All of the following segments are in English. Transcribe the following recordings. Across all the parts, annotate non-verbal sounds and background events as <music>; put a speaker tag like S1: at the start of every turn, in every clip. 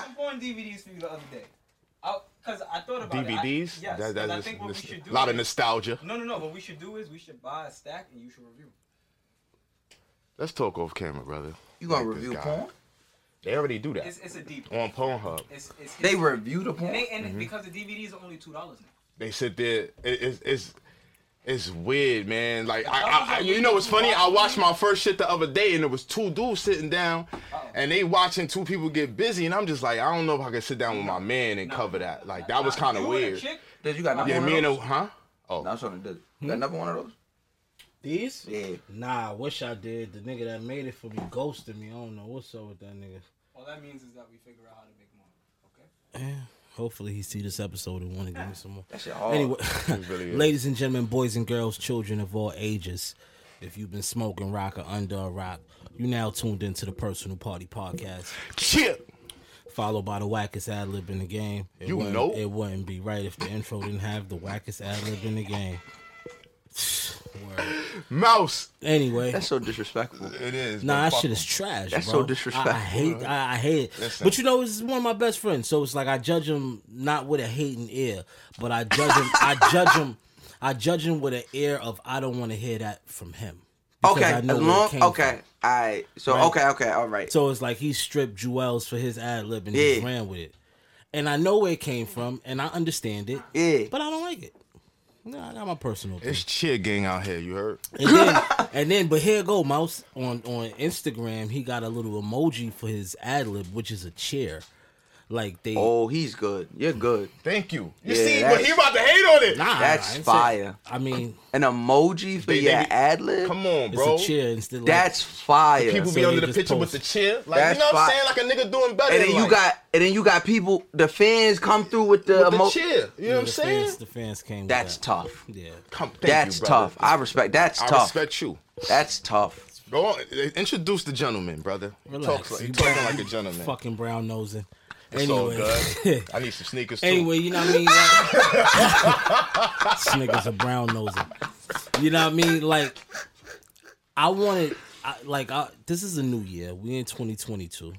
S1: some porn DVDs for you the other day. I, Cause I thought about it. I-
S2: DVDs?
S1: yes,
S2: That-
S1: and I
S2: just
S1: think what we
S2: nostal-
S1: should do.
S2: A lot of
S1: is-
S2: nostalgia.
S1: No, no, no. What we should do is we should buy a stack and you should review.
S2: Let's talk off camera, brother.
S3: You gonna
S2: Like this
S3: review
S2: guy.
S3: porn?
S2: They already do that
S1: It's, it's a deep.
S2: on Pornhub. Mm-hmm.
S1: It's, it's
S3: They
S1: it's-
S3: review the porn.
S1: and they and because the DVDs are only two dollars now.
S2: They sit there. It, it's it's it's weird, man. Like I,
S1: That was
S2: I, I
S1: a
S2: you know what's
S1: weird
S2: funny? I watched
S1: watch.
S2: my first shit the other day, and there was two dudes sitting down, and they watching two people get busy, and I'm just like, I don't know if I could sit down with my man and cover that. Like that was kind of
S1: You and a
S2: weird.
S1: chick?
S3: Did you got another
S2: Yeah,
S3: one
S2: me
S3: of
S2: and a,
S3: those?
S2: huh? Oh.
S3: No, I'm trying to do. You got another one of those?
S4: These?
S3: Yeah.
S4: Nah, I wish I did. The nigga that made it for me ghosted me. I don't know what's up with that nigga.
S1: All that means is that we figure out how to make more. Okay.
S4: Eh, Hopefully he see this episode and want to give me some more.
S3: That shit hard.
S4: Anyway, <laughs>
S2: really is.
S4: ladies and gentlemen, boys and girls, children of all ages, if you've been smoking rock or under a rock, you now tuned into the Personal Party Podcast,
S2: Chip.
S4: followed by the wackest ad lib in the game. It
S2: You
S4: wouldn't,
S2: know.
S4: it wouldn't be right if the intro didn't have the wackest ad lib in the game. <sighs> Word.
S2: Mouse.
S4: Anyway,
S3: That's so disrespectful.
S2: It is.
S4: Nah,
S2: but
S4: that
S2: fuck
S4: shit
S2: 'em.
S4: is trash.
S3: That's
S4: bro.
S3: so disrespectful.
S4: I, I hate. I, I hate it.
S2: Listen.
S4: But you know, it's one of my best friends, so it's like I judge him not with a hating ear, but I judge him. I judge him. I judge him with an ear of I don't want to hear that from him. Because
S3: Okay,
S4: I
S3: as
S4: know where it
S3: long.
S4: came
S3: Okay, all right. So
S4: Right.
S3: okay, okay, all right.
S4: so it's like he stripped Jewels for his ad lib and just
S3: Yeah.
S4: ran with it. And I know where it came from, and I understand it.
S3: Yeah.
S4: But I don't like it. No, I got my personal. Opinion.
S2: It's cheer gang out here. You heard?
S4: And then, <laughs> and then, but here go mouse on on Instagram. He got a little emoji for his ad lib, which is a chair. Like they,
S3: Oh, he's good. You're good.
S2: Thank you. You
S3: Yeah,
S2: see, but
S3: that's-
S2: he about to hate on it.
S4: nah,
S3: that's
S4: I ain't say-
S3: fire.
S4: I mean,
S3: An emoji for
S2: They- they
S3: your
S2: be-
S3: ad lib.
S2: Come on,
S4: it's
S2: bro.
S4: a chair instead. Like,
S3: That's fire.
S2: People
S4: So
S2: be
S4: they
S2: under the
S4: just
S2: picture with
S4: post.
S2: the chair. Like
S3: That's
S2: you know what
S3: fi-
S2: I'm saying? Like a nigga doing better.
S3: and then
S2: than
S3: you
S2: like-
S3: got and then you got people. The fans come through with the
S2: with the
S3: emoji.
S2: chair. You know what I'm
S4: the
S2: saying?
S4: fans, the fans came. with
S3: That's
S4: that.
S3: tough.
S4: Yeah,
S2: Come, thank
S3: That's
S2: you, brother.
S3: tough. I respect. That's
S2: I
S3: tough.
S2: respect you.
S3: That's tough.
S2: Go on. uh, Introduce the gentleman, brother. He
S4: relax.
S2: Talks like, he
S4: You
S2: talking
S4: brown-
S2: like a gentleman.
S4: Fucking brown nosing.
S2: It's all
S4: <laughs>
S2: good. I need some sneakers too.
S4: Anyway, you know what I mean? Like,
S2: <laughs>
S4: this nigga's a brown noser. You know what I mean? Like, I wanted, I, like, I, this is a new year. We in 2022,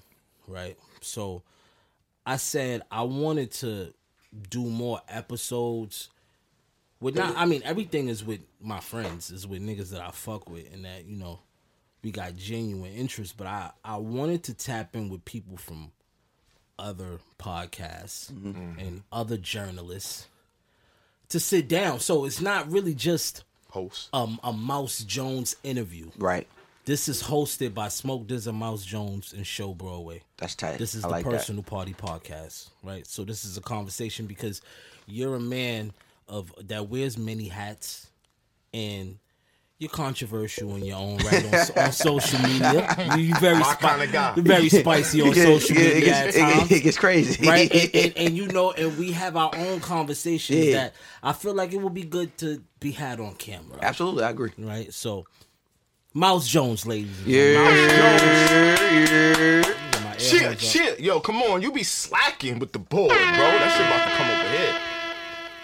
S4: right? So, I said I wanted to do more episodes with not. I mean, everything is with my friends, is with niggas that I fuck with, and that you know, we got genuine interest. But I, I wanted to tap in with people from other podcasts
S3: Mm-hmm.
S4: and other journalists to sit down. So it's not really just
S2: Host.
S4: um, a Mouse Jones interview.
S3: Right.
S4: This is hosted by Smoke Dizzle, Mouse Jones, and Show Broadway.
S3: That's tight.
S4: This is
S3: I
S4: the
S3: like that.
S4: Personal Party Podcast, right? So this is a conversation because you're a man of that wears many hats, and you you're controversial in your own right on, on social
S2: <laughs>
S4: media. You, you very
S2: My
S4: spi-
S2: kinda guy.
S4: You're very spicy on
S3: It gets-
S4: social
S3: it
S4: media
S3: gets-
S4: at
S3: it
S4: times
S3: gets- It gets crazy.
S4: right? and,
S3: <laughs>
S4: and, and you know, and we have our own conversations
S3: Yeah.
S4: that I feel like it would be good to be had on camera,
S3: Absolutely, I agree.
S4: right? So, Mouse Jones, ladies, and
S3: Yeah.
S4: gentlemen, my air
S2: Shit,
S4: horns up.
S2: shit, yo, come on, you be slacking with the ball, bro. That shit about to come over here.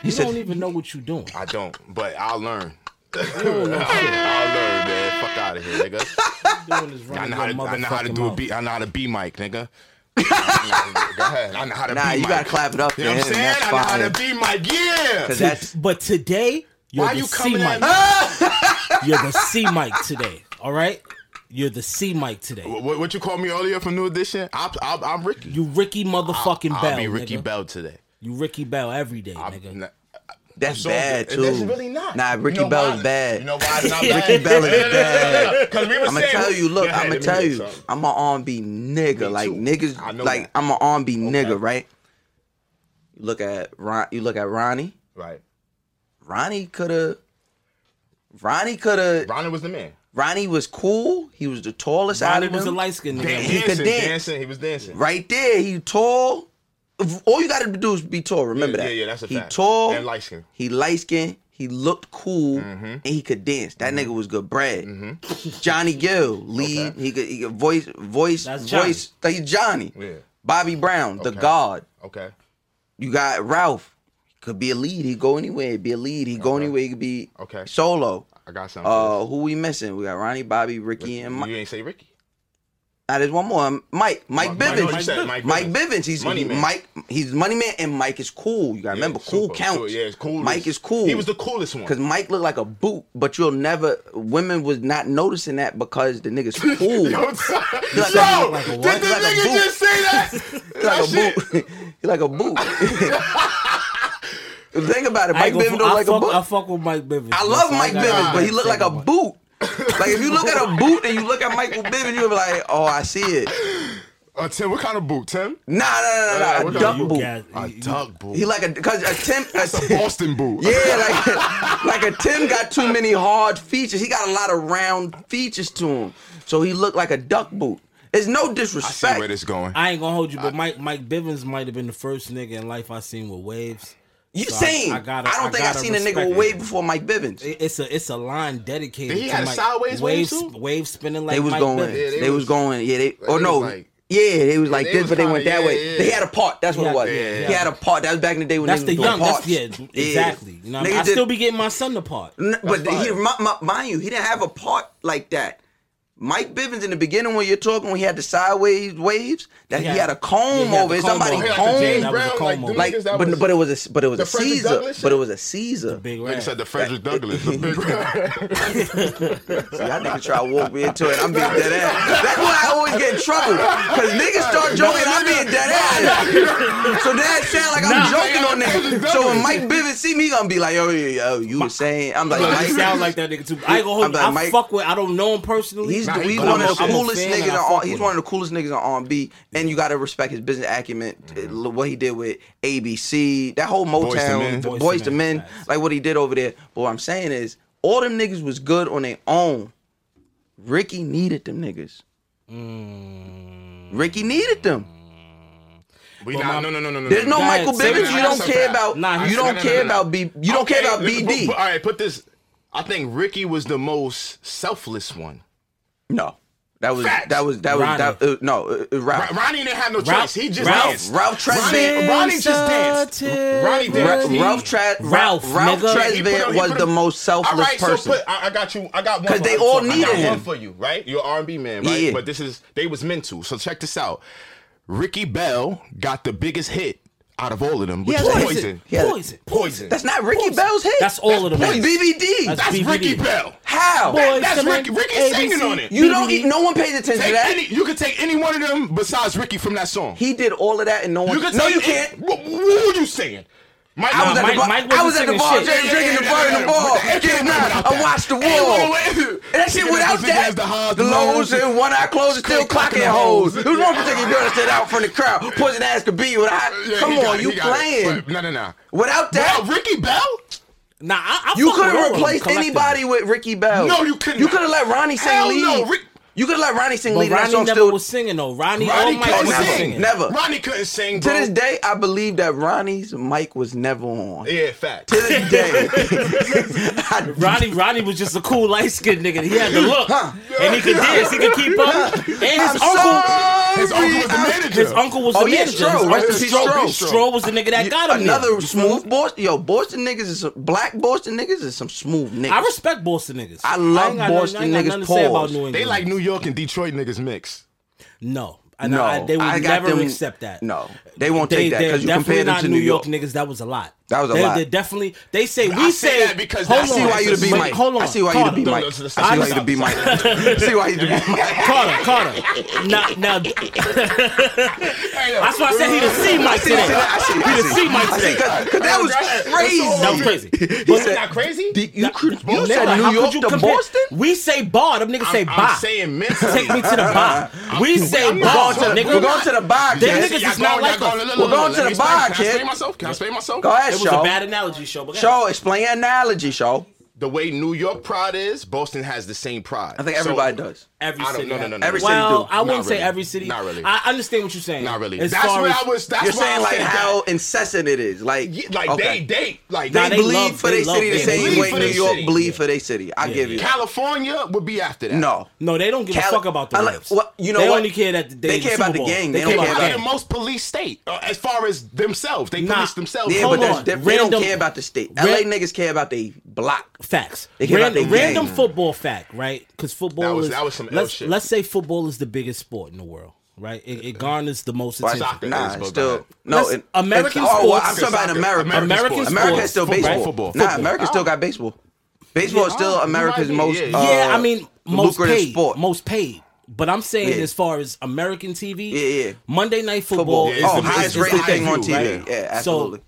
S4: You
S3: said-
S4: don't even know what you're doing.
S2: I don't, but
S4: <laughs>
S2: I'll learn. I'll
S4: don't
S2: learn, <laughs>
S4: know
S2: man. Fuck out of here,
S3: <laughs>
S2: nigga.
S4: You're doing this
S2: I
S4: running
S2: know, how to,
S4: your
S2: I know how to
S4: motherfucking
S2: do a
S4: mouth.
S2: beat. I know how to be Mike,
S3: <laughs>
S2: nigga. Go ahead. I know how to
S3: Nah,
S2: be
S3: you
S2: Mike.
S3: gotta clap it up
S2: You
S3: for
S2: know what
S3: him.
S2: I'm saying?
S3: That's
S2: I know how to
S3: fire.
S2: be Mike. Yeah. <laughs>
S3: 'Cause that's
S4: But today, you're
S2: Why
S4: the
S2: you
S4: C
S2: coming at
S4: mic.
S2: me? <laughs>
S4: You're the C mic today. All right, you're the C mic today.
S2: What, what you called me earlier for New Edition? I, I, I'm Ricky.
S4: You Ricky motherfucking
S2: I'll
S4: Bell,
S2: be Ricky
S4: nigga.
S2: Bell today.
S4: You Ricky Bell every day,
S2: I'm-
S4: nigga.
S2: nah,
S3: that's
S2: so
S3: bad
S2: good.
S3: too.
S2: That's really not.
S3: Nah,
S2: You
S3: Ricky
S2: know
S3: Bell
S2: why?
S3: is bad.
S2: You know
S3: <laughs>
S2: why it's not bad?
S3: Ricky Bell
S2: <laughs>
S3: is
S2: Yeah, yeah, yeah,
S3: bad.
S2: yeah, yeah. 'Cause we were
S3: I'ma
S2: saying-
S3: tell you, look,
S2: Yeah,
S3: I'ma
S2: let me
S3: tell
S2: get
S3: you,
S2: something.
S3: I'm an R&B nigga. Like
S2: too. I know
S3: niggas, like
S2: that.
S3: I'm an R&B nigga, right? You look at Ron, you look at Ronnie.
S2: Right.
S3: Ronnie could have. Ronnie could have.
S2: Ronnie was the man.
S3: Ronnie was cool. He was the tallest out
S4: Ronnie
S3: of
S4: was a
S3: them.
S4: light skinned
S2: Dancing,
S4: nigga.
S3: He could dance.
S2: dancing. He was dancing.
S3: right there, he tall. All you gotta do is be tall. Remember
S2: Yeah,
S3: that.
S2: yeah, yeah, that's a
S3: he
S2: fact.
S3: tall.
S2: And Mm-hmm. light-skinned.
S3: He light skinned. He looked cool and he could dance. That
S2: Mm-hmm.
S3: nigga was good bread. Johnny Gill, lead. He could he could voice voice
S4: That's Johnny.
S3: voice. Like he's Johnny.
S2: Yeah.
S3: Bobby Brown, the
S2: Okay. Oh.
S3: God.
S2: Okay.
S3: You got Ralph. Could be a lead. He go anywhere. Be a lead. He go anywhere. He could be
S2: Okay.
S3: solo.
S2: I got something.
S3: Uh, who we missing? We got Ronnie, Bobby, Ricky, and
S2: You
S3: Mike.
S2: ain't say Ricky.
S3: Now there's one more. um, Mike, Mike
S2: Mike- no,
S3: Bivens.
S2: you said Mike
S3: Mike
S2: Bivens.
S3: Bivens. He's
S2: Money man.
S3: Mike. He's money man, and Mike is cool. You gotta remember,
S2: Yeah,
S3: cool
S2: super.
S3: counts.
S2: Cool, Yeah, it's cool.
S3: Mike is cool.
S2: He was the coolest one.
S3: Cause Mike looked like a boot, but you'll never. Women was not noticing that because
S2: <laughs>
S3: the nigga's cool.
S2: Yo,
S3: He
S2: yo,
S3: like a- like a
S2: did
S3: what?
S2: the
S3: Like a
S2: nigga
S3: boot.
S2: just say that? that
S3: like a
S2: shit.
S3: boot. <laughs> he like
S2: <laughs>
S3: a boot. Think about it.
S4: I,
S3: Mike
S4: ain't gonna
S3: Bivens
S4: fu-
S3: don't
S4: I
S3: like a
S4: fuck,
S3: boot.
S4: I fuck with Mike Bivens.
S3: I
S4: That's
S3: love
S4: all
S3: Mike
S4: gotta
S3: Bivens,
S4: say
S3: but he looked like a
S4: about it.
S3: boot. Like if you look at a boot and you look at Michael Bivens, you'll be like, oh, I see it.
S2: Uh, Tim, what kind of boot,
S3: <laughs>
S2: Tim?
S3: Nah, nah, nah, nah,
S2: what
S3: a
S2: the-
S3: duck
S2: you
S3: boot.
S4: Yeah,
S2: A
S4: you-
S2: duck boot.
S3: He like a because a Tim, a
S2: That's a
S3: Tim-
S2: Boston boot.
S3: <laughs> yeah, like <laughs> like a Tim got too many hard features. He got a lot of round features to him, so he looked like a duck boot. It's no
S2: I see where
S3: disrespect.
S2: this going.
S4: I ain't gonna hold you, but Mike Mike Bivens might have been the first nigga in life I seen with waves.
S3: You
S4: So I-
S3: seen?
S4: I
S3: I,
S4: gotta-
S3: don't
S4: I
S3: think I
S4: gotta
S3: seen a nigga
S4: respect
S3: with way
S4: it.
S3: before Mike Bivens.
S4: It- It's a it's a line dedicated.
S2: He
S4: to
S2: had a
S4: Mike.
S2: sideways
S4: waves
S2: wave, too?
S4: waves spinning like
S3: They was
S4: Mike
S3: going.
S4: Bivens.
S2: Yeah,
S3: they,
S2: they
S3: was,
S2: was-
S3: going. Yeah, they. Oh
S2: was
S3: no.
S2: like-
S3: yeah, they was like
S2: they
S3: this,
S2: was
S3: but they went
S2: kinda-
S3: that
S2: yeah,
S3: way.
S2: yeah,
S3: They
S2: yeah.
S3: had a part. That's what
S4: Yeah,
S3: it was.
S4: yeah,
S3: He
S4: yeah.
S3: had a part. That was back in the day when
S4: That's
S3: they
S4: the
S3: was doing
S4: young. That's
S3: parts.
S4: yeah, exactly. You know, what I, mean? I
S3: Niggas did-
S4: still be getting my son the part.
S3: N- but
S2: fire.
S3: he, my, my, mind you, he didn't have a part like that. Mike Bivens in the beginning when you're talking, when he had the sideways waves, that he,
S4: Yeah.
S3: had a comb
S4: Yeah, he had
S3: over
S4: the
S3: it.
S4: comb
S3: Somebody
S4: over.
S2: He like the James
S3: combed,
S4: That was a
S2: Brown, like,
S4: comb
S2: them
S4: over.
S3: like,
S2: niggas that
S3: but
S2: was-
S3: but it was a but it was
S2: the
S3: a
S2: Frederick
S3: Caesar,
S2: Douglass
S3: but it
S2: shit?
S3: was a Caesar.
S4: Big
S2: Nigga
S4: rap.
S2: said the Frederick Douglass,
S3: <laughs>
S2: the big red.
S3: See, y'all niggas try to walk me into it. I'm being dead ass. That's why I always get in trouble. Cause niggas start joking, I'm being dead ass. So that sound like I'm joking on that. So when Mike Bivens see me, he gonna be like, oh, yo, yo, yo, you were saying, I'm like,
S4: Like, he
S3: Mike,
S4: sound like that nigga too. I ain't gonna hold.
S3: I'm
S4: you.
S3: like,
S4: I
S3: Mike-
S4: fuck with. I don't know him personally.
S3: He's,
S4: but
S3: he's
S4: I'm
S3: one of the
S4: a- I'm a
S3: coolest
S4: fan and
S3: niggas.
S4: I
S3: On,
S4: fuck
S3: he's
S4: with
S3: one of
S4: him.
S3: the coolest niggas on R&B, and you gotta respect his business acumen. uh, What he did with ABC, that whole
S2: Boyz II
S3: Motown,
S2: Men.
S3: the
S4: Boyz II
S3: Boys to
S4: Mm-hmm. Men,
S3: Men,
S4: facts.
S3: like what he did over there. But what I'm saying is, all them niggas was good on their own. Ricky needed them niggas.
S4: Mm.
S3: Ricky needed them.
S2: We not, no, no, no, no, no.
S3: There's no
S4: Nah,
S3: Michael
S4: say
S3: Bivens.
S4: that.
S3: You don't
S2: That's a
S3: care
S2: fact.
S3: about.
S4: Nah,
S3: you
S4: he's-
S3: don't
S2: no, no, no,
S3: care
S2: no.
S3: about B. You don't care about
S2: look,
S3: BD.
S2: but- but- all right, put this. I think Ricky was the most selfless one.
S3: No, that was
S2: Facts.
S3: that was that was
S4: Ronnie.
S3: that. Uh, no, uh, uh,
S2: Ron-
S3: Ralph.
S2: Ronnie didn't have no
S4: Ralph-
S2: choice. He just
S4: Ralph-
S2: danced.
S3: Ralph
S2: Ronnie,
S3: Tresvant.
S2: Ronnie just danced. Ronnie
S3: Ra-
S2: danced. He-
S3: Ralph Tra-
S4: Ralph,
S3: Ralph, Ralph
S4: nigga.
S2: he put
S3: Tresvant
S2: on- he
S3: was
S2: put
S3: the
S2: on-
S3: most selfless
S2: All right,
S3: person.
S2: so put, I, I got you. I got one
S3: 'Cause
S2: for-
S3: they
S2: I got
S3: all
S2: one
S3: needed him.
S2: One for you, right? You're R and B man, right?
S3: Yeah.
S2: But this is they was meant to. So check this out. Ricky Bell got the biggest hit out of all of them, which
S3: Yeah,
S2: was
S3: that's-
S2: Poison.
S3: yeah,
S4: Poison.
S2: Poison.
S3: that's not Ricky Bell's hit.
S4: That's all of them.
S3: That's
S4: niggas.
S3: BBD.
S4: That's
S2: That's
S4: BBD.
S2: Ricky Bell.
S3: How?
S4: Boy,
S2: That's
S4: come
S2: Ricky.
S4: in.
S2: Ricky's
S4: ABC.
S2: singing on it.
S3: you don't. eat- No one pays attention to
S2: Take
S3: that.
S2: any, you could take any one of them besides Ricky from that song.
S3: He did all of that and no one.
S2: you could
S3: no,
S2: take
S3: you
S2: it-
S3: can't.
S2: What, what were you saying? Mike,
S3: I was at
S4: Mike-
S3: the bar.
S4: Mike wasn't
S3: I was at the
S4: singing
S3: bar.
S4: shit.
S3: Just drinking the bar and the ball. Getting out. I watched the wall. And that shit without that,
S2: uh,
S3: the lows and one eye closed is still clocking holes. There was one particular girl that stood out from the crowd, poison ass could be. With a high-
S2: Yeah,
S3: come
S2: he
S3: on,
S2: got it,
S3: you
S2: he got it.
S3: playing?
S2: But- No, no, no.
S3: Without that,
S2: Wow, Ricky Bell?
S4: Nah, I, I
S3: You
S4: fuck with
S3: could
S4: all of
S3: have
S4: them
S3: replaced
S4: collectively.
S3: anybody with Ricky Bell.
S2: No, you couldn't.
S3: You could have let Ronnie sing
S2: Hell
S3: lead.
S2: no, Rick-
S3: You could have let Ronnie sing
S4: But
S3: lead. and that
S4: Ronnie
S3: song
S4: never
S3: still
S4: was singing though. Ronnie,
S2: Ronnie
S4: oh my
S2: couldn't
S4: was
S3: never,
S2: sing.
S4: singing.
S3: never.
S2: Ronnie couldn't sing,
S3: To
S2: bro.
S3: this day, I believe that Ronnie's mic was
S2: <laughs>
S3: never on.
S2: Yeah, fact.
S3: To this day,
S2: <laughs>
S3: I-
S4: Ronnie, Ronnie was just a cool light skinned nigga. He had the look, and he could dance. He could keep up. And his
S3: I'm
S4: uncle,
S3: sorry.
S2: His uncle was the manager.
S4: his uncle was
S3: Oh,
S4: the
S3: yeah,
S4: manager.
S3: Stroh.
S4: His
S3: Rest
S4: uncle
S3: in peace,
S4: Stroh.
S3: Stroh.
S4: Stroh was the nigga that got him. there.
S3: Another smooth Boston. Yo, Boston niggas is some, black Boston niggas is some smooth niggas.
S4: I respect Boston niggas.
S3: I love
S4: ain't got nothing-
S3: Boston
S4: I ain't got
S3: niggas,
S4: nothing to say about
S3: pause.
S4: New England.
S2: They like New York and Detroit niggas mix.
S4: no, and
S3: no,
S4: I, they would
S3: I got
S4: never
S3: them-
S4: accept that.
S3: No, they won't
S4: They,
S3: take that
S4: they're
S3: because you
S4: definitely
S3: compare them
S4: not
S3: to
S4: New York
S3: niggas.
S4: niggas. That was a lot.
S3: That was a
S4: they're,
S3: lot.
S4: They're definitely. They say we
S2: I say
S4: say
S2: that because
S4: hold
S2: that's-
S3: I
S4: on.
S3: see why you to be
S4: Wait,
S3: Mike.
S4: Hold on.
S3: I see why you
S4: Carter.
S3: to be Mike. I see why you to be Mike. <laughs> I see why you to be
S4: <laughs>
S3: Mike.
S4: Carter, Carter. Now, now, <laughs> that's why I said he the C
S3: I
S4: Mike
S3: see, I see,
S4: today.
S3: I see,
S4: He the C Mike today.
S3: Because that was
S4: That was
S3: crazy.
S4: crazy.
S3: He said-
S2: Not crazy?
S3: Did you, cr- you
S4: Nigga,
S3: said
S4: how
S3: New
S4: could
S3: York
S4: you
S3: to
S4: compare-
S3: Boston?
S4: We say bar. Them niggas say
S2: I'm, I'm
S4: bar.
S2: saying
S4: Take me
S2: mentally.
S4: to the bar. We say
S3: We're
S4: bar,
S3: going to the,
S4: nigga.
S3: we're going to the bar,
S4: Them
S3: kid.
S4: niggas is not like us.
S3: We're going to the
S2: Can
S3: bar,
S2: I
S3: kid.
S2: explain myself? Can I explain myself?
S3: Go ahead,
S4: It was a
S3: Shaw.
S4: bad analogy, show. But
S3: Shaw, explain your analogy, Shaw.
S2: The way New York pride is, Boston has the same pride.
S3: I think
S2: So-
S3: everybody does.
S4: every
S2: I don't-
S4: city.
S2: no, no,
S4: has-
S2: no, no.
S3: Every city
S4: well,
S3: do.
S4: I wouldn't
S2: Not
S4: say
S2: really.
S4: every city.
S2: Not really.
S4: I understand what you're saying.
S2: Not really.
S4: As
S2: that's
S4: far
S2: where
S4: as-
S2: I was. That's
S3: You're
S2: why
S3: saying
S2: I
S3: like
S2: said
S3: how
S2: that.
S3: incessant it is. Like,
S2: Yeah, like
S3: okay.
S2: they, they, like
S3: They
S4: Nah, they
S3: bleed
S4: love-
S3: for
S4: they
S3: their
S4: love
S3: city the
S4: being
S3: same
S2: bleed
S3: way
S2: for
S3: New
S2: their
S3: York
S2: city.
S3: bleed for their city. I give you. that.
S2: California would be after that.
S3: No.
S4: No, they don't give
S3: Cali-
S4: a fuck about the
S3: I like-
S4: Lakers.
S3: what- you know
S4: they
S3: what?
S4: only care that they,
S3: They
S4: the
S3: care
S4: Super
S3: about the
S4: Bowl.
S3: gang. They
S4: They
S3: don't
S4: care
S3: care
S4: about the
S3: about
S2: They're the
S4: gang.
S2: most police state uh, as far as themselves. They
S4: Nah.
S2: police themselves.
S3: Yeah,
S4: Hold
S3: but that's
S4: on.
S3: different. They don't
S4: Random-
S3: care about the state.
S4: Ran-
S3: LA niggas care about they block.
S4: Facts.
S3: They care about
S4: Ran-
S3: their
S4: random
S3: game.
S4: football fact, right? Because football
S2: That was-
S4: is
S2: that was some L
S4: let's,
S2: shit.
S4: let's say football is the biggest sport in the world, right? It, it garners the most
S2: Why
S4: attention.
S2: soccer? is,
S3: Nah, it's
S2: but go
S3: still
S2: ahead.
S3: no.
S4: Let's-
S3: it-
S4: American
S3: it's- oh, well, I'm
S4: sports-
S3: talking about
S2: Soccer,
S3: America.
S2: American
S4: American
S2: sports.
S4: sports.
S3: America is still
S4: Football.
S3: baseball.
S2: Football.
S3: Nah,
S4: Football.
S3: America still got baseball. Baseball is still
S2: oh,
S3: America's
S2: you might
S3: most
S2: be- yeah,
S3: uh,
S4: Yeah, I mean most
S3: lucrative
S4: paid,
S3: sport.
S4: most paid. But I'm saying
S3: Yeah.
S4: as far as American TV,
S3: Yeah, yeah.
S4: Monday Night
S3: football.
S4: Football, is
S3: oh,
S4: the-
S3: highest
S4: is the
S3: rated thing on
S4: pay-per-view,
S3: TV.
S4: right?
S3: Yeah,
S4: So
S3: absolutely.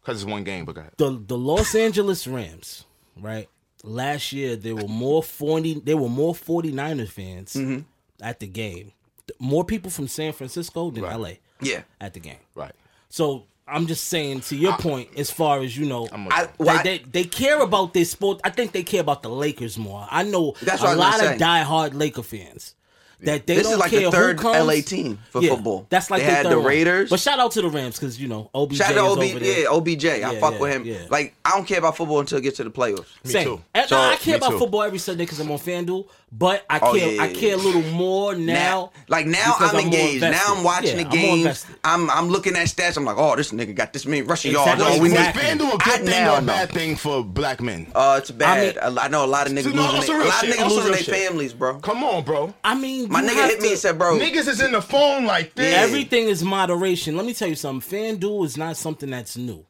S2: because it's one game. But go ahead.
S4: the the Los Angeles Rams, right? Last year there were more 40 there were more 49ers fans
S3: Mm-hmm.
S4: at the game. More people from San Francisco than LA
S3: yeah.
S4: at the game.
S2: Right.
S4: So I'm just saying to your point as far as you know
S2: I'm with
S3: I,
S2: you.
S3: well, I-
S4: they, they, they care about this sport. I think they care about the Lakers more. I know
S3: That's what I
S4: a
S3: was gonna
S4: lot of
S3: say.
S4: diehard Laker fans that they
S3: This is
S4: don't
S3: like the
S4: care
S3: third
S4: who comes.
S3: LA team for football.
S4: That's like
S3: They
S4: their
S3: had
S4: third
S3: the
S4: one.
S3: Raiders.
S4: But shout out to the Rams because you know OBJ
S3: Shout out
S4: is
S3: to
S4: over
S3: OB,
S4: there.
S3: yeah, OBJ. I
S4: Yeah,
S3: fuck
S4: yeah,
S3: with him.
S4: yeah.
S3: Like I don't care about football until it gets to the playoffs.
S4: Same.
S2: too.
S4: And
S3: So-
S4: I, I care
S3: me
S4: about
S3: too.
S4: football every Sunday because I'm on FanDuel, but I care.
S3: Oh, yeah,
S4: I
S3: yeah,
S4: care a
S3: yeah.
S4: little more now.
S3: Now, like now,
S4: because
S3: I'm,
S4: more
S3: engaged. Now
S4: invested.
S3: I'm watching
S4: Yeah,
S3: the
S4: I'm more
S3: games.
S4: invested.
S3: I'm, I'm looking at stats. I'm like, oh, this nigga got this many rushing
S4: Exactly.
S3: yards. Oh, we
S2: Was
S3: need.
S4: Exactly.
S2: FanDuel a
S3: I
S2: good thing
S3: now
S2: or a
S3: know.
S2: bad thing for black men?
S3: Uh, it's bad.
S4: mean-
S3: I, I know a lot of niggas
S2: No, on
S3: losing.
S2: some
S3: Their, a
S2: real
S3: lot of
S2: shit,
S3: niggas
S2: on some
S3: losing
S2: real
S3: their
S2: shit.
S3: families, bro.
S2: Come on, bro.
S4: I mean,
S3: My
S4: you
S3: nigga
S4: have
S3: hit me
S4: to-
S3: and said, bro,
S2: Niggas is in the phone like this.
S4: Everything is moderation. Let me tell you something. FanDuel is not something that's new.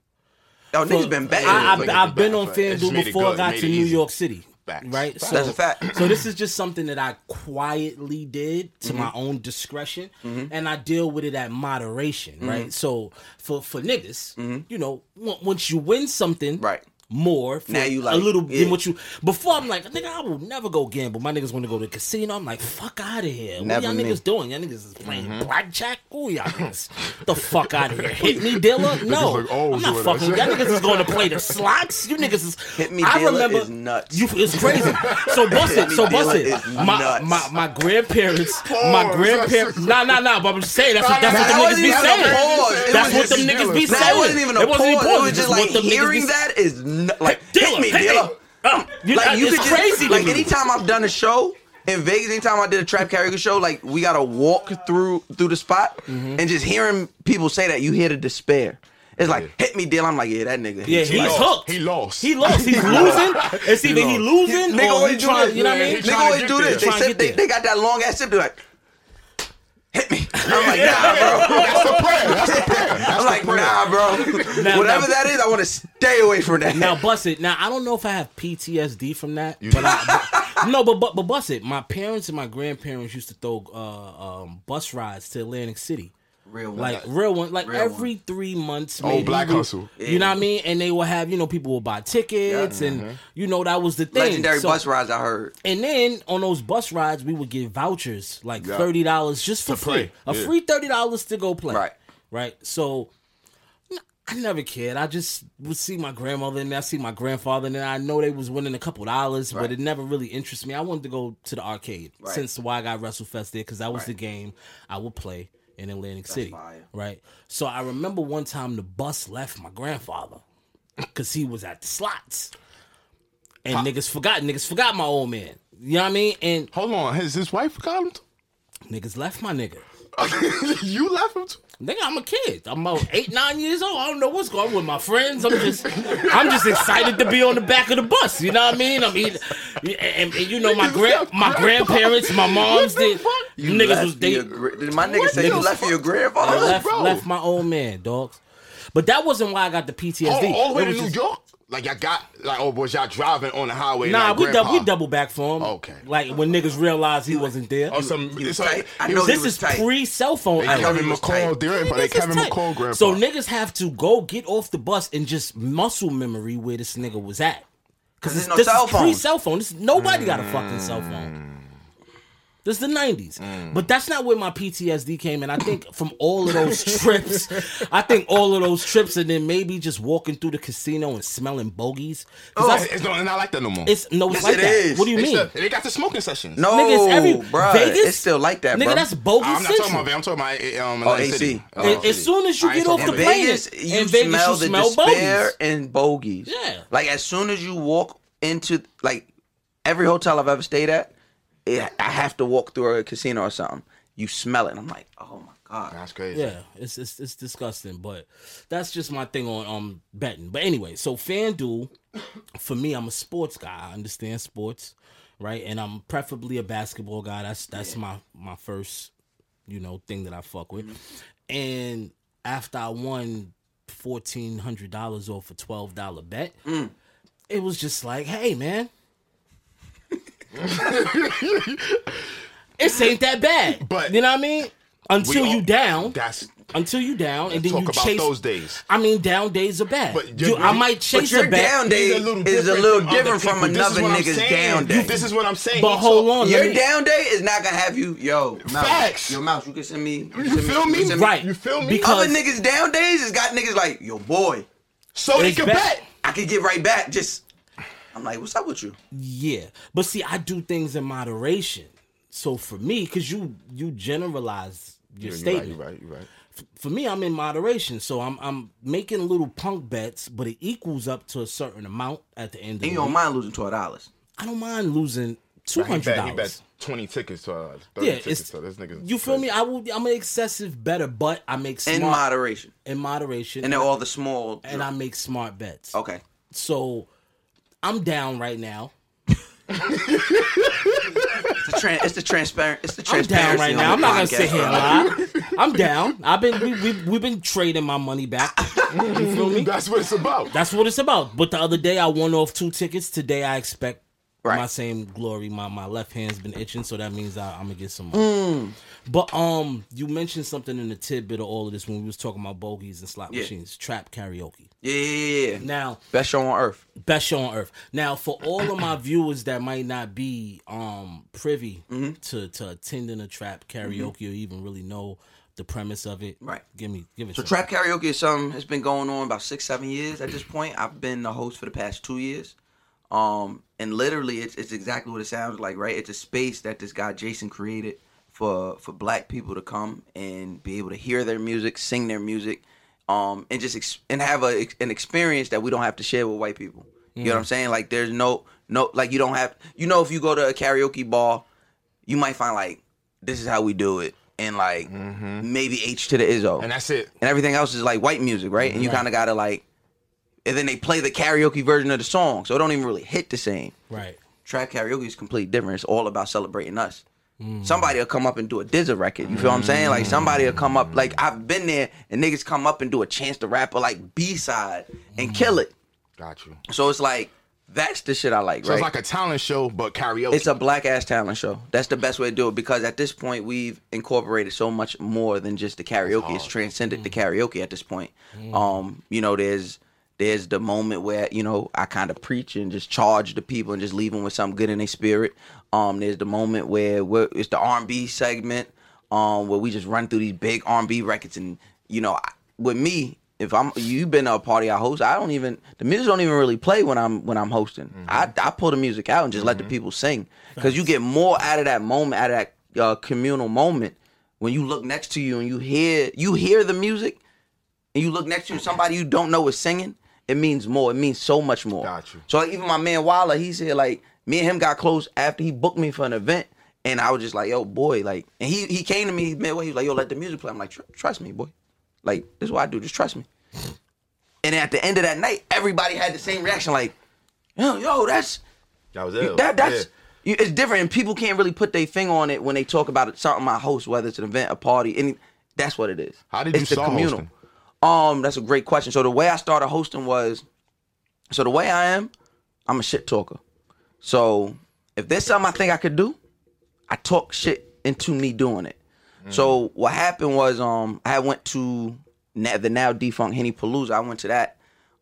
S3: yo, niggas been betting.
S4: I,
S2: Like,
S4: I, I've been on
S2: that's right. It just
S4: FanDuel
S2: made it
S4: before I
S2: good.
S4: got
S2: Made
S4: to
S2: it
S4: New
S2: easy.
S4: York City.
S2: Facts.
S4: Right?
S2: Facts.
S3: That's a fact.
S4: So this is just something that I quietly did to
S3: Mm-hmm.
S4: my own discretion and I deal with it at moderation,
S3: Mm-hmm.
S4: right? So for for niggas, you know, on- once you win something,
S3: Right.
S4: More for
S3: Now you
S4: a
S3: like-
S4: little
S3: yeah.
S4: than what you before. I'm like, nigga, I will never go gamble. My niggas want to go to the casino. I'm like, fuck out of here.
S3: Never Mm-hmm.
S4: what y'all
S3: me.
S4: niggas doing? Y'all niggas is playing blackjack. Ooh, y'all niggas, the fuck out of here. Hit me,
S3: <laughs>
S4: dealer. No,
S2: like, oh,
S4: I'm not
S2: doing
S4: fucking.
S2: that.
S4: Y'all niggas is going to play the slots. You niggas is
S3: Hit me,
S4: I
S3: dealer
S4: remember
S3: is nuts.
S4: You, it's crazy.
S3: <laughs>
S4: So bust
S3: Hit
S4: it.
S3: me,
S4: So bust
S3: dealer
S4: it.
S3: is
S4: My,
S3: nuts.
S4: my my grandparents.
S2: Pause.
S4: My grandparents. Nah nah nah. But I'm just saying that's what that's what
S3: That
S4: them niggas
S3: wasn't
S4: be
S3: even
S4: saying.
S3: a pause. It
S4: That's what
S3: was
S4: them
S3: just-
S4: niggas be saying.
S3: That wasn't even a
S4: It wasn't
S3: pause. It was just
S4: what
S3: like
S4: them niggas be
S3: hearing
S4: saying.
S3: that is nu- like
S4: Dealer,
S3: hit me,
S4: hit me.
S3: dealer.
S4: Uh, you-
S3: like you
S4: it's
S3: could just
S4: crazy. to
S3: like
S4: me.
S3: anytime I've done a show in Vegas, anytime I did a trap karaoke show, like we gotta walk through through the spot
S4: Mm-hmm.
S3: and just hearing people say that, you hear the despair. It's like hit me, deal. I'm like, yeah, that nigga.
S4: Yeah,
S3: hit you.
S4: he's
S3: Like,
S2: lost.
S4: hooked.
S2: He lost.
S4: He
S2: <laughs>
S4: lost.
S3: <laughs>
S4: He's losing. It's either he losing
S3: Nigga
S4: or he
S3: always do
S4: trying.
S3: this.
S4: You know what I
S2: Yeah,
S4: mean?
S2: he
S3: Nigga always
S2: get
S3: do
S2: there.
S3: this. They,
S4: Trying to get
S3: sip, they,
S4: there.
S3: they got that long ass sip. They're like, hit me. I'm like,
S4: <laughs>
S3: nah, bro.
S2: That's the prayer. That's the prayer. That's
S3: I'm
S2: the
S3: like,
S2: prayer.
S3: nah, bro.
S4: Now-
S3: Whatever
S4: now-
S3: that is,
S4: <laughs>
S3: I want to stay away from that.
S4: Now bust it. Now I don't know if I have PTSD from that, but, I, but- no, but, but but bust it. My parents and my grandparents used to throw uh, um, bus rides to Atlantic City,
S3: Real one.
S4: like real one, like
S3: Real
S4: every three months.
S2: Oh,
S4: maybe.
S2: black
S4: You-
S2: hustle.
S4: You know what I mean? And they will have you know people will buy tickets, and
S3: Mm-hmm.
S4: you know that was the thing.
S3: legendary
S4: So-
S3: bus rides I heard.
S4: and then on those bus rides, we would get vouchers like
S2: Yeah.
S4: thirty dollars just for
S2: To
S4: free,
S2: play,
S4: a
S2: yeah.
S4: free thirty dollars to go play.
S3: Right.
S4: right. So n- I never cared. I just would see my grandmother and I see my grandfather and I know they was winning a couple dollars, but
S3: Right.
S4: it never really interested me. I wanted to go to the arcade
S3: Right.
S4: since why I got WrestleFest there because that was
S3: Right.
S4: the game I would play in Atlantic City,
S3: fire.
S4: right? So I remember one time the bus left my grandfather because he was at the slots, and niggas forgot. Niggas forgot my old man. You know what I mean? And
S2: Hold on, has his wife got him?
S4: niggas left my nigga.
S2: too? <laughs> you left him? Too?
S4: Nigga, I'm a kid. I'm about eight, nine years old. I don't know what's going on with my friends. I'm just, I'm just excited to be on the back of the bus. You know what I mean? I mean, and, and- and you know my grand, my
S2: <laughs>
S4: grandparents, my moms did. You niggas
S3: Left
S4: was they,
S3: your gra- did my nigga say you left for your
S4: I
S3: grandfather?
S4: left,
S2: bro.
S4: left my old man, dogs. But that wasn't why I got the PTSD.
S2: All, Oh, all the way
S4: It
S2: to
S4: was
S2: New
S4: just-
S2: York? Like I got like oh boys, y'all driving on the highway.
S4: Nah,
S2: like
S4: we double, we
S2: grandpa.
S4: double back for him.
S2: Okay.
S4: Like when niggas realized he wasn't there.
S2: Or some,
S3: You
S2: it's like,
S3: tight? I know
S4: this
S3: he was
S4: is
S3: tight.
S4: pre cell phone.
S2: they
S4: era.
S2: Kevin
S3: he was
S2: McCall,
S3: tight.
S2: they're
S4: Niggas
S2: like
S4: is
S2: Kevin
S4: tight.
S2: McCall grandpa.
S4: So niggas have to go get off the bus and just muscle memory where this nigga was at. Because
S3: there's no
S4: this
S3: cell
S4: is pre
S3: phones.
S4: cell phone. This,
S2: Mm.
S4: nobody got a fucking cell
S5: Mm.
S4: phone. This is the 90s.
S2: Mm.
S4: But that's not where my PTSD came in. I think from all of
S2: <laughs>
S4: those trips, I think all of those trips and then maybe just walking through the casino and smelling bogeys. 'Cause that's-
S2: Oh. it's not, not like that no more.
S4: it's, no, it's
S3: Yes,
S4: like
S3: it
S4: that.
S3: is.
S4: What do you
S2: They
S4: mean?
S2: still- they got the smoking sessions.
S3: No,
S4: Nigga, it's every
S3: bruh,
S4: Vegas.
S3: It's still like that,
S4: Nigga,
S3: bruh.
S4: that's bogey
S2: I'm not
S4: central.
S2: talking about. I'm talking about um,
S3: Oh,
S2: Atlantic
S3: AC.
S2: City.
S3: Oh,
S4: And
S3: AC.
S4: as soon as you
S2: I ain't
S4: get off
S2: talking
S4: the
S3: in
S2: about
S4: plane,
S3: Vegas, you
S4: in Vegas,
S3: smell
S4: you
S3: the
S4: smell
S3: despair
S4: bogeys.
S3: and bogeys.
S4: Yeah.
S3: Like as soon as you walk into like every hotel I've ever stayed at, it, I have to walk through a casino or something. You smell it, and I'm like, oh my god.
S2: That's crazy.
S4: Yeah, it's, it's it's disgusting, but that's just my thing on um betting. But anyway, so FanDuel, for me, I'm a sports guy. I understand sports, right? And I'm preferably a basketball guy. That's that's my my first, you know, thing that I fuck with. And after I won fourteen hundred dollars off a twelve dollar bet, it was just like, hey man. This ain't that bad,
S2: But-
S4: you know what I mean. Until
S2: We all-
S4: you down,
S2: That's
S4: until you down and then
S2: talk
S4: you
S2: about
S4: chase.
S2: those days.
S4: I mean, down days are bad.
S2: But
S4: You-
S2: you're-
S4: I might
S3: But
S4: chase
S3: your
S4: a bet,
S3: down day
S2: These are little
S3: is a
S2: different
S3: little
S2: from other
S3: different from
S2: people. This is
S3: another
S2: what I'm
S3: nigga's
S2: saying.
S3: down day.
S2: This is what I'm saying.
S4: but
S2: You
S4: hold
S2: talk-
S4: on.
S3: Your
S4: Let me,
S3: down day is not gonna have you, yo. Mouse,
S2: Facts.
S3: Yo, mouse, you can send me. You,
S2: You feel me?
S4: Right.
S2: You feel me?
S4: Because-
S3: Other niggas down days has got niggas like, yo, boy,
S2: so they
S4: It's
S2: can
S4: back.
S2: bet.
S3: I could get right back. Just, I'm like, what's up with you?
S4: yeah, but see, I do things in moderation. So for me, because you you generalize your statement.
S2: right. You're right.
S4: For me, I'm in moderation, so I'm I'm making little punk bets, but it equals up to a certain amount at the end of
S3: And you
S4: the
S3: don't
S4: week.
S3: mind losing twelve dollars.
S4: I don't mind losing two
S2: He
S4: hundred
S2: bet, he
S4: dollars.
S2: bet 20 tickets to uh, 30
S4: Yeah,
S2: tickets
S4: it's
S2: to this nigga.
S4: you feel me? I will. I'm an excessive better, but I make smart
S3: In moderation.
S4: in moderation,
S3: And they're all the small.
S4: and I make smart bets.
S3: okay.
S4: So I'm down right
S3: <laughs>
S4: now.
S3: It's the, tran- it's the transparent. It's the
S4: I'm down
S3: transparency.
S4: right
S3: on
S4: now.
S3: the
S4: I'm not gonna
S3: podcast,
S4: sit here
S3: bro.
S4: and lie.
S3: <laughs>
S4: I'm down. I've been we, we we've been trading my money back. You feel me?
S2: That's what it's about.
S4: That's what it's about. But the other day I won off two tickets. Today I expect
S3: Right.
S4: my same glory. My my left hand's been itching, so that means I, I'm gonna get some money.
S3: Mm.
S4: But um, you mentioned something in the tidbit of all of this when we was talking about bogeys and slot
S3: Yeah.
S4: machines, trap karaoke.
S3: Yeah, yeah, yeah, yeah.
S4: Now
S3: Best show on earth.
S4: best show on earth. Now, for all of my viewers that might not be um privy
S3: Mm-hmm.
S4: to to attending a trap karaoke or even really know the premise of it,
S3: Right.
S4: Give me, give it.
S3: So
S4: some.
S3: trap karaoke is something that's been going on about six, seven years at this point. I've been the host for the past two years. Um, and literally it's it's exactly what it sounds like, right? It's a space that this guy Jason created for for black people to come and be able to hear their music, sing their music, um, and just ex- and have a an experience that we don't have to share with white people. You
S2: Mm-hmm.
S3: know what I'm saying? Like there's no no like you don't have you know if you go to a karaoke bar, you might find like this is how we do it and like maybe H to the Izzo
S2: Mm-hmm. And that's it. Mm-hmm.
S3: and everything else is like white music, right? And you kind of gotta like, and then they play the karaoke version of the song, so it don't even really hit the same.
S4: Right.
S3: Trap karaoke is completely different. It's all about celebrating us.
S2: Mm-hmm.
S3: Somebody will come up and do a Dizza record. You feel what I'm saying? Like somebody will come up. Like I've been there, and niggas come up and do a Chance the Rapper like B side and kill it.
S2: Got you.
S3: So it's like that's the shit I like.
S2: So
S3: right?
S2: it's like a talent show, but karaoke.
S3: It's a black ass talent show. That's the best way to do it because at this point we've incorporated so much more than just the karaoke. It's transcended the
S2: Mm.
S3: karaoke at this point. Um, you know, there's there's the moment where you know I kind of preach and just charge the people and just leave them with something good in their spirit. Um, there's the moment where we're, it's the R&B segment um, where we just run through these big R&B records and you know I, with me. if I'm you've been to a party I host, I don't even the music don't even really play when I'm when I'm hosting. I, I pull the music out and just let the people sing because you get more out of that moment, out of that uh, communal moment when you look next to you and you hear you hear the music and you look next to you, somebody you don't know is singing, it means more. It means so much more.
S2: Got you.
S3: So like, even my man Walla, he said like me and him got close after he booked me for an event, and I was just like, yo, boy, like, and he he came to me midway. He was like, yo, let the music play. I'm like, "Tr- trust me, boy. Like this is what I do. Just trust me. And at the end of that night, everybody had the same reaction. Like, yo, yo, that's
S2: That was
S3: you-
S2: it.
S3: that, that's you, it's different, and people can't really put their finger on it when they talk about it, something I host, whether it's an event, a party, any. That's what it is.
S2: How did
S3: it's
S2: you
S3: the
S2: start
S3: communal.
S2: hosting?
S3: Um, that's a great question. So the way I started hosting was, so the way I am, I'm a shit talker. So if there's something I think I could do, I talk shit into me doing it.
S2: Mm.
S3: So what happened was, um, I went to na- the now defunct Henny Palooza. I went to that,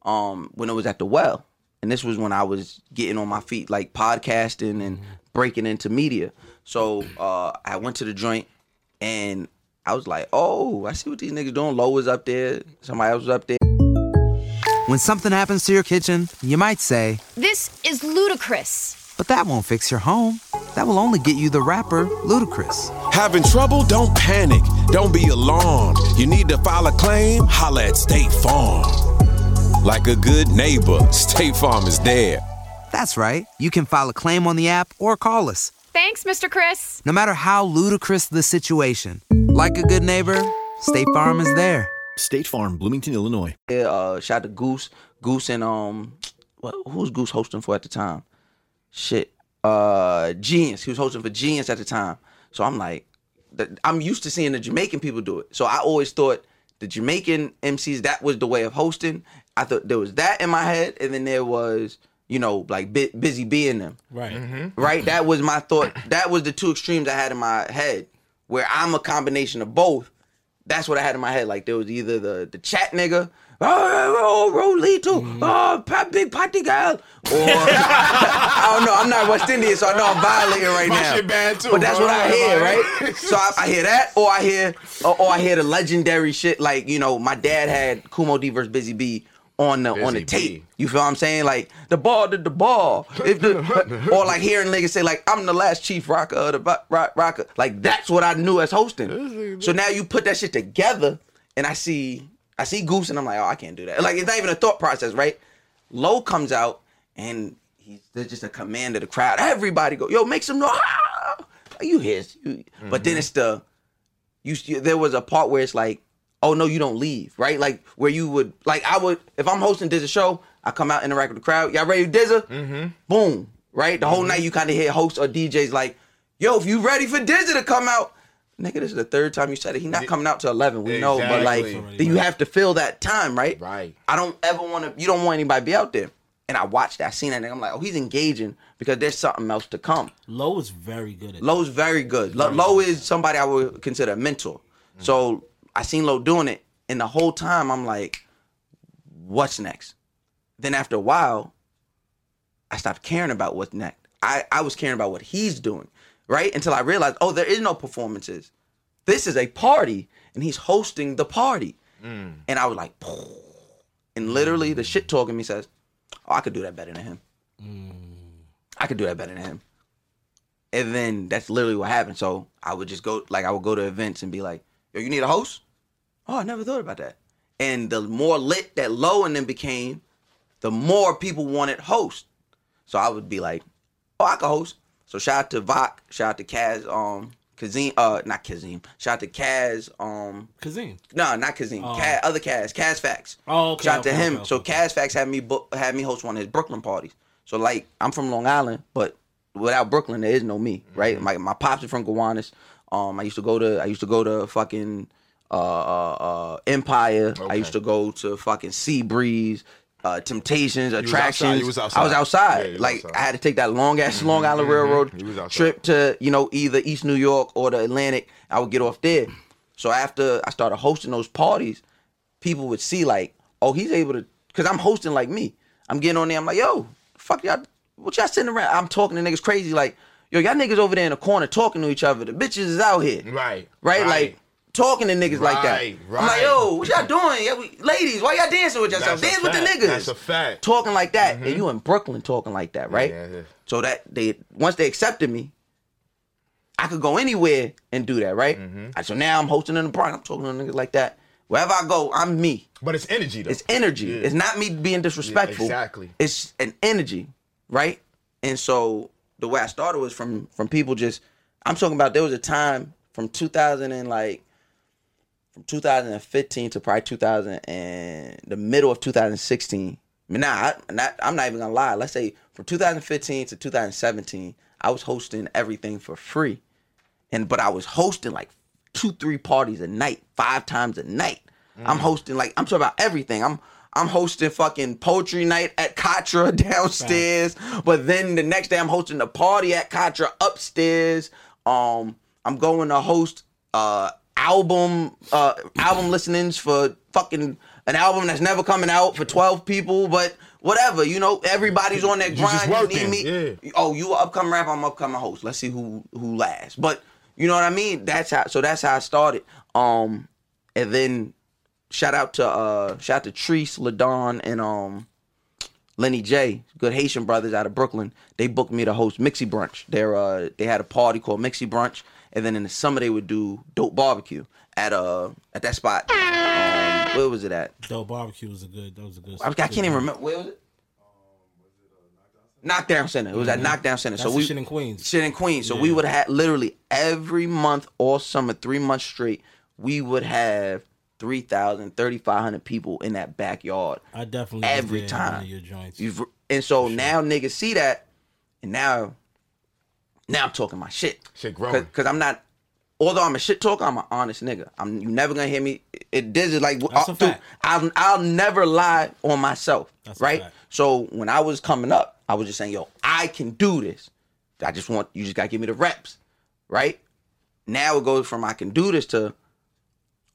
S3: um, when it was at the well, and this was when I was getting on my feet, like podcasting
S2: Mm.
S3: and breaking into media. So uh, I went to the joint, and I was like, oh, I see what these niggas doing. Low was up there, somebody else was up there.
S6: When something happens to your kitchen, you might say,
S7: This is ludicrous.
S6: but that won't fix your home. That will only get you the rapper, Ludacris.
S8: Having trouble? Don't panic. Don't be alarmed. You need to file a claim? Holla at State Farm. Like a good neighbor, State Farm is there.
S6: That's right. You can file a claim on the app or call us,
S7: Thanks, Mr. Chris.
S6: no matter how ludicrous the situation. Like a good neighbor, State Farm is there.
S9: State Farm, Bloomington, Illinois.
S3: Yeah, uh, shout out to Goose. Goose and um, what, who was Goose hosting for at the time? Shit, uh, Genius. He was hosting for Genius at the time. So I'm like, the, I'm used to seeing the Jamaican people do it. So I always thought the Jamaican MCs that was the way of hosting. I thought there was that in my head, and then there was you know like bu- busy being them
S4: Right.
S3: Mm-hmm.
S2: Mm-hmm.
S3: right? That was my thought. That was the two extremes I had in my head, where I'm a combination of both. That's what I had in my head. Like there was either the the chat nigga, oh, oh, oh Rolito,
S2: Mm-hmm.
S3: oh, pa- big potty girl, or <laughs> I don't know. I'm not West Indian, so I know I'm violating right
S2: My
S3: now.
S2: shit bad too,
S3: but that's
S2: bro.
S3: what I hear,
S2: Like-
S3: right? So I, I hear that, or I hear, or, or I hear the legendary shit. Like you know, my dad had Kumo D versus Busy B on the on
S2: Busy
S3: the tape.
S2: B.
S3: You feel what I'm saying? Like the ball did the ball. If the, <laughs> or like hearing niggas say like I'm the last chief rocker of the bo- rock, rocker. Like that's what I knew as hosting. So now you put that shit together, and I see I see Goose, and I'm like, oh, I can't do that. Like it's not even a thought process, right? Low comes out, and he's there's just a command of the crowd. Everybody go, yo, make some noise. Like, you hear, you, but then it's the you you- there was a part where it's like oh no you don't leave right like where you would like i would if i'm hosting this show i come out interact with the crowd y'all ready to dizza mm-hmm. boom right the
S2: Mm-hmm.
S3: whole night you kind of hear hosts or djs like yo if you ready for dizza to come out nigga this is the third time you said it he not coming out till 11 we know but like
S2: Exactly.
S3: then you have to fill that time right
S2: Right.
S3: I don't ever want to. You don't want anybody to be out there. And I watched that, I seen that, and I'm like, oh, he's engaging because there's something else to come.
S4: Low is very good at
S3: Lowe's very good. Mm. Lo- Lowe is somebody I would consider a mentor. So I seen Lowe doing it, and the whole time I'm like, what's next? Then after a while, I stopped caring about what's next. I, I was caring about what he's doing, right? Until I realized, oh, there is no performances. This is a party, and he's hosting the party. And I was like, and literally the shit talking me says, oh, I could do that better than him. Mm. I could do that better than him. And then that's literally what happened. So I would just go, like, I would go to events and be like, yo, you need a host? Oh, I never thought about that. And the more lit that low and then became, the more people wanted host. So I would be like, oh, I can host. So shout out to Vok, shout out to Kaz, um, Kazim, uh, not Kazim, shout out to Kaz, um,
S4: Kazim.
S3: no, not Kazim,
S4: Oh.
S3: Kaz, other Kaz, Kaz Facts.
S4: Oh, okay,
S3: Shout out to
S4: okay,
S3: him.
S4: okay,
S3: so
S4: okay.
S3: Kaz Facts had me book, had me host one of his Brooklyn parties. So like I'm from Long Island, but without Brooklyn there is no me,
S2: Mm-hmm.
S3: right? My my pops are from Gowanus. Um, I used to go to I used to go to fucking uh, uh, uh, Empire. I used to go to fucking Sea Breeze, uh, Temptations,
S2: was
S3: Attractions.
S2: outside, you was
S3: I was
S2: outside.
S3: outside.
S2: Yeah, you was
S3: like
S2: outside.
S3: I had to take that long ass Long Island Railroad
S2: You Mm-hmm, was outside.
S3: trip to you know either East New York or the Atlantic. I would get off there. So after I started hosting those parties, people would see like, oh, he's able to, because I'm hosting like me. I'm getting on there. I'm like, yo, fuck y'all, what y'all sitting around? I'm talking to niggas crazy like, yo, y'all niggas over there in the corner talking to each other. The bitches is out here,
S2: Mm. Right.
S3: right? Like talking to niggas like that.
S2: Right,
S3: I'm like,
S2: right.
S3: yo, what y'all doing? Yeah, we- ladies, why y'all dancing with yourself?
S2: That's a
S3: Dance with the
S2: fact.
S3: niggas.
S2: That's a fact.
S3: Talking like that, and you in Brooklyn talking like that, right?
S2: Mm-hmm. Yeah, yeah.
S3: So that they once they accepted me, I could go anywhere and do that, right?
S2: Mm-hmm.
S3: And So now I'm hosting in the park. I'm talking to niggas like that. Wherever I go, I'm me.
S2: But it's energy, though.
S3: It's energy.
S2: Yeah.
S3: It's not me being disrespectful.
S2: Yeah, exactly.
S3: It's an energy, right? And so the way I started was from from people just. I'm talking about there was a time from 2000 and like from 2015 to probably 2000 and the middle of 2016. I mean, nah, I, not, I'm not even gonna lie. Let's say from 2015 to 2017, I was hosting everything for free, and but I was hosting like two, three parties a night, five times a night. I'm hosting like I'm talking about everything. I'm I'm hosting fucking poetry night at <laughs> Katra downstairs, but then the next day I'm hosting a party at Katra upstairs. Um, I'm going to host uh album uh album listenings for fucking an album that's never coming out for 12 people, but whatever, you know, everybody's on that
S2: You just
S3: grind. You
S2: working,
S3: need me. Oh, you are upcoming rapper, I'm upcoming host. Let's see who who lasts. But you know what I mean? That's how so that's how I started. Um and then shout out to uh shout out to Treese, Ladon, and um Lenny J, good Haitian brothers out of Brooklyn. They booked me to host Mixie Brunch. They're uh they had a party called Mixie Brunch, and then in the summer they would do dope barbecue at uh at that spot. Um, where was it at?
S4: Dope barbecue was a good. That was a good.
S3: I, I can't even remember. Where was it? Knockdown Center. It was at Knockdown Center.
S4: Mm-hmm. That's
S3: so
S4: the
S3: we
S4: shit in Queens.
S3: Shit in Queens. So we
S4: Yeah.
S3: would have literally every month all summer, three months straight, we would have 3,000, 3,500 people in that backyard.
S4: I definitely was
S3: every
S4: there at one
S3: time.
S4: of your joints.
S3: You've- and so now niggas see that, and now, now I'm talking my shit. Shit
S2: growing.
S3: Because I'm not. Although I'm a shit talker, I'm an honest nigga. I'm you never gonna hear me. It, this is like uh,
S4: That's a
S3: dude,
S4: fact.
S3: I'll, I'll never lie on myself,
S4: That's a
S3: right?
S4: fact.
S3: So when I was coming up, I was just saying, yo, I can do this. I just want you just gotta give me the reps, right? Now it goes from I can do this to,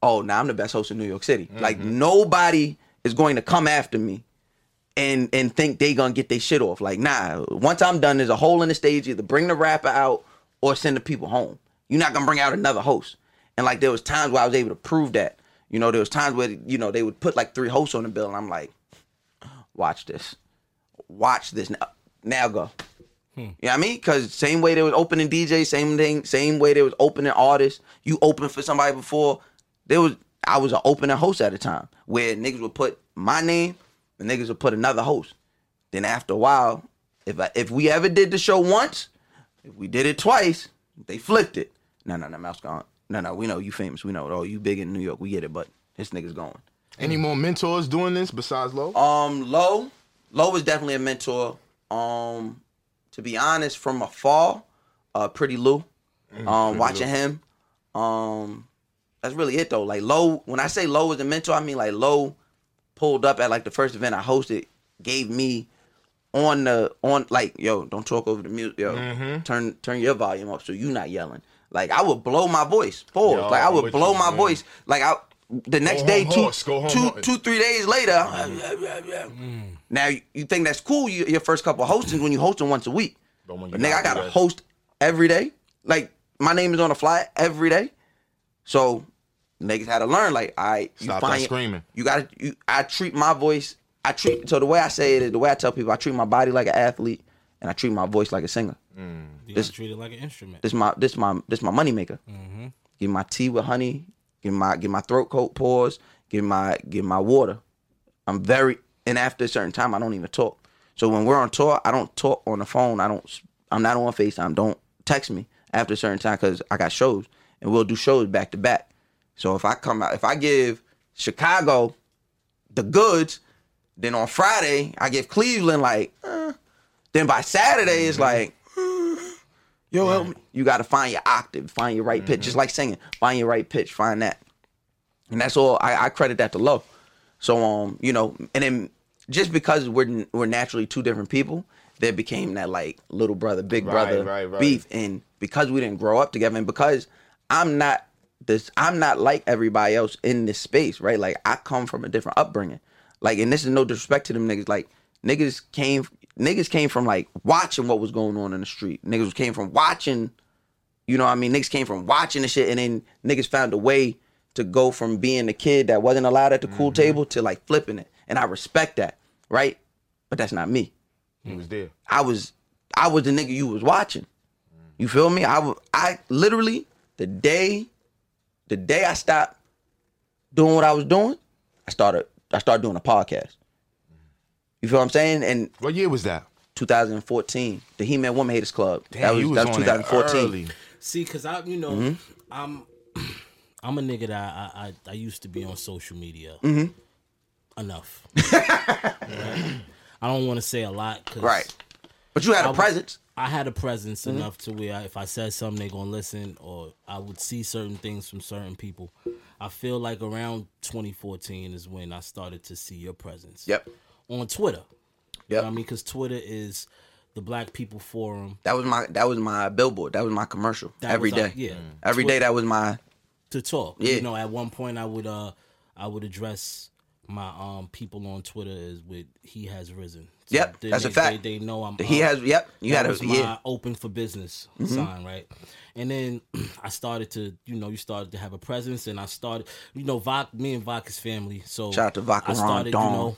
S3: oh, now I'm the best host in New York City. Like
S4: Mm-hmm.
S3: nobody is going to come after me and and think they gonna get their shit off. Like, nah, once I'm done, there's a hole in the stage. Either bring the rapper out or send the people home. You're not gonna bring out another host. And like there was times where I was able to prove that. You know, there was times where you know they would put like three hosts on the bill, and I'm like, watch this, watch this. Now, now go.
S4: Hmm. Mm.
S3: You know what I mean? Because same way they was opening DJ, same thing, same way they was opening artists. You open for somebody before. There was I was an opening host at a time where niggas would put my name and niggas would put another host. Then after a while, if I, if we ever did the show once, if we did it twice, they flipped it. No, no, no, Mouse gone. No, no, we know you famous. We know it. Oh, you big in New York. We get it, but this nigga's going.
S2: Any more mentors doing this besides Low?
S3: Um, Low, Low was definitely a mentor. Um, to be honest, from afar, uh, Pretty Lou, um,
S2: Mm, Pretty
S3: watching
S2: Lou.
S3: him, um, that's really it though. Like Low, when I say Low was a mentor, I mean like Low pulled up at like the first event I hosted, gave me on the on like yo, don't talk over the music, yo,
S2: Mm-hmm.
S3: turn turn your volume up so you not yelling. Like I would blow my voice, pause.
S2: Yo,
S3: like I
S2: I'm
S3: would
S2: with
S3: blow
S2: you,
S3: my
S2: man.
S3: voice. Like I, <laughs> the next
S4: Oh,
S2: home
S3: day,
S2: horse,
S3: two,
S2: go home
S3: two,
S2: horse.
S3: two, three days later, uh,
S4: Mm.
S3: now you, you think that's cool. You, your first couple of hostings when you hosting once a week, but,
S2: you
S3: nigga,
S2: gotta
S3: I gotta
S2: do that.
S3: host every day. Like my name is on a flyer every day, so niggas had to learn. Like I, you
S2: Stop
S3: find
S2: that screaming.
S3: You gotta. You, I treat my voice. I treat so the way I say it is the way I tell people. I treat my body like an athlete, and I treat my voice like a singer.
S2: Mm.
S4: Mm, You
S3: This-
S4: gotta treat it like an instrument.
S3: This my this my this my money maker.
S4: Mhm.
S3: Give my tea with honey. Give my give my throat coat pause. Give my give my water. I'm very and after a certain time I don't even talk. So when we're on tour, I don't talk on the phone. I don't. s- I'm not on Facetime. Don't text me after a certain time because I got shows and we'll do shows back to back. So if I come out, if I give Chicago the goods, then on Friday I give Cleveland like. eh. Then by Saturday it's like Yo, help me. Mm-hmm. You got to find your octave, find your right pitch. Just like singing, find your right pitch, find that. And that's all. I, I credit that to Love. So, um, you know, and then just because we're we're naturally two different people, there became that like little brother, big
S2: Right,
S3: brother
S2: right, right.
S3: beef. And because we didn't grow up together, and because I'm not this, I'm not like everybody else in this space, right? Like I come from a different upbringing. Like, and this is no disrespect to them niggas. Like niggas came, niggas came from like watching what was going on in the street. Niggas came from watching you know what I mean? Niggas came from watching the shit and then niggas found a way to go from being the kid that wasn't allowed at the cool
S2: Mm-hmm.
S3: table to like flipping it. And I respect that, right? But that's not me.
S2: He was there.
S3: I was I was the nigga you was watching.
S2: Mm.
S3: You feel me? I wa- I literally the day the day I stopped doing what I was doing, I started I started doing a podcast. You feel what I'm saying? And
S2: Mm. what year was that?
S3: 2014. The He Man Woman Haters Club.
S2: Damn,
S3: that was,
S2: you was
S3: that was
S2: on that
S3: 2014.
S2: early.
S4: See, cause I, you know,
S3: Mhm.
S4: I'm, <clears throat> I'm a nigga that I, I, I used to be on social media
S2: Mm-hmm.
S3: Mhm. <laughs>
S4: enough. Right? I don't want to say a lot, 'cause
S3: Right. But you had
S4: a
S3: a presence.
S4: I had a presence
S3: Mhm.
S4: enough to where if I said something, they gonna listen, or I would see certain things from certain people. I feel like around 2014 is when I started to see your presence.
S3: Yep.
S4: On Twitter. You know
S3: Yep.
S4: what I mean, because Twitter is the Black People Forum.
S3: That was my that was my billboard. That was my commercial
S4: That
S3: every
S4: was
S3: day.
S4: our- yeah.
S3: Every
S4: Twi-
S3: day that was my
S4: to talk.
S3: Yeah.
S4: You know, at one point I would uh I would address my um people on Twitter as with he has risen.
S3: Yep,
S4: they-
S3: that's a
S4: they-
S3: fact.
S4: They, they know I'm.
S3: The he
S4: up.
S3: has- yep, you
S4: that
S3: gotta-
S4: was my
S3: yeah.
S4: open for business
S3: Mhm.
S4: sign, right? And then <clears throat> I started to, you know, you started to have a presence, and I started, you know, Vok, me and Vok is family, so
S3: Shout out to Vok
S4: I
S3: Ron
S4: started, you
S3: Dawn.
S4: know,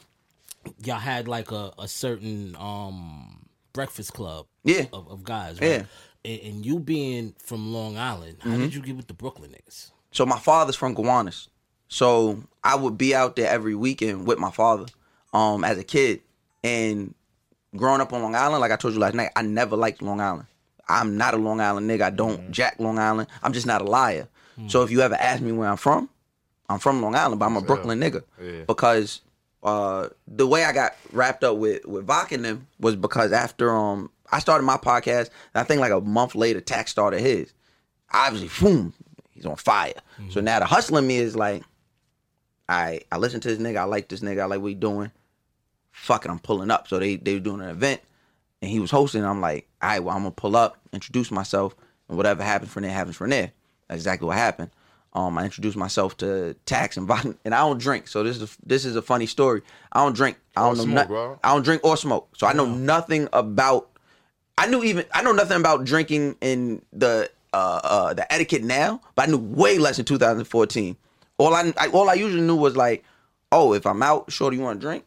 S4: y'all had like a a certain um breakfast club,
S3: Yeah.
S4: of, of guys,
S3: Yeah.
S4: right? And, and you being from Long Island, how
S3: Mhm.
S4: did you get with the Brooklyn niggas?
S3: So my father's from Gowanus. So I would be out there every weekend with my father um, as a kid. And growing up on Long Island, like I told you last night, I never liked Long Island. I'm not a Long Island nigga. I don't jack Long Island. I'm just not a liar. So if you ever ask me where I'm from, I'm from Long Island, but I'm a Brooklyn nigga.
S2: Yeah.
S3: Because uh, the way I got wrapped up with with Vok and them was because after um I started my podcast, and I think like a month later, Tax started his. Obviously, boom, he's on fire. So now the hustling me is like, I I listen to this nigga, I like this nigga, I like what he doing. Fuck it, I'm pulling up. So they they were doing an event and he was hosting. I'm like, all right, well, I'm gonna pull up, introduce myself, and whatever happens from there happens from there. That's exactly what happened. Um, I introduced myself to Tax and Von, <laughs> and I don't drink. So this is this is a funny story. I don't drink. I don't
S2: Or
S3: know
S2: smoke,
S3: noth-
S2: bro.
S3: I don't drink or smoke. So I know nothing about. I knew even I know nothing about drinking in the uh, uh, the etiquette now, but I knew way less in 2014. All I, I all I usually knew was like, oh, if I'm out, shorty, you want to drink?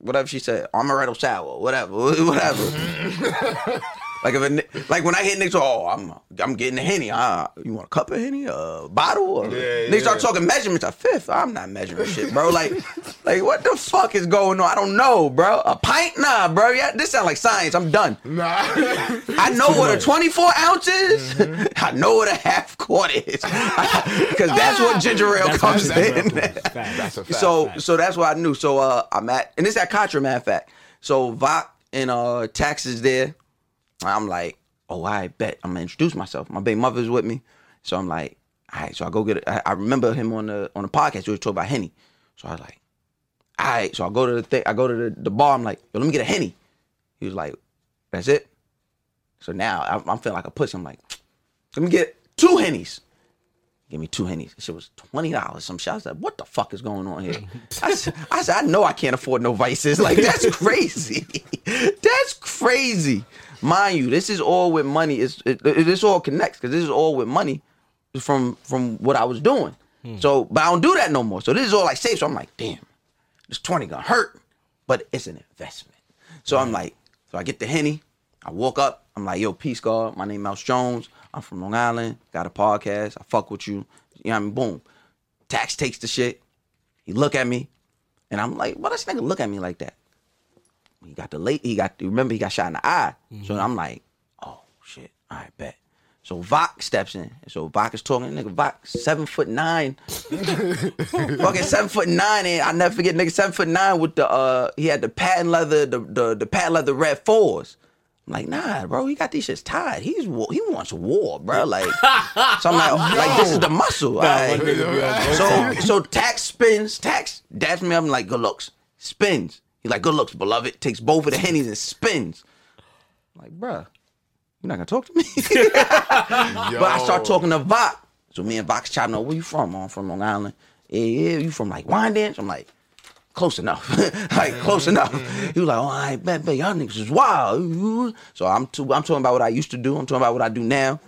S3: whatever she said, amaretto sour, whatever, <laughs> whatever.
S2: <laughs>
S3: like if a, ni- like when I hit niggas, oh, I'm I'm getting a henny. Uh, you want a cup of henny, a bottle? Or,
S2: Yeah,
S3: niggas start
S2: yeah.
S3: talking measurements. A fifth? I'm not measuring shit, bro. Like, like what the fuck is going on? I don't know, bro. A pint? Nah, bro. Yeah, this sound like science. I'm done.
S2: Nah. <laughs> Mm-hmm.
S3: I know what a 24 ounce is. <laughs> I know what a half quart is. <laughs> Because that's what ginger ale
S2: That's-
S3: comes
S2: that's-
S3: in. <laughs>
S2: That's a fact.
S3: So so that's what I knew. So uh, I'm at and it's at Contra, matter of fact. So Vok and uh Tax is there. I'm like, oh, I bet I'm gonna introduce myself. My baby mother's with me, so I'm like, all right. So I go get. It. I, I remember him on the on the podcast. We were talking about henny. So I was like, all right. So I go to the thing. I go to the, the bar. I'm like, yo, let me get a henny. He was like, that's it. So now I'm, I'm feeling like a pussy. I'm like, let me get two hennies. Give me two hennies. That shit was twenty dollars. Some shit. I was like, what the fuck is going on here? I said, I, said, I know I can't afford no vices. Like that's crazy. <laughs> that's crazy. Mind you, this is all with money. It's it, it- this all connects because this is all with money from from what I was doing. So, but I don't do that no more. So this is all like safe. So I'm like, damn, this twenty gonna hurt, but it's an investment. So I'm like, so I get the henny. I walk up. I'm like, yo, peace, God. My name Mouse Jones. I'm from Long Island. Got a podcast. I fuck with you. You know what I mean? Boom. Tax takes the shit. He look at me, and I'm like, why this nigga look at me like that? He got the late. He got. You remember he got shot in the eye. So I'm like, oh shit. All right, bet. So Vok steps in. So Vok is talking. Nigga, Vok seven foot nine. Fucking seven foot nine, and I never forget, nigga, seven foot nine with the uh, he had the patent leather, the the, the patent leather red fours. I'm like, nah, bro, he got these shits tied. He's wa- he wants war, bro. Like, so I'm
S4: <laughs>
S3: like, like this is the muscle.
S4: Nah, my
S3: alright?
S4: nigga be on both
S3: So
S4: sides.
S3: so tax spins, tax daps me. I'm like, good looks, spins. He's like, good looks, beloved. Takes both of the hennies and spins. I'm like, bruh, you're not gonna talk to me. But I start talking to Vok. So me and Vok's chopping up. Where you from? Oh, I'm from Long Island. Yeah, yeah. You from like Wyandanch? I'm like, close enough. <laughs> like close
S4: Mm-hmm.
S3: enough. <laughs> He was like, oh, I bet, bet y'all niggas is wild. So I'm too, I'm talking about
S4: Mm-hmm.
S3: what I used to do. I'm talking about what I do now.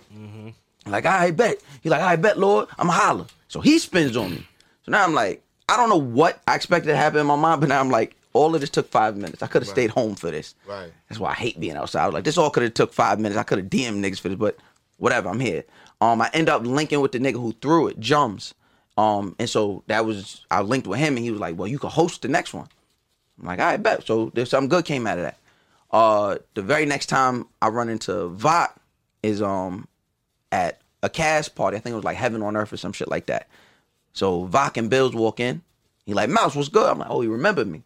S3: Like, I bet. He like, I bet, Lord. I'm holler. So he spins on me. So now I'm like, I don't know what I expected to happen in my mind, but now I'm like, all of this took five minutes. I could have
S2: Right.
S3: stayed home for this.
S2: Right.
S3: That's why I hate being outside. I was like, this all could have took five minutes. I could have DM niggas for this, but whatever. I'm here. Um, I end up linking with the nigga who threw it, Jums. Um, and so that was I linked with him, and he was like, "Well, you can host the next one." I'm like, "All right, bet." So there's something good came out of that. Uh, the very next time I run into Vok is um at a cast party. I think it was like Heaven on Earth or some shit like that. So Vok and Bills walk in. He like, Mouse, what's good? I'm like, oh, he remembered me.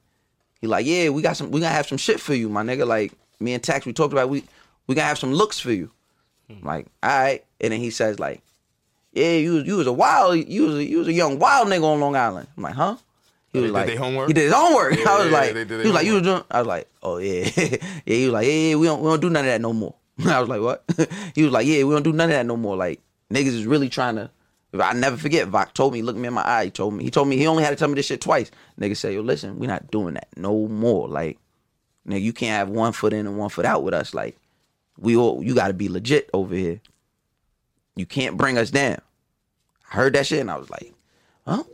S3: He like, yeah, we got some, we gonna have some shit for you, my nigga. Like me and Tax, we talked about, we we gonna have some looks for you. I'm like, all right. And then he says like, yeah, you was- you was a wild, you was a, you was a young wild nigga on Long Island. I'm like, huh? He
S2: Oh, They
S3: was
S2: did
S3: like,
S2: their homework?
S3: he did his homework.
S2: Yeah,
S3: <laughs> I was
S2: yeah,
S3: like,
S2: yeah, they did
S3: he
S2: their
S3: was like, you was doing. I was like, oh yeah, <laughs> yeah. He was like, yeah, yeah, we don't we don't do none of that no more. <laughs> I was like, what? <laughs> he was like, yeah, we don't do none of that no more. Like niggas is really trying to. I never forget. Vok told me, look me in my eye. He told me, he told me he only had to tell me this shit twice. Nigga said, yo, listen, we not doing that no more. Like, nigga, you can't have one foot in and one foot out with us. Like, we all you got to be legit over here. You can't bring us down. I heard that shit and I was like, well,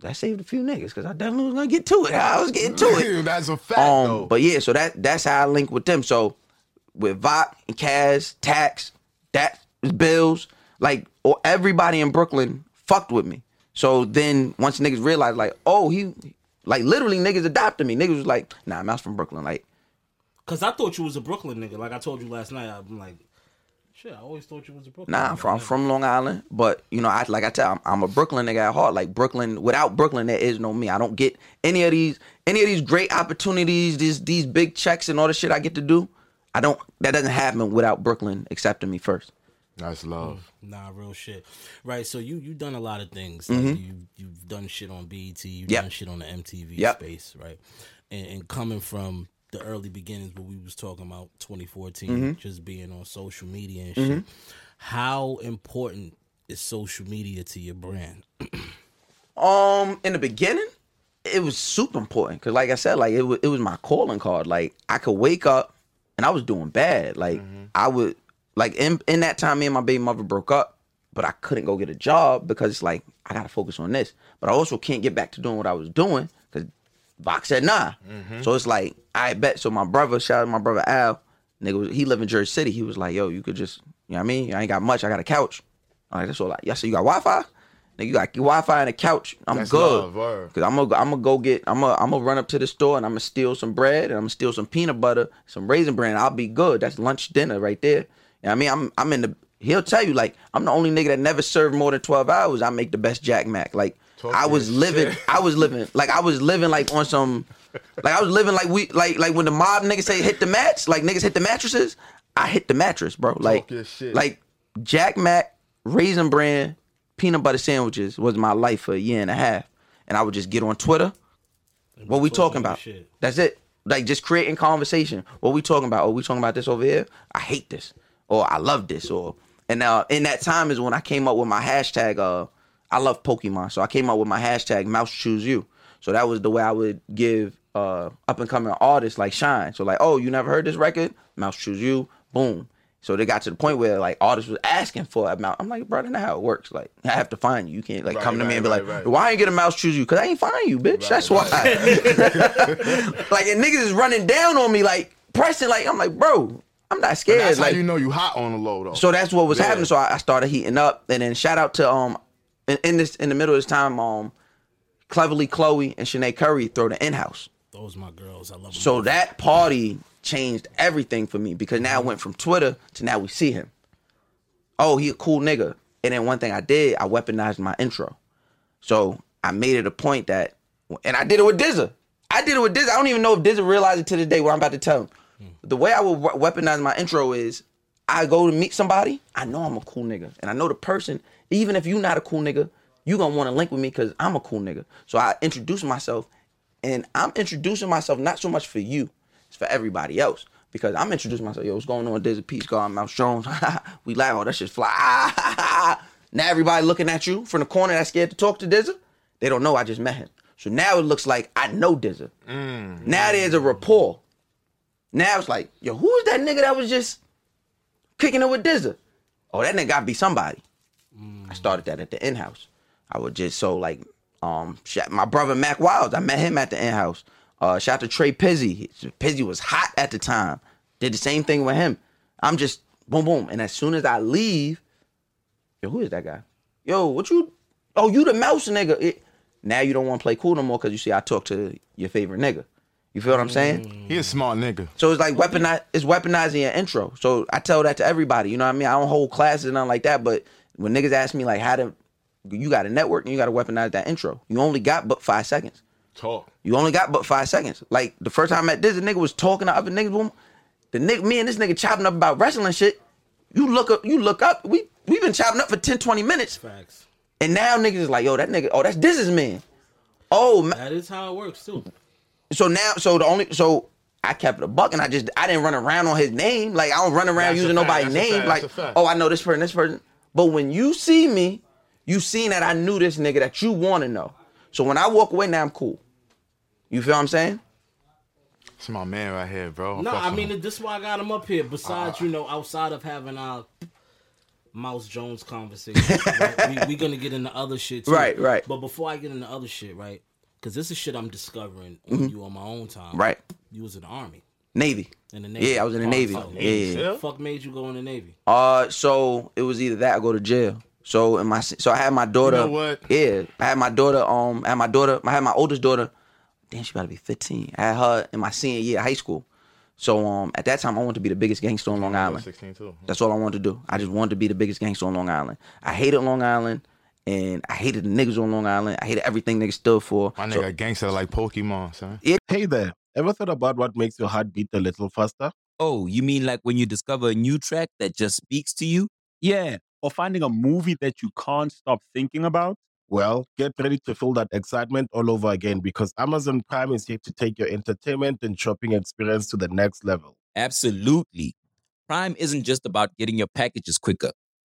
S3: that saved a few niggas because I definitely was gonna get to it. I was getting to it.
S2: <laughs> That's a fact,
S3: Um,
S2: though.
S3: but yeah, so that that's how I link with them. So with Vop and Kaz, Tax, that Bills, like or everybody in Brooklyn fucked with me. So then once niggas realized, like, oh, he, like literally niggas adopted me. Niggas was like, nah, I'm from Brooklyn. Like,
S4: Cause I thought you was a Brooklyn nigga. Like I told you last night, I'm like, shit. I always thought you was a Brooklyn.
S3: Nah, I'm from, I'm from Long Island, but you know, I like I tell, I'm, I'm a Brooklyn nigga at heart. Like Brooklyn, without Brooklyn, there is no me. I don't get any of these, any of these great opportunities, these these big checks and all the shit I get to do. I don't. That doesn't happen without Brooklyn accepting me first.
S2: That's love.
S4: Nah, real shit. Right. So you you done a lot of things. Like
S3: Mhm.
S4: you you've done shit on BET. You've
S3: Yep.
S4: done shit on the MTV
S3: Yep.
S4: space. Right. And, and coming from the early beginnings, what we was talking about, 2014,
S3: Mhm.
S4: just being on social media and shit.
S3: Mhm.
S4: How important is social media to your brand?
S3: Um, in the beginning, it was super important because, like I said, like it was it was my calling card. Like I could wake up and I was doing bad. Like I would like in in that time, me and my baby mother broke up, but I couldn't go get a job because it's like I gotta focus on this, but I also can't get back to doing what I was doing because Vox said nah.
S2: Mhm.
S3: So it's like I bet. So my brother, shout out to my brother Al, nigga, was- he live in Jersey City. He was like, yo, you could just, you know what I mean? I ain't got much. I got a couch. I'm like, that's all. I, yeah, so you got Wi Fi? Nigga, you got Wi Fi and a couch. I'm
S2: That's
S3: good.
S2: love, word.
S3: Cause I'm gonna I'm gonna go get I'm gonna I'm gonna run up to the store and I'm gonna steal some bread and I'm gonna steal some peanut butter, some raisin bread. And I'll be good. That's lunch dinner right there. You know what I mean, I'm I'm in the. He'll tell you like I'm the only nigga that never served more than twelve hours. I make the best Jack Mac. Like
S2: Talk
S3: I
S2: your
S3: was living,
S2: shit.
S3: I was living like I was living like on some, like I was living like we like like when the mob niggas say hit the mats, like niggas hit the mattresses. I hit the mattress, bro. Like
S2: your shit.
S3: like Jack Mac, Raisin Bran, peanut butter sandwiches was my life for a year and a half. And I would just get on Twitter. What we talking about? That's it. Like just creating conversation. What we talking about? Oh, we talking about this over here? I hate this. Or I love this. Or and now in that time is when I came up with my hashtag uh I love Pokemon. So I came up with my hashtag mouse choose you. So that was the way I would give uh up and coming artists like Shine. So like, oh, you never heard this record? Mouse choose you, boom. So they got to the point where like artists was asking for a mouse. I'm like, bro, that's not how it works. Like, I have to find you. You can't like
S2: Right,
S3: come to me
S2: right,
S3: and be
S2: right,
S3: like,
S2: right.
S3: why I ain't get a mouse choose you? Cause I ain't find you, bitch. that's why. <laughs> like and niggas is running down on me, like pressing, like I'm like, bro, I'm not
S2: But
S3: scared.
S2: that's
S3: like
S2: how you know you hot on the low, though.
S3: so that's what was
S2: Yeah.
S3: happening. So I, I started heating up, and then shout out to um in, in this in the middle of this time, um, cleverly Chloe and Shanae Curry throw the in house.
S4: Those my girls. I love them.
S3: So that party changed everything for me because now I went from Twitter to now we see him. Oh, he a cool nigga. And then one thing I did, I weaponized my intro. So I made it a point that, and I did it with Dizza. I did it with Dizza. I don't even know if Dizza realized it to this day what I'm about to tell him. The way I will we- weaponize my intro is I go to meet somebody, I know I'm a cool nigga. And I know the person, even if you're not a cool nigga, you going to want to link with me because I'm a cool nigga. So I introduce myself and I'm introducing myself not so much for you, it's for everybody else. Because I'm introducing myself, yo, what's going on? There's a peace guard, Mouse Jones. <laughs> we loud, that shit's fly. now everybody looking at you from the corner that's scared to talk to Dizza. They don't know I just met him. So now it looks like I know Dizza.
S2: Mm.
S3: Now there's a rapport. Now it's like, yo, who is that nigga that was just kicking it with Dizza? Oh, that nigga gotta be somebody. I started that at the in-house. I would just so like um shout, my brother Mac Wilds. I met him at the in house. Uh, shout out to Trey Pizzy. Pizzy was hot at the time. Did the same thing with him. I'm just boom boom, and as soon as I leave, yo, who is that guy? Yo, what you? Oh, you the mouse nigga. It- now you don't want to play cool no more because you see I talk to your favorite nigga. You feel what I'm saying?
S2: Mm. He a smart nigga.
S3: So it's like weaponize, it's weaponizing your intro. So I tell that to everybody. You know what I mean? I don't hold classes and nothing like that. But when niggas ask me like how to, you got to network and you got to weaponize that intro. You only got but five seconds.
S2: Talk.
S3: You only got but five seconds. Like the first time I met this, a nigga was talking to other niggas. Boom. The nigga, me and this nigga chopping up about wrestling shit. You look up, you look up. We we been chopping up for 10, 20 minutes.
S4: Facts.
S3: And now niggas is like, yo, that nigga, oh, that's this is man. Oh, ma-
S4: That is how it works too.
S3: so now, so the only, so I kept the buck and I just, I didn't run around on his name. Like, I don't run around
S2: That's a
S3: using
S2: fact,
S3: nobody's
S2: that's a
S3: name.
S2: fact,
S3: like,
S2: that's a fact.
S3: oh, I know this person, this person. But when you see me, you seen that I knew this nigga that you want to know. So when I walk away, now I'm cool. You feel what I'm saying?
S2: It's my man right here,
S3: Oh,
S2: bro.
S4: No,
S2: fucking
S4: I
S2: him.
S4: mean this is why I got him up here. Besides,
S3: Uh,
S4: you know, outside of having our Mouse Jones conversation,
S3: <laughs>
S4: right? we, are gonna get into other shit. Too.
S3: Right, right.
S4: But before I get into other shit, right? Because this is shit I'm discovering on
S3: Mhm.
S4: you on my own time.
S3: Right.
S4: You was in the army.
S3: Navy.
S4: In the navy.
S3: Yeah, I was in the
S4: Oh,
S3: Navy.
S4: fuck.
S3: Yeah. yeah.
S4: Fuck made you go in the
S2: <laughs>
S4: navy.
S3: Uh, so it was either that or go to jail. So in my so I had my daughter.
S4: know what?
S3: Yeah, I had my daughter. Um, I had my daughter. I had my oldest daughter. Damn, she about to be fifteen. I had her in my senior year of high school. So um, at that time, I wanted to be the biggest gangster on Long Island.
S2: 16 too.
S3: That's all I wanted to do. I just wanted to be the biggest gangster on Long Island. I hated Long Island, and I hated the niggas on Long Island. I hated everything niggas stood for.
S2: My nigga
S3: So-
S2: a gangster like Pokemon, son.
S5: Hey there, ever thought about what makes your heart beat a little faster?
S10: Oh, you mean like when you discover a new track that just speaks to you?
S11: Yeah. Or finding a movie that you can't stop thinking about.
S5: Well, get ready to feel that excitement all over again because Amazon Prime is here to take your entertainment and shopping experience to the next level.
S10: Absolutely. Prime isn't just about getting your packages quicker.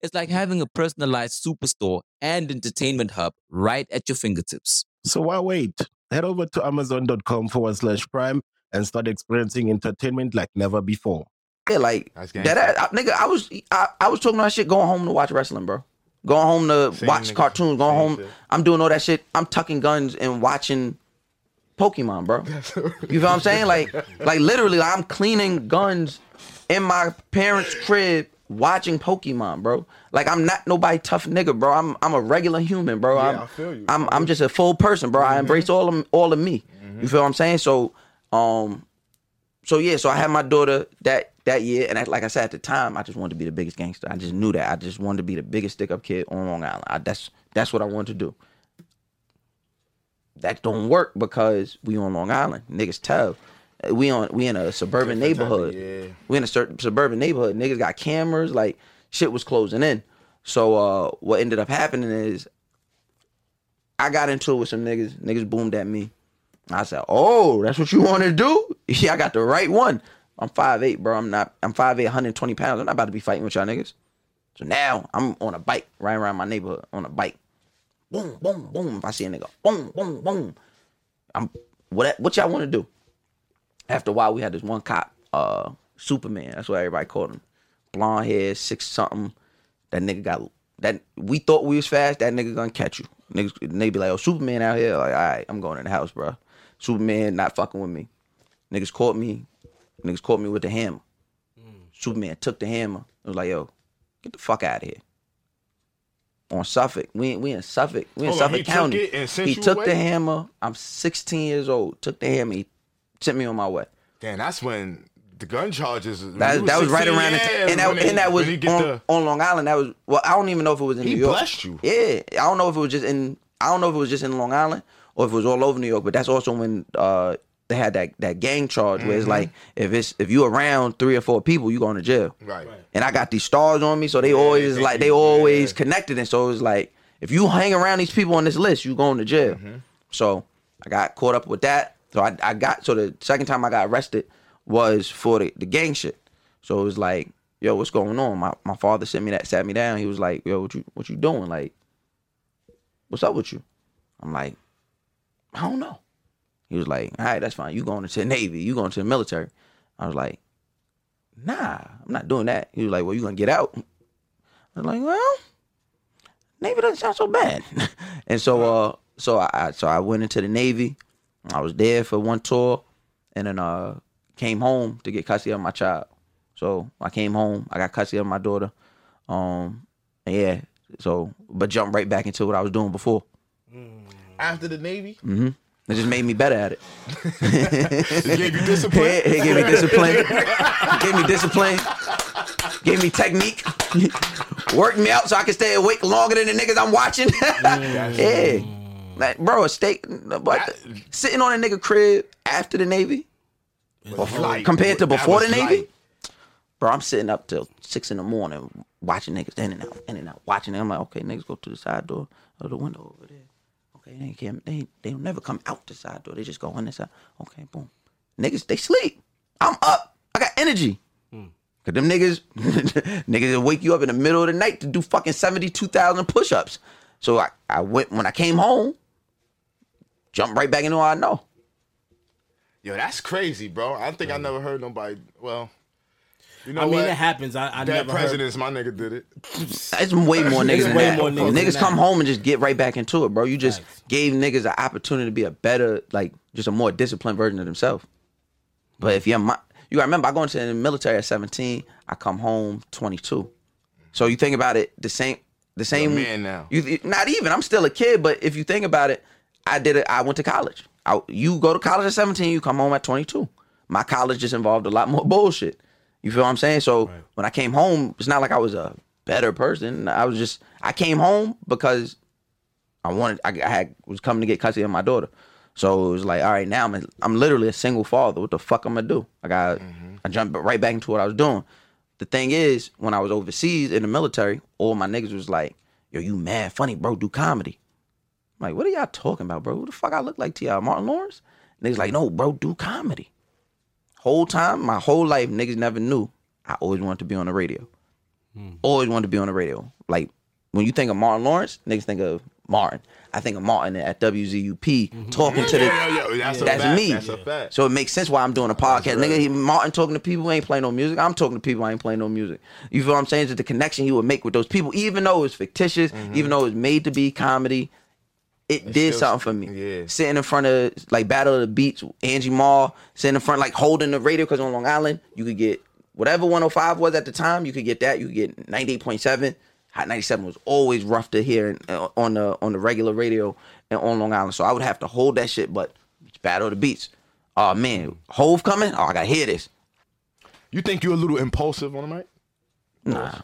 S10: It's like having a personalized superstore and entertainment hub right at your fingertips.
S5: So why wait? Head over to amazon.com forward slash prime and start experiencing entertainment like never before.
S3: Yeah, like that, I, nigga. I was I, I was talking about shit going home to watch wrestling, bro. Going home to
S5: Same
S3: watch
S5: nigga.
S3: cartoons. Going
S5: Same
S3: home.
S5: shit.
S3: I'm doing all that shit. I'm tucking guns and watching Pokemon, bro. you feel what I'm saying? Like, like literally, like, I'm cleaning guns in my parents' crib watching Pokemon, bro. Like I'm not nobody tough nigga, bro. I'm I'm a regular human, bro.
S2: Yeah,
S3: I'm,
S2: I feel you. Mm-hmm.
S3: I'm I'm just a full person, bro. I embrace all of all of me. You feel what I'm saying? So, um, so yeah, so I had my daughter that that year, and I, like I said at the time, I just wanted to be the biggest gangster. I just knew that. I just wanted to be the biggest stick up kid on Long Island. I, that's that's what I wanted to do. That don't work because we on Long Island. Niggas tough. Uh, We on we in a suburban
S2: Different type of-
S3: neighborhood. We in a certain suburban neighborhood. Niggas got cameras. Like shit was closing in. So uh, what ended up happening is I got into it with some niggas. Niggas boomed at me. I said, "Oh, that's what you want to do? <laughs> Yeah, I got the right one. I'm 5'8", bro. I'm not. I'm 5'8", 120 pounds. I'm not about to be fighting with y'all niggas. So now I'm on a bike, right around my neighborhood, on a bike. Boom, boom, boom. If I see a nigga, boom, boom, boom. I'm what? What y'all want to do? After a while, we had this one cop, uh, Superman. That's what everybody called him. Blonde hair, six something. That nigga got that. We thought we was fast. That nigga gonna catch you. Niggas, nigga be like, oh, Superman out here. Like, all right, I'm going in the house, bro. Superman not fucking with me. Niggas caught me. Niggas caught me with the hammer.
S2: Mm.
S3: Superman took the hammer. It was like, yo, get the fuck out of here. On Suffolk, we in- we in Suffolk, we in
S2: Hold on,
S3: Suffolk
S2: he took
S3: County.
S2: it and sent
S3: he
S2: you
S3: took the
S2: away?
S3: hammer. I'm 16 years old. Took the hammer. He sent me on my way.
S2: Damn, that's when the gun charges.
S3: That, that was right around, the t- and that, and that was on, on Long Island. That was well, I don't even know if it was in
S2: He
S3: New York.
S2: blessed you.
S3: Yeah, I don't know if it was just in. I don't know if it was just in Long Island or if it was all over New York. But that's also when uh, they had that that gang charge where it's
S2: Mhm.
S3: like if it's if you around three or four people, you going to jail.
S2: Right.
S3: And I got these stars on me, so they always like they always connected, and so it's like if you hang around these people on this list, you going to jail. So I got caught up with that. So I, I got so the second time I got arrested was for the, the gang shit. So it was like, yo, what's going on? My my father sent me that sat me down. He was like, yo, what you what you doing? Like, what's up with you? I'm like, I don't know. He was like, all right, that's fine. You going into the Navy, you going to the military. I was like, nah, I'm not doing that. He was like, well, you gonna get out. I was like, well, Navy doesn't sound so bad. and so uh so I- I so I went into the Navy. I was there for one tour and then uh came home to get custody of my child. So I came home, I got custody of my daughter. Um and yeah, so but jumped right back into what I was doing before.
S2: After the
S3: <laughs>
S2: Navy?
S3: hmm It just made me better at it.
S2: <laughs> It gave you discipline?
S3: It, <laughs> it gave me discipline.
S2: <laughs>
S3: It gave me discipline. Gave me technique. Worked me out so I could stay awake longer than the niggas I'm watching. <laughs> yeah. Like, bro, a steak, but sitting on a nigga crib after the Navy, before-
S2: light.
S3: compared to
S2: That
S3: before the
S2: was
S3: Navy,
S2: light.
S3: bro, I'm sitting up till six in the morning watching niggas in and out, in and out, watching them. I'm like, okay, niggas go to the side door or the window over there. Okay, they can't, they they'll never come out the side door. They just go in the side. Okay, boom. Niggas, they sleep. I'm up. I got energy.
S4: Hmm.
S3: Cause them niggas, <laughs> niggas will wake you up in the middle of the night to do fucking seventy two thousand push ups. So I, I went when I came home, jumped right back into what I know.
S2: Yo, that's crazy, bro. I think I never heard nobody. Well, you know
S4: I mean,
S2: what?
S4: it happens. I, I
S2: Dead
S4: never heard.
S2: presidents, my nigga did it.
S3: <laughs> It's way more niggas
S4: It's
S3: than
S4: way
S3: that.
S4: more <laughs> niggas
S3: niggas
S4: than
S3: come
S4: that.
S3: home and just get right back into it, bro. You just gave niggas an opportunity to be a better, like, just a more disciplined version of themselves. But if you're my, you gotta remember, I go into the military at 17. I come home 22. So you think about it, the same, the same.
S2: man now.
S3: You th- not even. I'm still a kid, but if you think about it, I did it. I went to college. I, you go to college at 17. You come home at 22. My college just involved a lot more <laughs> bullshit. You feel what I'm saying? So when I came home, it's not like I was a better person. I was just I came home because I wanted I, I had was coming to get custody of my daughter. So it was like, all right, now I'm I'm literally a single father. What the fuck I'm gonna do? Like I I jumped right back into what I was doing. The thing is, when I was overseas in the military, all my niggas was like, yo, you mad funny, bro, do comedy. I'm like, what are y'all talking about, bro? Who the fuck I look like to y'all? Martin Lawrence? Niggas like, no, bro, do comedy. Whole time, my whole life, niggas never knew I always wanted to be on the radio.
S2: Hmm.
S3: Always wanted to be on the radio. Like when you think of Martin Lawrence, niggas think of Martin. I think of Martin at WZUP talking to the.
S2: Mm-hmm. Yeah, yeah, yeah, that's a fact,
S3: me.
S2: that's a fact.
S3: So it makes sense why I'm doing a podcast. Nigga, he, Martin talking to people who ain't playing no music. I'm talking to people who ain't playing no music. You feel what I'm saying? It's just the connection he would make with those people, even though it's fictitious,
S2: Mm-hmm.
S3: even though it's made to be comedy, it did
S2: still-
S3: something for me. Sitting in front of like Battle of the Beats, Angie Mall, sitting in front, like holding the radio because on Long Island, you could get whatever 105 was at the time, you could get that. You could get 98.7. Hot 97 was always rough to hear and, uh, on the on the regular radio and on Long Island. So I would have to hold that shit, but it's Battle of the Beats. Oh man, Hove coming? Oh, I gotta hear this.
S2: You think you're a little impulsive on the mic?
S3: Nah.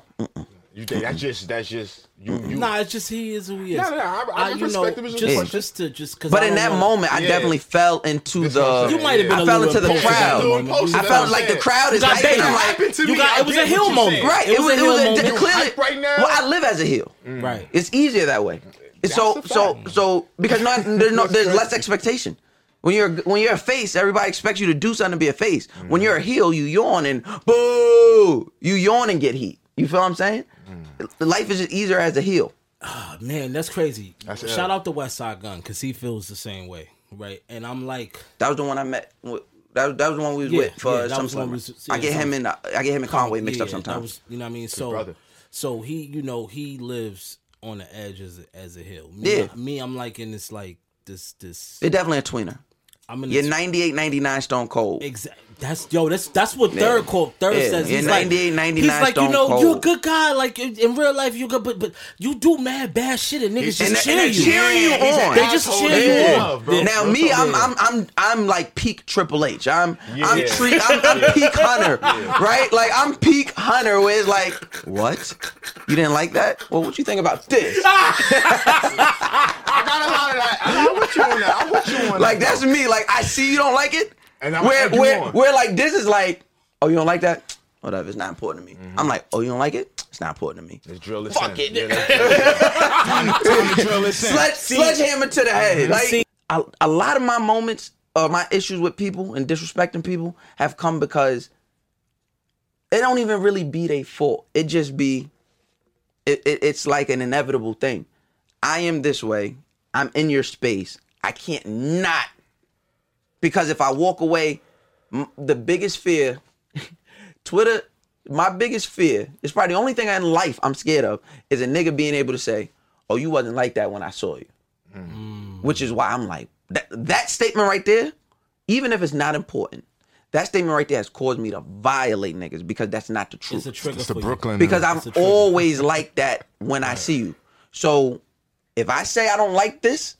S2: You think that's just that's just you? you
S4: Nah, it's just he is who he is.
S2: No, no, no, I- I
S4: you know,
S2: respect him as a
S4: just,
S2: person.
S4: just to just because.
S3: But in that moment, I definitely fell into the.
S4: You might have been
S3: I
S4: a
S3: fell
S4: little
S3: into the
S4: impulsive at that
S3: crowd.
S4: moment. You
S3: I
S4: know
S3: felt
S4: what
S3: like
S4: I'm
S3: the crowd
S4: saying?
S3: is
S4: You got
S3: like,
S4: baited.
S3: I'm like,
S4: Happened to You me. got- I it was get a what hill you're moment. saying.
S3: right?
S4: It
S3: It
S4: was a
S3: was. It
S4: hill
S3: was a
S4: moment. Mm.
S3: it clearly.
S4: Hype right now.
S3: Well, I live as a hill.
S4: Right.
S3: It's easier that way.
S4: Mm.
S3: It's so so so
S4: <laughs>
S3: because not, there's no there's less expectation. When you're when you're a face, everybody expects you to do something to be a face. When
S4: Mm.
S3: you're a heel, you yawn and boo. You yawn and get heat. You feel what I'm saying?
S4: Mm.
S3: Life is just easier as a heel.
S4: Ah, man, that's crazy.
S3: That's it.
S4: Shout out to West Side Gun because he feels the same way, right? And I'm like,
S3: That was the one I met. with- That was, that was the one we was
S4: Yeah,
S3: with for
S4: yeah, that
S3: some
S4: was the one
S3: summer.
S4: we was-
S3: I
S4: yeah,
S3: get him
S4: some-
S3: and I get him and Conway mixed up
S4: Yeah, that
S3: sometimes.
S4: was- you know what I mean? So,
S3: brother.
S4: so he, you know, he lives on the edge as a, as a hill. Me,
S3: Yeah.
S4: me, I'm like in this like this this.
S3: They're definitely a tweener.
S4: I'm in
S3: You're
S4: this-
S3: 98, 99 Stone Cold.
S4: Exactly. That's yo. That's that's what Third Cold Third says.
S3: Yeah,
S4: He's like,
S3: 98, 99
S4: he's like,
S3: Stone
S4: you know,
S3: Cold.
S4: you a good guy. Like in in real life, you good, but but you do mad bad shit, and niggas
S3: And
S4: just
S3: they-
S4: cheer
S3: and
S4: you.
S3: they're cheering you on.
S4: They just cheer you on. Yeah.
S3: Now me, I'm I'm I'm I'm like peak Triple H. I'm I'm,
S4: Yeah.
S3: tre- I'm, I'm
S4: Yeah.
S2: <laughs>
S3: peak Hunter,
S4: Yeah.
S3: right? Like I'm peak Hunter, where it's like, what? You didn't like that? Well, what you think about this?
S2: I got a lot of that. I'm with you on that. I'm with you on that.
S3: like that's
S2: bro.
S3: me. Like I see you don't like it.
S2: And I'ma
S3: where
S2: egg you
S3: where
S2: on.
S3: where like this is like, oh you don't like that? Whatever, it's not important to me. I'm like, oh you don't like it? It's not important to me.
S2: Let's Mm-hmm. drill this
S3: Fuck
S2: in.
S3: it.
S2: Yeah, let's drill this in.
S3: <laughs>
S2: Time- time to drill this in.
S3: Sledge,
S2: See-
S3: sledgehammer to the head.
S2: Mhm.
S3: Like
S2: See-
S3: a, a lot of my moments uh, my issues with people and disrespecting people have come because it don't even really be their fault. It just be, it, it, it's like an inevitable thing. I am this way. I'm in your space. I can't not because if I walk away, m- the biggest fear, <laughs> Twitter, my biggest fear is probably the only thing in life I'm scared of is a nigga being able to say, "Oh, you wasn't like that when I saw you,"
S4: Mm.
S3: which is why I'm like that. That statement right there, even if it's not important. That statement right there has caused me to violate niggas because that's not the
S4: It's
S3: truth.
S4: a trigger It's the for you. Brooklyn
S3: Because
S4: nigga.
S3: I'm
S4: It's a trigger. <laughs>
S3: always like that when I see you. So if I say I don't like this,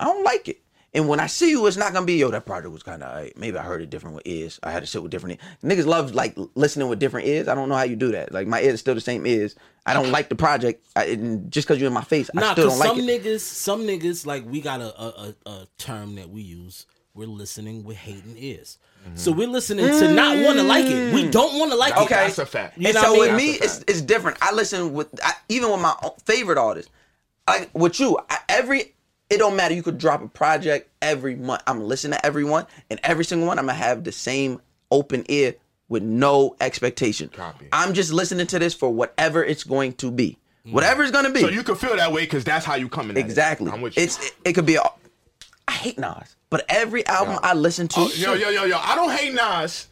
S3: I don't like it. And when I see you, it's not gonna be yo. That project was kind of maybe I heard it different with ears. I had to sit with different niggas. Love like listening with different ears. I don't know how you do that. Like my ears is still the same ears. I don't like the project. I, and just because you're in my face, I
S4: Nah,
S3: still
S4: cause
S3: don't like
S4: some
S3: it.
S4: niggas, some niggas, like we got a a, a, a term that we use. We're listening, we're hating ears. So we're listening to not want to like it.
S2: Mm.
S4: We don't want to like it.
S3: Okay,
S4: You
S3: and
S4: know
S3: so
S4: what I
S3: with
S4: mean?
S3: me, it's, it's different. I listen with I, even with my own favorite artists. Like with you, I, every it don't matter. You could drop a project every month. I'm listening to everyone, and every single one, I'm gonna have the same open ear with no expectation. Copy. I'm just listening to this for whatever it's going to be.
S4: Mm.
S3: Whatever it's gonna be.
S2: So you can feel that way because that's how you coming. at it.
S3: exactly.
S2: I'm with you.
S3: It's it, it could be. A, I hate Nas, but every album I listen to,
S2: Oh, yo, yo, yo, yo. I don't hate Nas.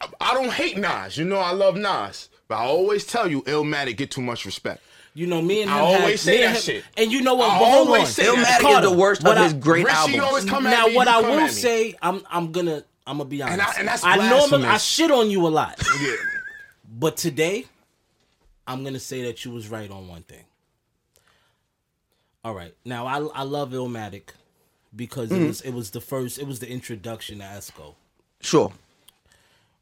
S2: I- I don't hate Nas. You know I love Nas. But I always tell you, Illmatic get too much respect.
S4: You know, me and
S2: I
S4: him
S2: always
S4: had-
S2: say
S4: me and
S2: that
S4: him-
S2: shit.
S4: And you know what?
S2: I
S4: but hold
S2: always
S4: on.
S2: say that Illmatic shit. is
S4: Carter,
S2: the worst of
S4: what I-
S2: his great Richie albums. always come at
S4: now,
S2: me,
S4: what
S2: you
S4: I
S2: come
S4: will
S2: at me.
S4: say, I'm I'm gonna I'm gonna be honest.
S2: And I- and that's
S4: I normally I
S2: blasphemous.
S4: shit on you a lot,
S2: <laughs> Yeah.
S4: but today I'm gonna say that you was right on one thing. All right, now I I love Illmatic because it
S3: Mhm.
S4: was it was the first it was the introduction to Esco,
S3: sure.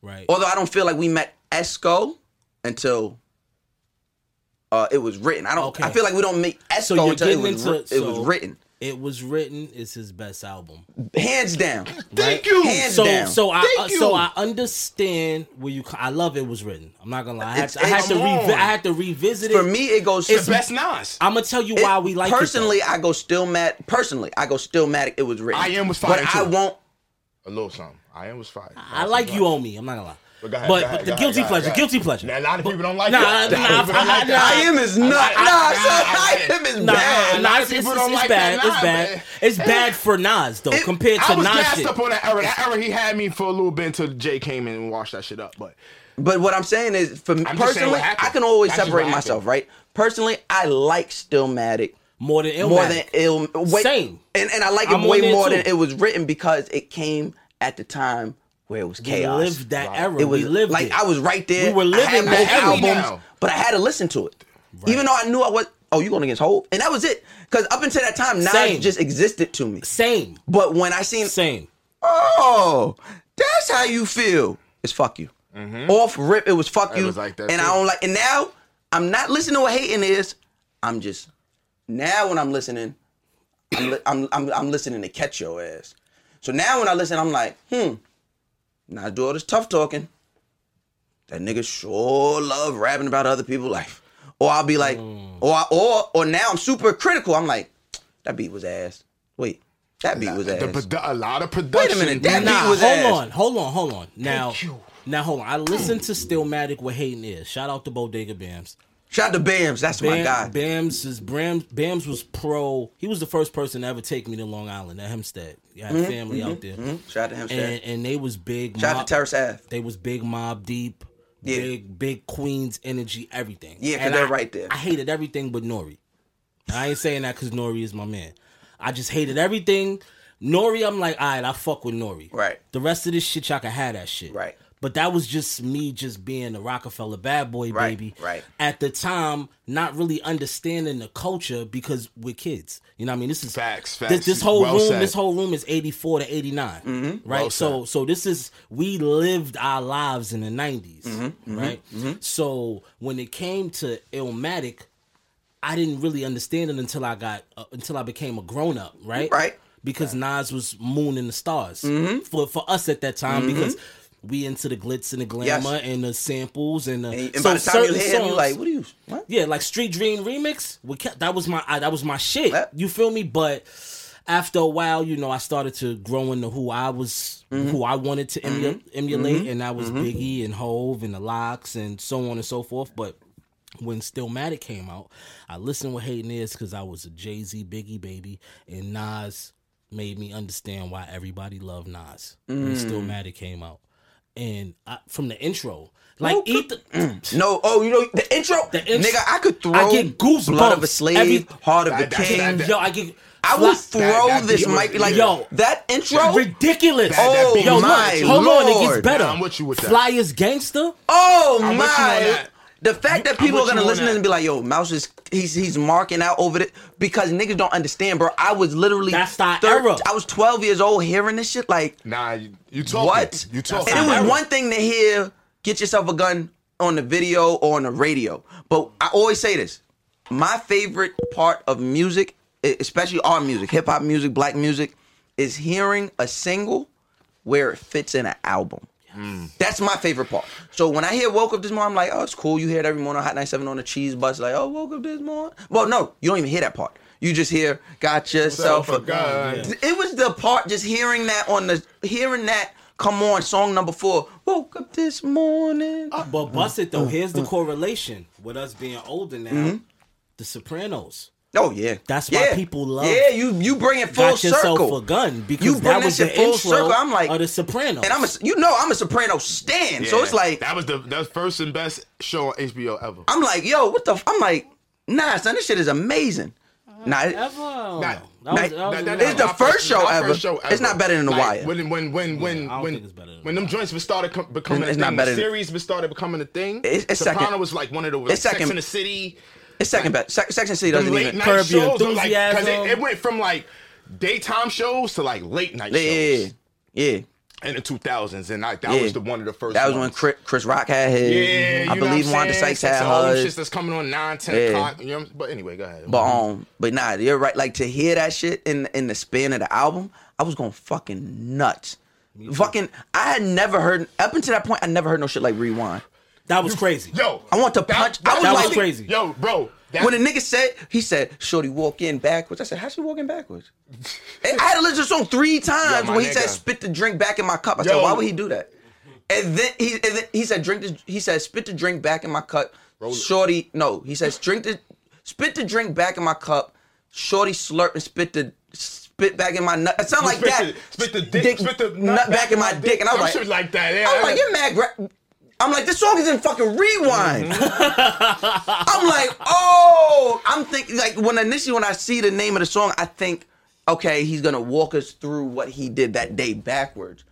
S4: right?
S3: Although I don't feel like we met Esco until uh, it was written. I don't. I feel like we don't meet Esco
S4: So you're
S3: until it
S4: getting
S3: was,
S4: into
S3: wri- it was
S4: so
S3: written,
S4: It was written is his best album.
S3: hands down.
S4: Thank
S3: you. Hands
S4: so
S3: down.
S4: so I
S3: Thank
S4: uh, so
S3: you.
S4: I understand where you. co- I love it was written. I'm not gonna lie. I had
S3: It's-
S4: to, I had
S3: it's-
S4: to,
S3: Come
S4: revi-
S3: on.
S4: I had to revisit it.
S3: For me, it goes
S4: It's
S3: the best
S2: Nas.
S4: I'm gonna tell you
S3: It-
S4: why we like
S3: personally.
S4: It
S3: I go still mad. Personally, I go still mad. It was written.
S2: I am was
S3: but
S2: fire,
S3: I
S2: too.
S3: won't.
S2: A little something. I am was fire.
S4: though. I like you on me. I'm not gonna lie.
S2: But, go ahead,
S4: but,
S2: go ahead,
S4: but the
S2: go ahead,
S4: guilty
S2: go ahead,
S4: pleasure,
S2: go ahead.
S4: guilty pleasure.
S2: Now, a lot of people don't like
S4: Nah,
S2: that. <laughs>
S4: nah,
S2: A lot of people
S4: I-
S2: don't like
S4: I-
S2: that.
S4: I am is
S2: A lot-
S4: not-
S2: I-
S4: nah,
S2: I-
S3: son, I am is
S4: Nah,
S3: bad.
S4: nah,
S3: A lot of
S4: it's, it's,
S3: people don't
S4: it's
S3: like
S4: bad.
S3: that
S4: It's
S3: Nas,
S4: bad.
S3: man.
S4: It's bad for Nas though, compared
S2: I
S4: to
S2: was
S4: Nas
S2: gassed
S4: shit.
S2: up on that era. That era, he had me for a little bit until Jay came in and washed that shit up. But
S3: But what I'm saying is, for me
S2: I'm just saying what
S3: personally,
S2: happened.
S3: I can always
S2: That's just
S3: separate
S2: what happened.
S3: myself. Right? Personally, I like Stillmatic
S4: more than
S3: more
S4: Illmatic.
S3: than Ill. Wait,
S4: Same.
S3: And and I like it
S4: I'm on
S3: way
S4: there,
S3: more
S4: too.
S3: than it was written because it came at the time where it was
S4: We
S3: chaos.
S4: lived that Right. era.
S3: It was
S4: We lived
S3: like
S4: it.
S3: I was right there.
S4: We were
S3: I had
S4: living that
S3: both
S4: era.
S3: albums,
S4: Now.
S3: but I had to listen to it, even though I knew I was. Oh, you going against Hope, and that was it. Because up until that time, Nas
S4: Same.
S3: just existed to me.
S4: Same.
S3: But when I seen
S4: same,
S3: oh, that's how you feel. It's fuck you. Off rip, it was fuck
S2: Mm-hmm. It
S3: you.
S2: was like that
S3: and I
S2: too.
S3: don't like. And now I'm not listening to what hating is. I'm just now when I'm listening, I'm li- I'm, I'm I'm listening to catch your ass. So now when I listen, I'm like, hmm. Now I do all this tough talking. That nigga sure love rapping about other people's life. Or I'll be like,
S4: Mm.
S3: or I, or or now I'm super critical. I'm like, that beat was ass. Wait, that beat was ass.
S2: the produ- a lot of production.
S3: Wait a minute, that
S4: Nah,
S3: beat was
S4: hold
S3: ass.
S4: on, hold on, hold on. Now, now hold on. I listened to Stillmatic with Hayden is. Shout out to Bodega Bams.
S3: Shout out to Bams. That's my
S4: Bam-
S3: guy.
S4: Bams is Bram, Bams was pro. He was the first person to ever take me to Long Island at Hempstead. You had
S3: Mhm,
S4: family
S3: mhm,
S4: out there.
S3: mhm. Shout out to Hempstead.
S4: And, and they was big.
S3: Shout out to Terrace
S4: Ave. They was big mob deep.
S3: Yeah.
S4: Big big Queens energy everything.
S3: Yeah, 'cause
S4: And
S3: they're
S4: I-
S3: right there.
S4: I hated everything but Nori. And I ain't saying that because Nori is my man. I just hated everything. Nori, I'm like, all right, I fuck with Nori. Right. The rest of this shit, y'all can have that shit. Right. But that was just me just being a Rockefeller bad boy baby. Right. At the time, not really understanding the culture because we're kids. You know what I mean? This is facts, This,
S2: facts.
S4: this whole
S2: Well
S4: room,
S2: said.
S4: this whole room is 84 to 89. Right.
S2: Well
S4: so so this is we lived our lives in the 90s.
S3: mhm,
S4: Right. So when it came to Illmatic, I didn't really understand it until I got uh, until I became a grown up, right? Right. Because Nas was moon in the stars
S3: Mhm.
S4: for for us at that time
S3: Mhm.
S4: because we into the glitz and the glamour
S3: Yes.
S4: and the samples and, the,
S3: And, and by the time you
S4: certain
S3: hear him, you
S4: songs-
S3: like, what are you? What?
S4: yeah, like Street Dream remix. We kept, that was my I, that was my shit. You feel me? But after a while, you know, I started to grow into who I was,
S3: Mm-hmm.
S4: who I wanted to emu- emulate, and that was Biggie and Hove and the Locks and so on and so forth. But when Stillmatic came out, I listened with hating is because I was a Jay Z Biggie baby, and Nas made me understand why everybody loved Nas when
S3: Mm.
S4: Stillmatic came out, and I, from the intro, like Ether,
S3: <clears throat> no, oh, you know the intro, nigga. I could throw.
S4: I get goosebumps.
S3: Blood of a slave,
S4: Every-
S3: heart of a
S4: That- that-
S3: king.
S4: that- yo, I get.
S3: I will throw this mic
S4: mic
S3: like
S4: yo
S3: that intro.
S4: ridiculous.
S3: That- that
S4: oh
S3: beat
S4: yo, look,
S3: my
S4: hold on, it
S3: lord.
S4: gets better.
S3: Nah, I'm with you with that.
S4: Flyers gangster.
S3: Oh
S4: I'm with you on
S3: my!
S4: that.
S3: The fact that
S4: I'm
S3: people are
S4: with
S3: gonna
S4: you on
S3: listen
S4: that.
S3: and be like, "Yo, Mouse is he's he's marking out over it because niggas don't understand, bro." I was literally
S4: That's our era.
S3: I was 12 years old hearing this shit. Like,
S2: nah, you, you talking?
S3: What?
S2: You talking?
S3: And it
S2: That's
S3: was
S2: our
S3: one thing to hear, "Get yourself a gun" on the video or on the radio, but I always say this: my favorite part of music, e- especially our music, hip hop music, black music, is hearing a single where it fits in an album.
S2: Hmm.
S3: That's my favorite part. So when I hear "Woke Up This Morning," I'm like, "Oh, it's cool." You hear it every morning on Hot 97 on the cheese bus, like, "Oh, woke up this morning." Well, no, you don't even hear that part. You just hear "Got yourself a gun." It was the part just hearing that on the hearing that. Come on, song number four. Woke up this morning.
S4: Uh,
S3: Mm.
S4: But bust it though. Here's the correlation with us being older now.
S3: Mhm.
S4: The Sopranos.
S3: Oh yeah,
S4: that's
S3: Yeah.
S4: why people love.
S3: Yeah, you you bring it full
S4: got yourself
S3: circle.
S4: a gun because
S3: you bring
S4: that
S3: that
S4: was
S3: shit
S4: the
S3: full
S4: intro
S3: circle. I'm like,
S4: of the Sopranos.
S3: and I'm a you know I'm a Soprano stan, so
S2: Yeah.
S3: it's like
S2: that was the that was first and best show on HBO ever.
S3: I'm like, yo, what the? F-? I'm like, nah, son, this shit is amazing.
S4: Uh-huh.
S3: Nah, it-
S2: Nah, nah,
S3: Nah, nah,
S2: nah, nah,
S3: it's
S2: nah,
S3: the first show,
S2: not
S3: ever.
S2: first show
S3: It's not better than The
S2: Like,
S3: Wire.
S2: When when when when when when them joints started com- becoming
S3: It's
S2: a
S3: not
S2: thing,
S3: better
S2: the
S3: than-
S2: series started becoming a thing.
S3: It's- it's
S2: Soprano
S3: second.
S2: was like one of the
S3: It's
S2: like, Sex
S3: second.
S2: in the City.
S3: it's second best. Se- Section City doesn't
S2: them late
S3: even
S2: night shows, I'm like, 'cause it, it went from like daytime shows to like late night
S3: Yeah,
S2: shows.
S3: yeah.
S2: In the 2000s, and like that
S3: Yeah.
S2: was the one of the first.
S3: That was
S2: ones.
S3: when Chris, Chris Rock had his.
S2: Yeah,
S3: I
S2: you know
S3: believe
S2: what I'm
S3: Wanda
S2: saying?
S3: Sykes
S2: Some
S3: had
S2: old
S3: hers.
S2: shit that's coming on 9, 10
S3: Yeah.
S2: o'clock. You know, what I'm- but anyway, go ahead.
S3: But
S4: Mm-hmm.
S3: um, but nah, you're right. Like to hear that shit in in the span of the album, I was going fucking nuts. Fucking, I had never heard up until that point. I never heard no shit like Rewind.
S4: That was crazy.
S2: Yo,
S3: I want to punch. I was
S4: that was
S3: like,
S4: crazy.
S2: Yo, bro. that-
S3: when the nigga said, he said, "Shorty walk in backwards." I said, "How she walking backwards?"
S4: <laughs>
S3: And I had to listen to the song three times
S2: my
S3: when he said,
S2: nigga.
S3: "Spit the drink back in my cup." I said,
S2: Yo.
S3: "Why would he do that?" And then he and then he said, "Drink the." He said, "Spit the drink back in my cup." Shorty, no, he says, "Drink the, spit the drink back in my cup." Shorty slurp and spit the spit back in my nut. It sound
S2: <laughs>
S3: like
S2: spit
S3: that.
S2: The, spit the dick, spit the
S3: nut back, in my dick, and I was
S2: Some
S3: like,
S2: shit like that. Yeah,
S3: I was like, you're mad. Gra- I'm like, this song is in fucking rewind. I'm like, oh, I'm thinking like when initially when I see the name of the song, I think, okay, he's gonna walk us through what he did that day backwards,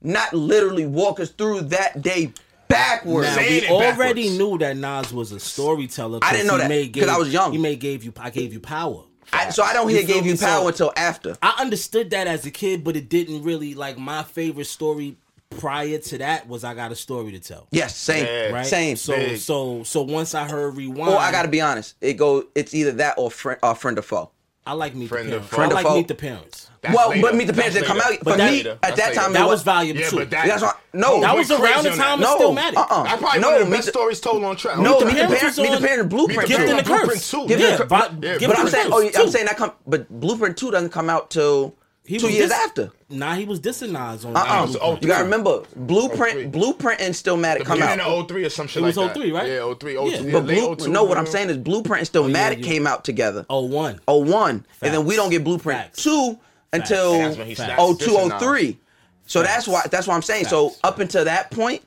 S3: not literally walk us through that day backwards.
S4: Now, we already knew that Nas was a storyteller.
S3: I didn't know
S4: he
S3: that,
S4: made
S3: 'cause I
S4: Gave-
S3: was young.
S4: He made gave you I gave you power.
S3: I- so I don't hear
S4: feel
S3: gave you
S4: me? So
S3: power until after.
S4: I understood that as a kid, but it didn't really like my favorite story prior to that was I got a story to tell.
S3: Yes, same,
S4: Right.
S3: same.
S4: So so so once I heard rewind,
S3: Or I gotta be honest, it go. It's either that or friend, or friend or foe.
S4: I like meet
S3: Friend
S4: the
S3: or
S4: parents. I
S3: Friend or
S4: like
S3: Foe.
S4: meet the parents.
S3: well, but meet the parents didn't come out. For me, at that time, it
S4: that was volume two.
S3: That's why- no,
S2: Oh,
S4: that was around the time of Stillmatic.
S3: Uh-uh.
S2: That's probably
S3: no,
S2: one of the
S3: Meet
S2: best
S3: the-
S2: stories told on track.
S3: No,
S2: On
S3: meet the
S2: Track.
S3: parents. Meet the parents. Blueprint.
S2: Meet
S3: too.
S2: the Parents.
S3: Give
S2: Blueprint
S3: them
S2: too.
S3: the cur-
S2: Yeah,
S3: but I'm saying, oh,
S4: Curse
S3: I'm
S4: too.
S3: saying that come, but Blueprint two doesn't come out till two
S4: was
S3: years
S4: dis-
S3: after.
S4: Nah, he was dissing Nas on.
S3: Uh uh
S4: Blueprint.
S3: You gotta remember, Blueprint, Blueprint, and Stillmatic come out.
S2: Beginning of 03 or some shit
S4: It was
S2: like that.
S4: 03, right?
S2: Yeah, 03, 02, yeah,
S3: But
S2: late
S3: Blue,
S2: 02,
S3: no, what I'm
S2: yeah.
S3: saying is Blueprint and Stillmatic came out together.
S4: Oh one.
S3: Oh one, and then we don't get Blueprint two until
S2: That's when he snaps
S3: oh two
S2: dissing
S3: oh
S2: now.
S3: three. So that's why that's why I'm saying. So up until that point,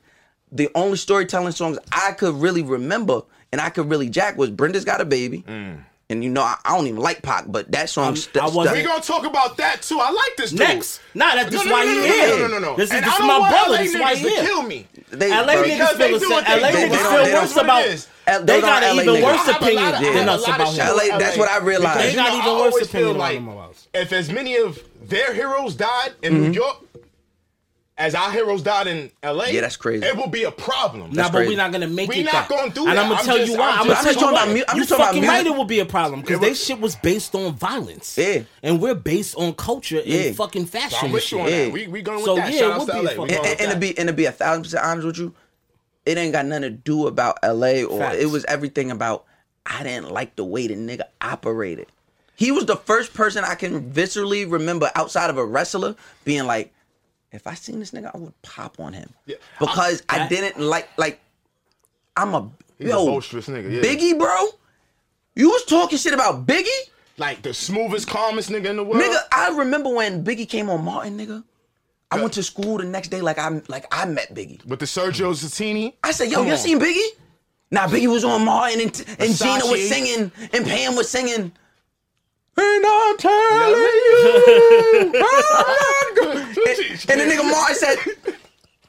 S3: the only storytelling songs I could really remember and I could really jack was Brenda's Got a Baby,
S2: Mm.
S3: and you know I, I don't even like Pac, but that song stu-
S4: I wasn't-
S2: We gonna talk about that too. I like this dude.
S4: Next. Nah, that's
S2: No,
S4: just
S2: no,
S4: why
S2: no,
S4: he
S2: no, no,
S4: here.
S2: No, no, no, no.
S4: This is
S2: And
S4: this
S2: I
S4: is
S2: don't
S4: my
S2: want
S4: brother.
S2: LA
S4: This is why
S2: niggas
S4: he
S2: to
S4: here.
S2: kill me.
S3: They-
S4: LA
S3: bro,
S4: niggas
S3: because
S4: feel
S3: they
S4: a
S3: do
S4: sen-
S3: what they
S4: LA
S3: do. They
S4: niggas
S3: don't-
S4: feel
S3: they don't
S4: worse
S3: do
S4: about.
S3: this. Uh,
S4: They
S3: those
S4: got
S3: aren't
S4: an
S3: LA
S4: even
S3: niggas. I
S4: worse
S3: have a lot of-
S4: opinion
S3: I have
S4: than
S3: a
S4: us
S3: lot of
S4: about.
S3: shit. LA,
S4: him.
S3: that's what I realized.
S4: They got
S2: You know,
S4: even
S2: I
S4: worse
S2: always feel
S4: opinion about
S2: like
S4: him about. us. Mm-hmm.
S2: if as many of their heroes died in New York as our heroes died in L.A.
S3: Yeah, that's crazy.
S2: It will be a problem.
S4: Nah, but we're not gonna make
S2: We
S4: it.
S2: not
S4: that.
S2: gonna do
S4: and
S2: that.
S4: I'm gonna
S2: I'm
S4: tell
S2: just-
S4: you why.
S2: I'm
S4: I'm gonna
S2: just- I'm
S4: tell
S2: just
S4: you
S2: talking
S4: why.
S2: about mu- I'm
S4: you
S2: just talking about
S4: fucking
S2: music.
S4: right. It will be a problem because they shit was based on violence. Yeah. And we're based on culture
S3: Yeah.
S4: and fucking fashion.
S2: I'm
S4: and
S2: with you on
S4: shit.
S2: that. We we going with
S4: So,
S2: that.
S4: yeah,
S2: Shout
S4: it
S2: out
S4: would
S2: to
S4: be
S2: L.A.
S4: a
S2: We
S4: fuck-
S2: going
S3: and,
S2: with
S3: and to
S2: that.
S3: be and to be a thousand percent honest with you, it ain't got nothing to do about LA or
S4: Facts.
S3: it was everything about I didn't like the way the nigga operated. He was the first person I can viscerally remember outside of a wrestler being like, if I seen this nigga, I would pop on him
S2: Yeah.
S3: because I, didn't like like I'm a
S2: He's
S3: yo
S2: a boisterous nigga. Yeah.
S3: Biggie, bro. You was talking shit about Biggie,
S2: like the smoothest, calmest nigga in the world.
S3: nigga. I remember when Biggie came on Martin, nigga. I went to school the next day, like I like I met Biggie.
S2: With the Sergio Zattini?
S3: I said, yo,
S2: Come
S3: you
S2: on.
S3: seen Biggie? Nah, Biggie was on Martin and, and
S2: Versace.
S3: Gina was singing and Pam was singing. And I'm
S2: <laughs>
S3: telling you, <laughs> I'm not good. and, and the nigga Martin said,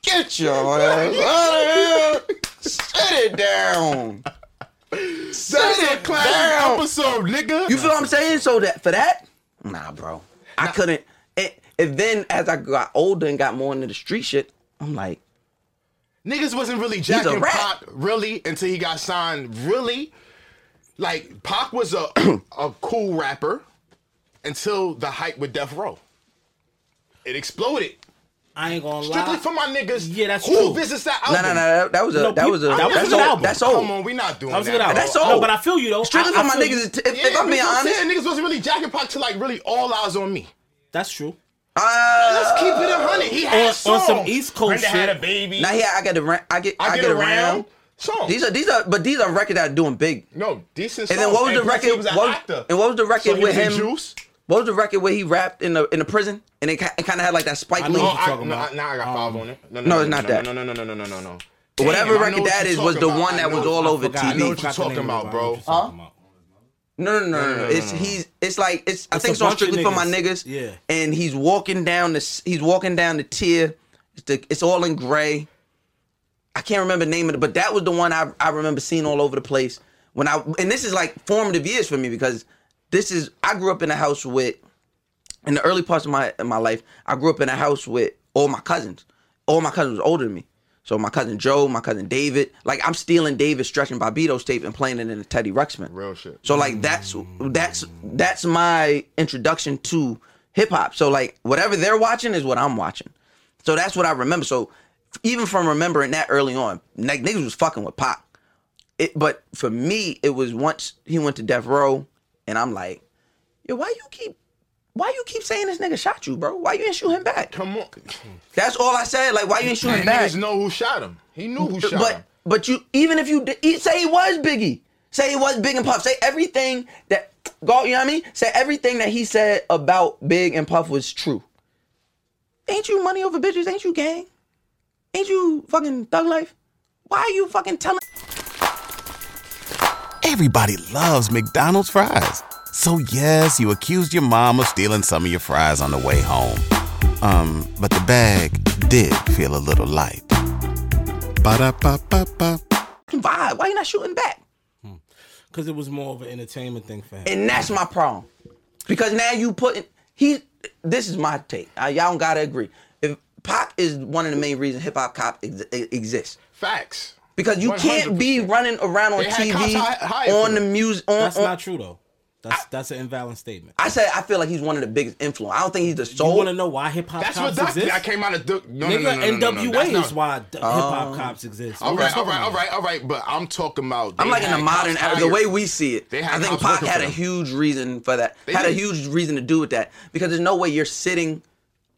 S3: "Get your ass out of here. Sit it down. Sit it
S2: classic
S3: down."
S2: episode, nigga.
S3: You feel what I'm saying? So that for that, nah, bro, I couldn't. And, and then as I got older and got more into the street shit, I'm like,
S2: Niggas wasn't really
S3: He's a
S2: jacking
S3: rat.
S2: Pac really until he got signed really. Like Pac was a <clears throat> a cool rapper until the hype with Death Row. It exploded.
S4: I ain't gonna
S2: Strictly
S4: lie.
S2: for my niggas. Yeah, that's
S4: true.
S2: Who visits that
S3: No,
S2: album?
S3: no, no, that- that was a- that was a-
S2: I'm
S3: that was
S2: not
S3: an
S2: doing
S3: album.
S2: that.
S3: That's old.
S2: Come on, we not doing
S4: That was a good
S2: bro.
S4: album.
S3: That's old.
S4: No, but I feel you though.
S3: Strictly
S4: Oh, I-
S3: for
S4: I
S3: my
S4: feel
S3: niggas,
S4: you.
S3: if, if
S2: Yeah,
S3: I'm being
S2: that's what
S3: honest,
S2: saying. niggas wasn't really jacking Pac till like really all eyes on me.
S4: That's true.
S3: Uh,
S2: Let's keep it a hundred. He had
S4: on, on
S2: songs.
S4: some East Coast
S2: Brenda
S4: shit.
S2: had a baby.
S3: Now here I get around. I get. I, get, around.
S2: Songs.
S3: These are these are but these are records that are doing big.
S2: no decent.
S3: And then what was
S2: songs.
S3: the
S2: plus
S3: record?
S2: He was an
S3: what-
S2: actor.
S3: and what was the record
S2: So he
S3: with
S2: was in
S3: him?
S2: Juice?
S3: What was the record where he rapped in the in the prison and it, ki- it kind of had like that Spike Lee?
S2: No, I- no, I- Now I got five
S4: Um,
S2: on it.
S3: No, it's not
S2: no,
S3: that.
S2: No, no, no, no, no, no, no, no.
S3: But whatever
S2: Damn, I
S3: record
S2: know what
S3: that
S2: you're
S3: is was
S2: talking
S3: the
S2: about.
S3: one
S2: I
S3: that was
S2: know-
S3: all
S2: I
S3: over
S2: forgot- I
S3: TV.
S2: know what you're talking about, bro.
S3: Huh? No, no, no, no, no. It's he's. It's like it's. I
S4: It's a
S3: think it's on
S4: bunch of
S3: strictly for my
S4: niggas.
S3: niggas.
S4: Yeah.
S3: And he's walking down the. s- He's walking down the tier. It's, the, it's all in gray. I can't remember the name of it, but that was the one I I remember seeing all over the place when I. And this is like formative years for me because this is. I grew up in a house with. In the early parts of my in my life, I grew up in a house with all my cousins. All my cousins were older than me. So my cousin Joe, my cousin David, like I'm stealing David stretching Barbados tape and playing it in a Teddy Ruxpin.
S2: Real shit.
S3: So like that's that's that's my introduction to hip hop. So like whatever they're watching is what I'm watching. So that's what I remember. So even from remembering that early on, like niggas was fucking with Pac. It, but for me, it was once he went to death row, and I'm like, yo, why you keep, why you keep saying this nigga shot you, bro? Why you didn't shoot him back?
S2: Come on.
S3: That's all I said. Like, why you ain't shooting
S2: And
S3: back?
S2: Niggas know who shot him. He knew who shot
S3: But
S2: him.
S3: but you even if you did, e- say it was Biggie, say it was Big and Puff, say everything that go, you know what I mean? Say everything that he said about Big and Puff was true. Ain't you money over bitches? Ain't you gang? Ain't you fucking thug life? Why are you fucking telling?
S12: Everybody loves McDonald's fries. So yes, you accused your mom of stealing some of your fries on the way home. Um, but the bag did feel a little light. Ba-da-ba-ba-ba.
S3: Vibe. Why you not shooting back?
S4: Because it was more of an entertainment thing for him.
S3: And that's my problem. Because now you putting he this is my take. Uh, y'all don't gotta agree. If Pac is one of the main reasons hip hop cop ex- e, exists.
S2: Facts.
S3: Because you can not be running around on
S4: They had cops
S3: TV
S4: hi- hired
S3: on
S4: for
S3: the
S4: that.
S3: music on,
S4: That's
S3: on-
S4: not true though. That's that's an invalid statement.
S3: I said I feel like he's one of the biggest influence. I don't think he's the
S4: You
S3: sole.
S4: want to know why hip hop
S2: That's
S4: cops
S2: what doc-
S4: exist?
S2: I came out of. Duke. No, no,
S4: Nigga,
S2: no, no, no, no,
S4: NWA
S2: that's not- Um,
S4: is why d- hip hop cops exist.
S2: All
S4: What
S2: right,
S4: we
S2: all
S4: talking
S2: right, all
S4: about?
S2: right, all right. But I'm talking about.
S3: I'm
S2: they
S3: like in the
S2: had
S3: modern
S2: cops
S3: era, the
S2: hired.
S3: way we see it.
S2: They had
S3: I think
S2: cops
S3: Pac
S2: working
S3: had
S2: for
S3: a
S2: them.
S3: huge reason for that.
S2: They
S3: had a
S2: did.
S3: huge reason to do with that because there's no way you're sitting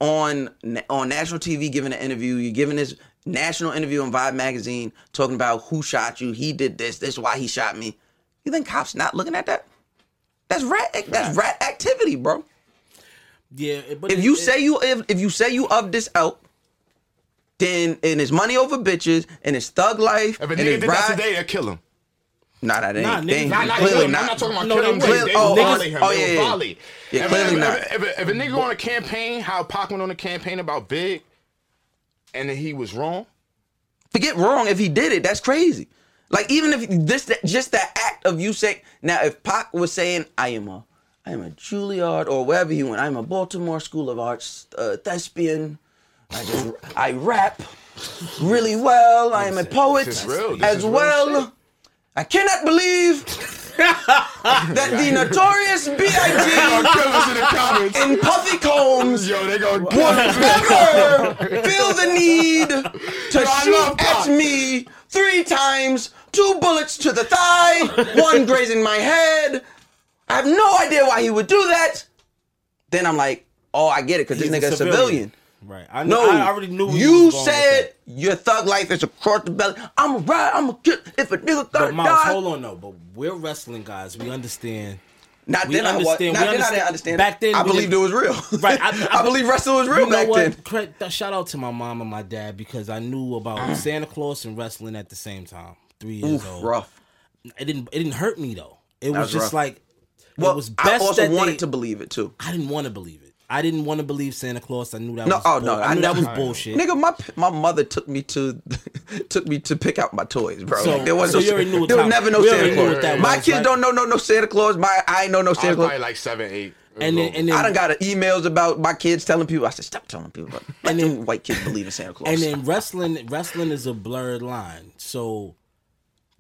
S3: on na- on national TV giving an interview. You're giving this national interview on Vibe magazine talking about who shot you. He did this. This is why he shot me. You think cops not looking at that? That's rat. act- That's rat activity, bro.
S4: Yeah, but
S3: if
S4: it-
S3: you
S4: it-
S3: say you if, if you say you of this out, then and it's money over bitches and it's thug
S2: If
S3: life.
S2: a
S3: and
S2: nigga
S3: it's
S2: did that
S3: ride-
S2: today, they'll kill him.
S3: Nah, that ain't.
S2: Nah,
S3: they
S2: niggas-
S3: ain't
S2: Nah, nah,
S3: clearly
S2: they wouldn't. I'm not talking about
S3: No,
S2: killing
S3: they
S2: him.
S3: clear-
S2: They
S3: oh,
S2: would
S3: oh,
S2: volley him.
S3: oh,
S2: They would
S3: yeah, yeah.
S2: volley.
S3: Yeah,
S2: If-
S3: clearly
S2: if-
S3: not.
S2: If, if- if a nigga on a campaign, how Pac went on a campaign about Big, and then he was wrong.
S3: to get wrong if he did
S4: <laughs>
S3: it. That's crazy. Like even if this that, just that act of you saying now if Pac was saying I am a I am a Juilliard or wherever he went I'm a Baltimore School of Arts uh, thespian. I just I rap really well. I am a poet
S2: This is real. This
S3: as
S2: is real
S3: well. I cannot believe
S2: <laughs>
S3: that the notorious
S2: Y'all kill us in the comments.
S3: B.I.G. and Puffy Combs
S2: Yo, they gonna <laughs>
S3: would never feel the need to shoot at me three times, two bullets to the thigh, one grazing my head. I have no idea why he would do that. Then I'm like, oh, I get it, because this
S4: He's a
S3: nigga's a
S4: civilian.
S3: civilian.
S4: Right. I, kn-
S3: no,
S4: I already knew. where
S3: You
S4: was going with that.
S3: said your thug life is across the belly. I'm a ride. I'm a kill. If a nigga gotta
S4: But Miles,
S3: die,
S4: hold on though. But we're wrestling guys. We understand.
S3: Not then I was- not then I didn't understand it.
S4: Back then,
S3: I
S4: we
S3: believed
S4: didn't-
S3: it was real.
S4: <laughs> Right.
S3: <laughs> I believed wrestling was real
S4: you know
S3: back
S4: what?
S3: then.
S4: Cre- th- Shout out to my mom and my dad because I knew
S3: <clears throat>
S4: about Santa Claus and wrestling at the same time. Three years
S3: Oof,
S4: old.
S3: rough.
S4: It didn't. It didn't hurt me though. It was,
S3: That was
S4: just
S3: rough.
S4: like.
S3: Well,
S4: it was
S3: I
S4: best
S3: also
S4: that
S3: wanted
S4: they-
S3: to believe it too.
S4: I didn't want to believe it. I didn't want to believe Santa Claus. I knew that.
S3: no,
S4: was
S3: oh
S4: bull-
S3: no,
S4: I knew that was
S3: never-
S4: bullshit.
S3: Nigga, my p- my mother took me to <laughs> took me to pick out my toys, bro.
S4: So-
S3: like, there was
S4: so
S3: no,
S4: you already knew what
S3: there was
S4: time-
S3: never no
S4: we
S3: Santa
S4: already knew what
S3: Claus.
S4: that
S3: My
S4: was,
S3: kids
S4: right?
S3: don't know no no Santa Claus. My I ain't know no Santa
S2: was
S3: Claus.
S2: probably like seven, eight.
S4: And then, and then
S3: I done got emails about my kids telling people. I said, stop telling people about. And then white kids believe in Santa Claus.
S4: And then wrestling, wrestling is a blurred line. So,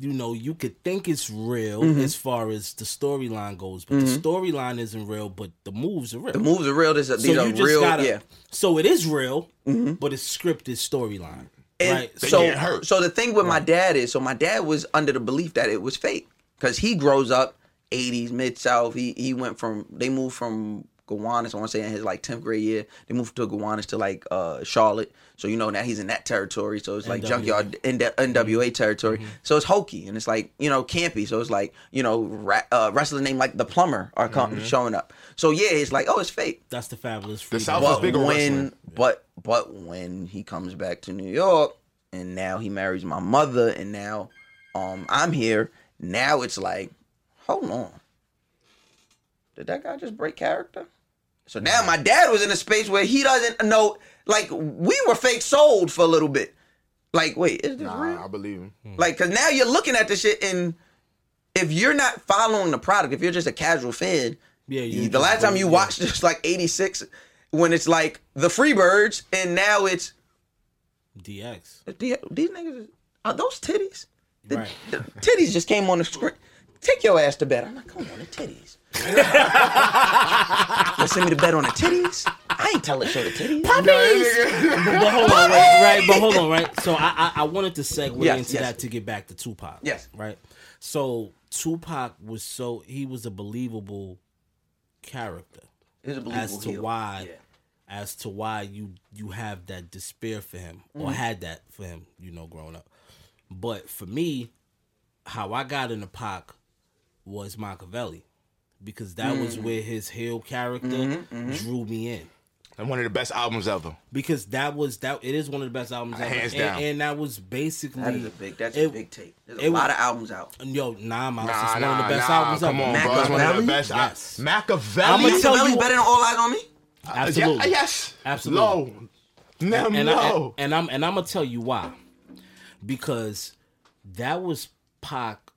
S4: you know, you could think it's real
S3: Mhm.
S4: as far as the storyline goes, but the
S3: Mhm.
S4: storyline isn't real. But the moves are real.
S3: The moves are real. This- these are real, yeah. Mm-hmm.
S4: So it is real, but it's scripted storyline.
S3: And
S4: right.
S3: so, so the thing with my dad is, so my dad was under the belief that it was fake because he grows up '80s mid South. He he went from they moved from Gowanus. I want to say in his like 10th grade year, they moved to Gowanus to like uh Charlotte. So you know now he's in that territory. So it's like
S4: NWA.
S3: junkyard N- NWA territory. So it's hokey and it's like you know campy. So it's like you know ra- uh, wrestler name like the Plumber are come,
S4: Mhm.
S3: showing up. So yeah, it's like oh it's fake.
S4: that's the fabulous.
S3: The
S4: Freedom.
S3: South
S4: Show.
S3: was bigger when, but but when he comes back to New York, and now he marries my mother, and now um I'm here. Now it's like, hold on, did that guy just break character? So now my dad was in a space where he doesn't know. Like we were fake sold for a little bit. Like wait, is this real?
S2: Nah, I believe him.
S4: Hmm.
S3: Like, cause now you're looking at this shit, and if you're not following the product, if you're just a casual fan,
S4: yeah,
S3: you, the last time you watched this, like '86, when it's like the Freebirds, and now it's
S4: DX.
S3: these niggas is- are those titties. The,
S4: Right.
S3: the titties just came on the screen. Take your ass to bed. I'm like, come on, the titties. you send me to bed on the titties. I ain't telling show the titties.
S4: but, but hold on, right, right? But hold on, right? So I I, I wanted to segue
S3: Yes,
S4: into
S3: yes.
S4: that to get back to Tupac.
S3: Yes.
S4: Right. So Tupac was so he was a believable character.
S3: He was a
S4: as
S3: believable
S4: to
S3: heel.
S4: why as to why you you have that despair for him or
S3: Mhm.
S4: had that for him, you know, growing up. But for me, how I got into Pac was Machiavelli. Because that was
S3: Mm.
S2: Mhm.
S4: where his heel character
S3: Mm-hmm,
S2: Mhm, mhm.
S4: drew me in
S2: And one of the best albums ever.
S4: because that was that it is one of the best albums ever.
S2: Hands
S4: and,
S2: down.
S4: and that was basically
S3: That is a big. That's a
S4: it-
S3: big take. There's a
S4: it was-
S3: lot of albums out.
S4: Yo, nah, Miles,
S3: Nah,
S4: it's one of
S3: nah,
S4: the best
S3: nah,
S4: albums
S3: come
S4: ever.
S3: on, bro, it's one of the best al-
S4: Yes.
S2: Machiavelli.
S4: I'ma tell
S3: Machiavelli's
S4: you-
S3: better than All Eyes on Me.
S4: Absolutely.
S2: Yeah, yes.
S4: Absolutely.
S2: Low. No,
S4: and, and I,
S2: no.
S4: and I'm and I'm gonna tell you why, because that was Pac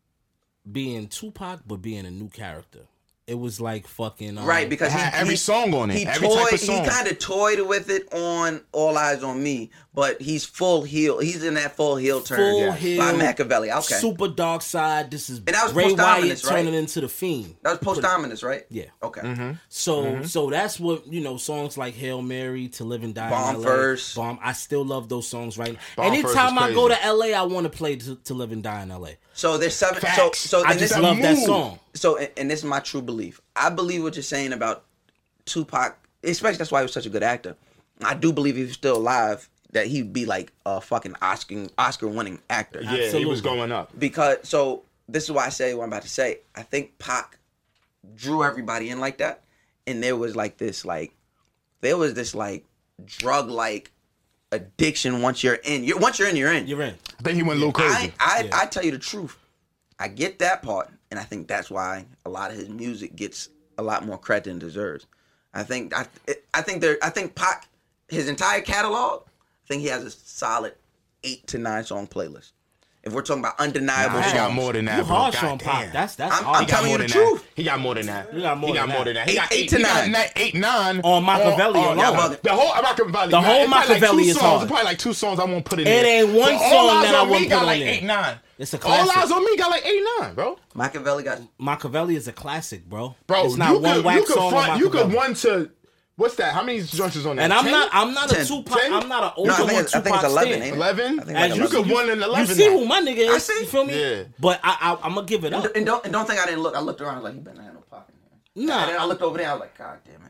S4: being Tupac, but being a new character. It was like fucking um,
S3: Right, because he, he- He toyed, He kind of toyed with it on All Eyes on Me, but he's full heel. He's in that full heel turn
S4: full
S3: by
S4: heel,
S3: Machiavelli. Okay,
S4: super dark side. This is
S3: that was
S4: Ray Wyatt
S3: post-Dominus, right?
S4: turning into the fiend.
S3: that was post Dominus, right?
S4: Yeah.
S3: Okay.
S4: Mm-hmm. So
S3: Mhm.
S4: so that's what you know. Songs like "Hail Mary," "To Live and Die,"
S3: Bomb
S4: in LA,
S3: First.
S4: "Bomb." I still love those songs. Right.
S3: Bomb First
S4: Anytime
S3: is
S4: I go
S3: crazy.
S4: to LA, I want to play to, "To Live and Die" in LA.
S3: So there's seven. So, so
S4: I
S3: and
S4: just
S3: this-
S4: love that song.
S3: So and, and this is my true belief. I believe what you're saying about Tupac, especially that's why he was such a good actor. I do believe if he was still alive, that he'd be like a fucking Oscar Oscar winning actor.
S2: Yeah, he was Absolutely. going up.
S3: Because so this is why I say what I'm about to say. I think Pac drew everybody in like that, and there was like this like there was this like drug like addiction once you're in. You're, once you're in, you're in.
S4: You're in.
S2: I think he went a little crazy.
S3: I, I tell you the truth. I get that part, and I think that's why a lot of his music gets a lot more credit than it deserves. I think I I think there I think Pac his entire catalog. I think he has a solid eight to nine song playlist. If we're talking about undeniable,
S2: Nah, he got
S3: songs.
S2: more than that, You bro. harsh God on Pac. damn. That's- that's
S3: I'm,
S2: harsh.
S3: I'm
S2: He got
S3: telling
S2: more
S3: you the
S2: than that.
S3: truth.
S2: He got more than that.
S3: He got
S2: more He than got that. more than that. He
S3: Eight,
S2: got
S3: eight
S2: eight-
S3: to
S2: he got
S3: nine.
S2: ni- eight nine
S4: on Machiavelli
S2: Oh, oh, yeah,
S4: alone.
S2: but The whole Machiavelli.
S4: The
S2: man,
S4: whole
S2: it's probably
S4: Machiavelli
S2: like two
S4: is
S2: songs.
S4: hard.
S2: Probably like two songs I won't put in.
S4: It
S2: there.
S4: ain't one
S2: So All
S4: song
S2: Eyes
S4: that I
S2: on Me
S4: wouldn't
S2: got
S4: put on
S2: like
S4: there.
S2: Eight nine.
S4: It's a
S2: All
S4: classic.
S2: eyes on me got like eight nine, bro.
S3: Machiavelli got
S4: Machiavelli is a classic, bro.
S2: Bro,
S4: it's not
S2: you
S4: one
S2: could,
S4: whack
S2: you could
S4: song. on
S2: front, You could
S4: Machiavelli.
S2: one to what's that? How many joints is on that?
S4: And I'm
S2: 10?
S4: not. I'm not a
S2: 10.
S4: Tupac.
S2: 10?
S4: I'm not an older
S2: No, I think
S4: one.
S2: it's- I
S4: Tupac
S2: think it's 11,
S4: stand.
S2: ain't it? 11? I think like
S4: As you
S2: 11.
S4: could one and eleven. You see
S2: now.
S4: who my nigga is? You feel me?
S2: Yeah.
S4: But I, I, I'm gonna give it
S3: And,
S4: up.
S3: and don't and don't think I didn't look. I looked around like he better not have no Pac in here. Nah. then I looked over there. I was like, God damn it.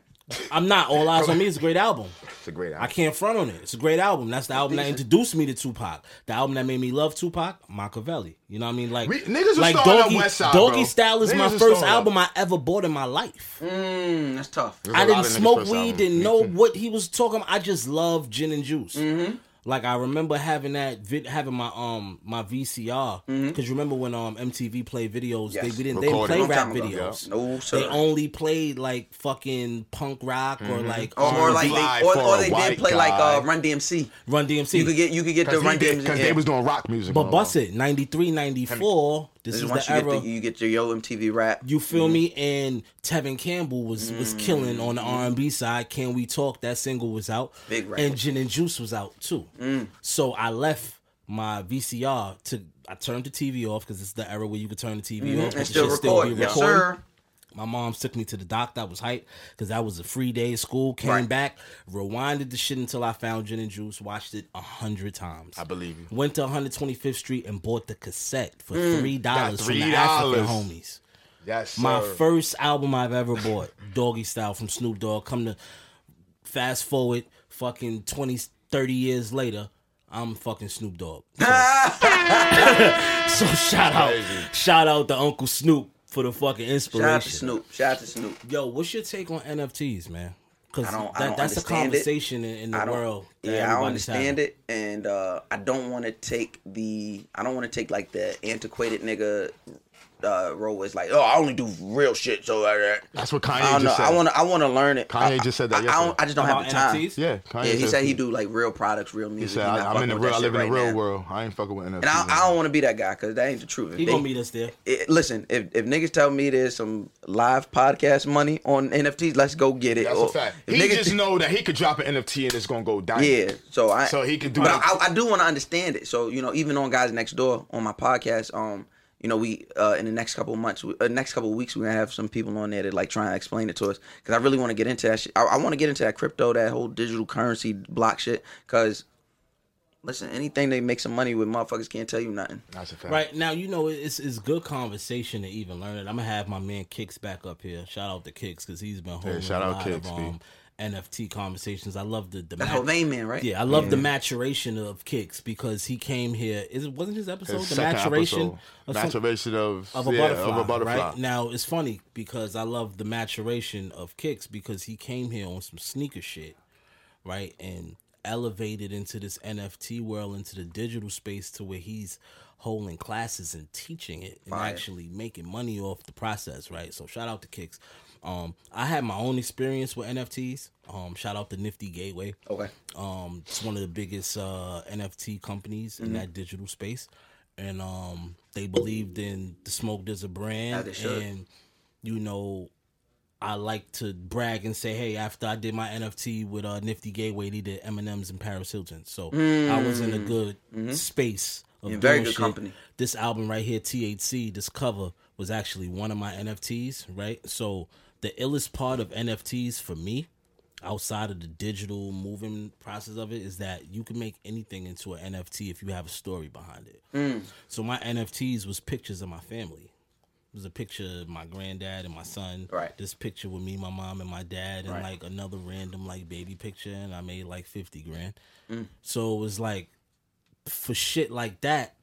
S4: I'm not. All Eyes on Me is a great album.
S3: It's a great
S4: I can't front on it. It's a great album. That's the album that introduced me to Tupac. The album that made me love Tupac, Machiavelli. You know what I mean? Like,
S2: We- niggas was starting up West Side,
S4: Doggy
S2: bro.
S4: Style is
S2: Niggas
S4: my
S2: was
S4: first
S2: starting up.
S4: album I ever bought in my life.
S3: Mm, that's tough.
S4: I didn't smoke weed, didn't know what he was talking. I just loved gin and juice.
S3: Mm-hmm.
S4: Like I remember having that vid, having my um my VCR because you remember when um MTV played videos
S3: Mm-hmm. Yes.
S4: they we didn't they didn't
S3: Recorded.
S4: play
S3: Long
S4: rap
S3: time ago.
S4: videos
S3: Yeah. No, sir.
S4: they only played like fucking punk rock or
S2: Mm-hmm.
S3: Mhm.
S4: like
S3: or, or
S4: um,
S3: like they or, or they did play like uh, Run DMC.
S4: Run DMC.
S3: You could get you could get the Run DMC.
S2: because
S3: yeah.
S2: they was doing rock music.
S4: but
S2: all
S4: bust it 93 94 this, is
S3: once
S4: the
S3: you
S4: era
S3: get the, you get your Yo MTV rap.
S4: You feel me? And Tevin Campbell was was killing on the R and B side. Can we talk? That single was out.
S3: Mm-hmm. Big record.
S4: and Gin and Juice was out too.
S3: Mm.
S4: So I left my VCR to I turned the TV off because it's the era where you could turn the TV
S3: Mhm.
S4: off
S3: And
S4: but
S3: still
S4: you'd
S3: record. Yes, sir.
S4: My moms took me to the doc. That was hype because that was a free day of school. Came
S3: Right.
S4: back, rewinded the shit until I found Gin and Juice. Watched it a hundred times. I
S2: believe you.
S4: Went to 125th Street and bought the cassette for
S2: Mm.
S4: three dollars
S2: Got
S4: from the
S2: $3.
S4: African homies.
S2: Yes,
S4: My
S2: sir.
S4: first album I've ever bought, Doggy Style from Snoop Dogg. Come to fast forward, fucking 20, 30 years later, I'm fucking Snoop
S3: <laughs>
S4: Dogg. So, <laughs> so shout out, shout out to Uncle Snoop for the fucking inspiration.
S3: Shout out to Snoop. Shout out to Snoop.
S4: Yo, what's your take on NFTs, man? Because
S3: I don't- I
S4: that,
S3: don't
S4: that's a
S3: understand it.
S4: conversation in, in the
S3: I don't-
S4: world. that
S3: Yeah, I don't
S4: everybody's having.
S3: understand it, and uh, I don't want to take the I don't want to take like the antiquated nigga uh, role. where It's like, oh, I only do real shit. So uh, uh,
S2: That's what Kanye
S3: I don't know.
S2: just said.
S3: I want to I want to learn it.
S2: Kanye
S3: I-
S2: just said that
S3: I, I,
S2: yesterday.
S3: don't, I just don't have
S2: About
S3: the time.
S2: NFTs? Yeah, Kanye
S3: yeah. He
S2: said
S3: said he
S2: he-
S3: do like real products, real
S2: He
S3: music.
S2: said,
S3: He not
S2: I, "I'm in
S3: fucking
S2: the
S3: with
S2: real,
S3: that
S2: I
S3: shit
S2: live in the
S3: right
S2: real
S3: now.
S2: world. I ain't fucking with NFTs."
S3: And I, I don't want to be that guy because that ain't the truth. If
S4: He
S3: they-
S4: gonna meet us there.
S3: it- listen, if, if niggas tell me there's some live podcast money on NFTs, let's go get it.
S2: That's
S3: Or
S2: a fact.
S3: if
S2: He
S3: niggas
S2: just know that he could drop an NFT and it's gonna go down.
S3: Yeah, so I
S2: so he could do.
S3: But
S2: that.
S3: I, I do want to understand it. So you know, even on guys next door on my podcast, um, you know, we uh, in the next couple of months, uh, next couple of weeks, we're gonna have some people on there to like try and explain it to us because I really want to get into that. Shit. I, I want to get into that crypto, that whole digital currency block shit. Because listen, anything they make some money with, motherfuckers can't tell you nothing.
S2: That's a fact.
S4: Right now, you know it's it's good conversation to even learn it. I'm gonna have my man Kicks back up here. Shout out to Kicks because he's been holding
S2: shout
S4: a
S2: out
S4: lot
S2: Kix,
S4: of
S2: B.
S4: um, NFT conversations. I love the the
S3: That's whole vein man, right?
S4: Yeah, I love the
S3: Yeah.
S4: maturation of Kicks because he came here. Is it wasn't his episode
S2: His
S4: the
S2: second
S4: maturation
S2: episode.
S4: of some-
S2: maturation of
S4: of a
S2: yeah,
S4: butterfly,
S2: Of a butterfly.
S4: Right now, it's funny because I love the maturation of Kicks because he came here on some sneaker shit, right, and elevated into this NFT world, into the digital space, to where he's holding classes and teaching it and
S3: Fire.
S4: actually making money off the process, right? So shout out to Kicks. Um, I had my own experience with NFTs. Um, shout out to Nifty Gateway.
S3: Okay.
S4: Um, it's one of the biggest uh, NFT companies in
S3: Mhm.
S4: that digital space, and um, they believed in the smoke as a
S3: As
S4: brand,
S3: they should.
S4: and you know, I like to brag and say, hey, after I did my NFT with uh, Nifty Gateway, they did M and M's and Paris Hilton, so I was in a
S3: Mm.
S4: good
S3: Mhm.
S4: space. Of
S3: In very
S4: doing
S3: good
S4: shit.
S3: company.
S4: This album right here, THC, this cover was actually one of my NFTs, right? So the illest part of NFTs for me outside of the digital moving process of it is that you can make anything into an NFT if you have a story behind it.
S3: Mm.
S4: So my NFTs was pictures of my family. It was a picture of my granddad and my son. Right. This picture with me, my mom, and my dad, and
S3: Right.
S4: like another random like baby picture, and I made like fifty grand.
S3: Mm.
S4: So it was like for shit like that,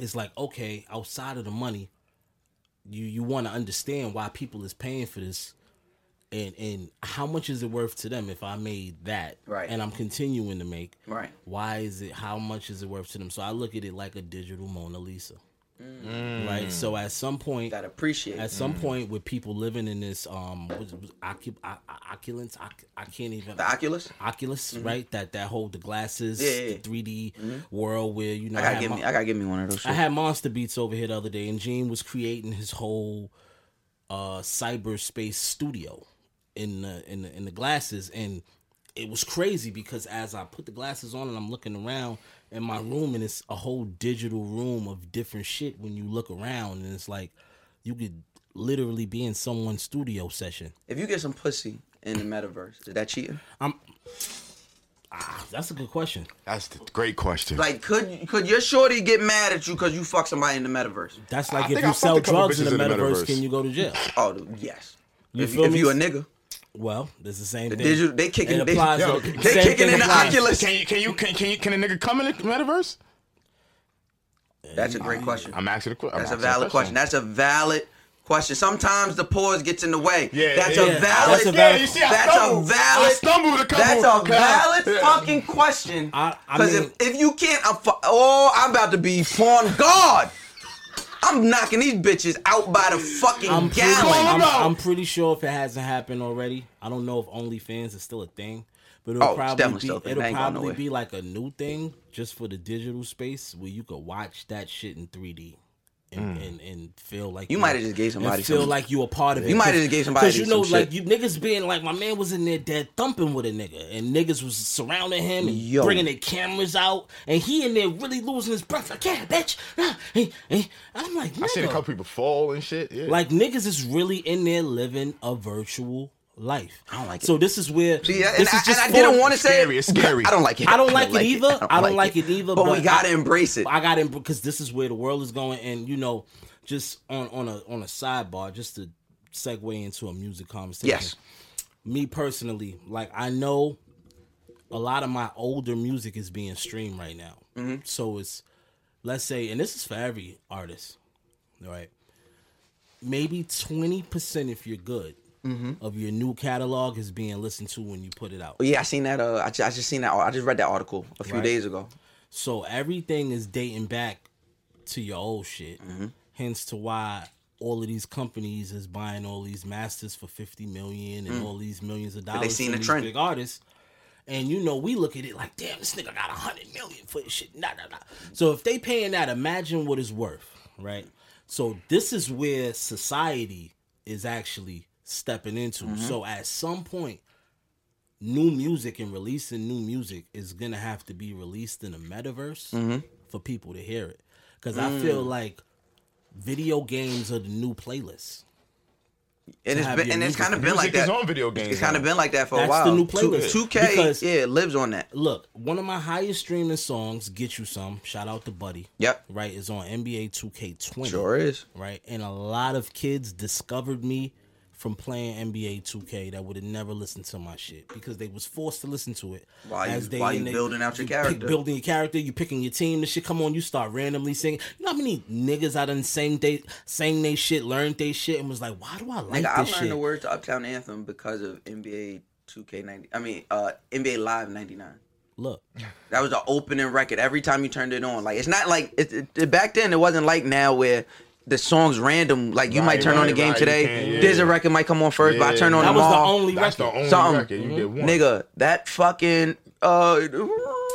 S4: it's like okay, outside of the money, you you want to understand why people is paying for this and and how much is it worth to them if I made that
S3: Right.
S4: and I'm continuing to make
S3: Right.
S4: Why is it? How much is it worth to them? So I look at it like a digital Mona Lisa,
S3: Mm.
S4: right? So at some point,
S3: Gotta appreciate
S4: At
S3: it.
S4: some
S3: Mm.
S4: point, with people living in this um, what is- was- ocu- o- o- oculence, I, I can't even
S3: The Oculus?
S4: Oculus,
S3: Mhm.
S4: right? That that whole the glasses,
S3: Yeah, yeah, yeah.
S4: the 3D
S3: Mhm.
S4: world where you know
S3: I gotta
S4: had
S3: give
S4: my-
S3: me- I gotta give me one of those
S4: I
S3: shit.
S4: had Monster Beats over here the other day, and Gene was creating his whole uh cyberspace studio in the in the, in the glasses, and it was crazy because as I put the glasses on and I'm looking around in my room, and it's a whole digital room of different shit. When you look around, and it's like you could literally be in someone's studio session.
S3: If you get some pussy in the metaverse, is that cheating?
S4: I'm. Ah, that's a good question.
S2: That's the great question.
S3: Like, could could your shorty get mad at you because you fuck somebody in the metaverse?
S4: That's like if you sell drugs in the, metaverse, can you go to jail?
S3: Oh, dude, yes.
S4: You
S3: if,
S4: feel
S3: if
S4: me?
S3: you a nigga.
S4: Well, it's the same
S3: The
S4: thing.
S3: digital- they kicking-
S4: It
S3: they-
S4: applies
S3: Yo,
S4: to-
S3: they
S4: same
S3: kicking
S4: thing
S3: in the
S4: applies.
S3: Oculus.
S2: Can you can you can, can you can a nigga come in the metaverse?
S3: That's a great question.
S2: I'm asking a question.
S3: That's a valid question. That's a valid question. Sometimes the pause gets in the way. Yeah, that's
S2: yeah.
S3: a
S2: Yeah,
S3: valid.
S2: that's a valid- Yeah, you see, I
S3: that's
S2: stumbled.
S3: a
S2: I
S3: valid.
S2: stumbled a couple
S3: That's
S2: of
S3: a valid
S2: times. Yeah.
S3: fucking question.
S4: I
S3: Because
S4: mean-
S3: if, if you can't, I'm fu- oh, I'm about to be on guard. I'm knocking these bitches out by the fucking
S4: I'm pretty, I'm,
S3: gallon.
S4: I'm pretty sure if it hasn't happened already, I don't know if OnlyFans is still a thing, but it'll
S3: Oh, it's
S4: probably
S3: definitely
S4: be,
S3: still a thing.
S4: it'll
S3: It ain't going
S4: probably
S3: nowhere.
S4: be like a new thing just for the digital space where you could watch that shit in 3D. And,
S3: Mm.
S4: and, and feel like
S3: You might have just gave
S4: and
S3: somebody
S4: feel
S3: some-
S4: like you a part of it.
S3: You might have just gave somebody
S4: because you
S3: some
S4: know
S3: shit.
S4: like you niggas being like my man was in there dead thumping with a nigga and niggas was surrounding him and
S3: Yo.
S4: bringing their cameras out and he in there really losing his breath like yeah bitch nah, eh, eh." I'm like
S2: I seen a
S4: nigga.
S2: couple people fall and shit. Yeah.
S4: Like niggas is really in there living a virtual life. I don't
S3: like
S4: So this is where
S3: See, and,
S4: this
S3: I,
S4: is just
S3: and I didn't
S4: for-
S3: want to say it. <laughs> I don't like it.
S4: I don't like it either. I don't, like it, either.
S3: But, we gotta
S4: I-
S3: embrace it.
S4: I gotta because this is where the world is going, and you know, just on on a on a sidebar, just to segue into a music conversation.
S3: Yes.
S4: Me personally, like I know a lot of my older music is being streamed right now.
S3: Mm-hmm.
S4: So it's let's say, and this is for every artist, right? Maybe twenty percent if you're good
S3: Mm-hmm.
S4: of your new catalog is being listened to when you put it out.
S3: Yeah, I seen that. Uh, I, ju- I just seen that. I just read that article a few
S4: Right.
S3: days ago.
S4: So everything is dating back to your old shit.
S3: Mm-hmm.
S4: Hence to why all of these companies is buying all these masters for fifty million and
S3: Mm.
S4: all these millions of
S3: But they
S4: dollars.
S3: seen
S4: from
S3: the
S4: these
S3: trend.
S4: Big artists. And you know, we look at it like, damn, this nigga got a hundred million for this shit. Nah, nah, nah. So if they paying that, imagine what it's worth, right? So this is where society is actually stepping into.
S3: Mhm.
S4: So at some point, new music and releasing new music is gonna have to be released in a metaverse
S3: Mhm.
S4: for people to hear it. Because I feel
S3: Mm.
S4: like video games are the new playlists.
S3: And
S4: To
S3: it's
S4: have
S3: been,
S4: your
S3: and it's
S4: music-
S3: kind of been like that. It's kind of been like that for
S4: That's
S3: a while.
S4: the new
S3: Two-
S4: playlist.
S3: 2K,
S4: Because-
S3: yeah, it lives on that.
S4: Look, one of my highest streaming songs, "Get You Some," shout out to Buddy.
S3: Yep.
S4: Right, is on NBA 2K20.
S3: Sure is.
S4: Right, and a lot of kids discovered me from playing NBA 2K that would have never listened to my shit because they was forced to listen to it.
S3: While you-
S4: As they-
S3: while you
S4: and they-
S3: building out your
S4: you pick-
S3: character.
S4: building your character, you picking your team. This shit, come on, you start randomly singing. You know how many niggas I done sang they sang they shit, learned they shit, and was like, why do I like
S3: Nigga, I learned
S4: this shit?
S3: the words to Uptown Anthem because of NBA 2K90. I mean, uh, NBA Live 99.
S4: Look,
S3: That was the opening record. Every time you turned it on, like it's not like it, it- it- back then. It wasn't like now where the songs random. Like you
S2: Right,
S3: might turn on
S2: right,
S3: the game
S2: right, you
S3: today.
S2: can, yeah.
S3: There's a record might come on first, but I
S2: Yeah.
S3: turn on
S2: That
S3: them
S2: was the
S3: all.
S2: only That's the record. Mm-hmm. only
S3: Something.
S2: record. You get one.
S3: nigga. That fucking uh.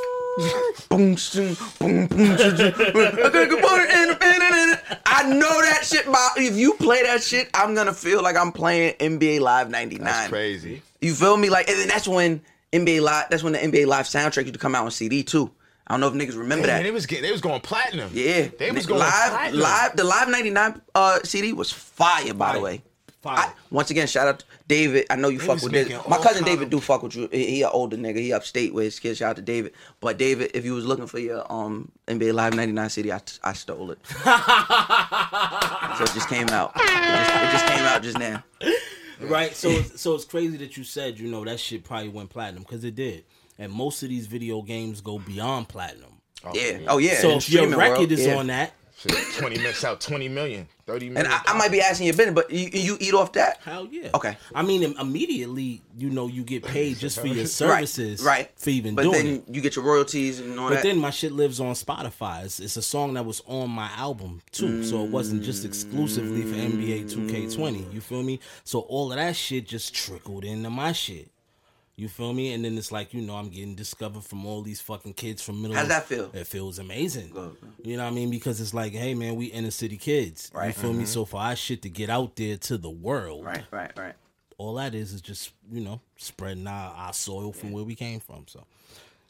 S3: boom, boom, boom, boom, zoom, zoom. Okay, good morning, and- and- and- and- I know that shit. By, if you play that shit, I'm gonna feel like I'm playing NBA Live '99.
S2: That's crazy.
S3: You feel me? Like, and then that's when NBA Live. That's when the NBA Live soundtrack used to come out on CD too. I don't know if niggas remember
S2: Damn,
S3: that.
S2: they was getting, they was going platinum.
S3: yeah,
S2: they was
S3: Nigga,
S2: going
S3: live.
S2: platinum.
S3: Live. The Live '99 uh, CD was fire. By the way.
S4: Fire.
S3: Once again, shout out to David. I know you
S4: They
S3: fuck
S4: was
S3: with David.
S4: making
S3: My
S4: all
S3: cousin
S4: kind
S3: David do fuck with you. He, he an older nigga. He upstate with his kids. Shout out to David. But David, if you was looking for your um NBA Live '99 CD, I, I stole it. so it just came out. It just, it just came out just now.
S4: Right. So it's, so it's crazy that you said you know that shit probably went platinum because it did, and most of these video games go beyond platinum.
S3: Yeah. Oh yeah.
S4: So
S3: In
S4: if your
S3: streaming
S4: record
S3: world,
S4: is
S3: yeah.
S4: on that,
S2: Shit, Twenty minutes out, twenty million, thirty million.
S3: And I, I might be asking you a bit, but you, you eat off that?
S4: Hell yeah.
S3: Okay.
S4: I mean, im- immediately you know you get paid just for your
S3: Right,
S4: services,
S3: right.
S4: For even
S3: But
S4: doing
S3: then
S4: it.
S3: you get your royalties and all
S4: But
S3: that.
S4: then my shit lives on Spotify. It's, it's a song that was on my album too, so it wasn't just exclusively for NBA 2K20. You feel me? So all of that shit just trickled into my shit. You feel me? And then it's like you know I'm getting discovered from all these fucking kids from middle.
S3: How's that feel?
S4: It feels amazing. You know what I mean? Because it's like, hey man, we inner city kids. You
S3: Right.
S4: feel me?
S3: Mhm.
S4: So for our shit to get out there to the world,
S3: Right, right, right.
S4: all that is is just you know spreading our, our soil from where we came from. So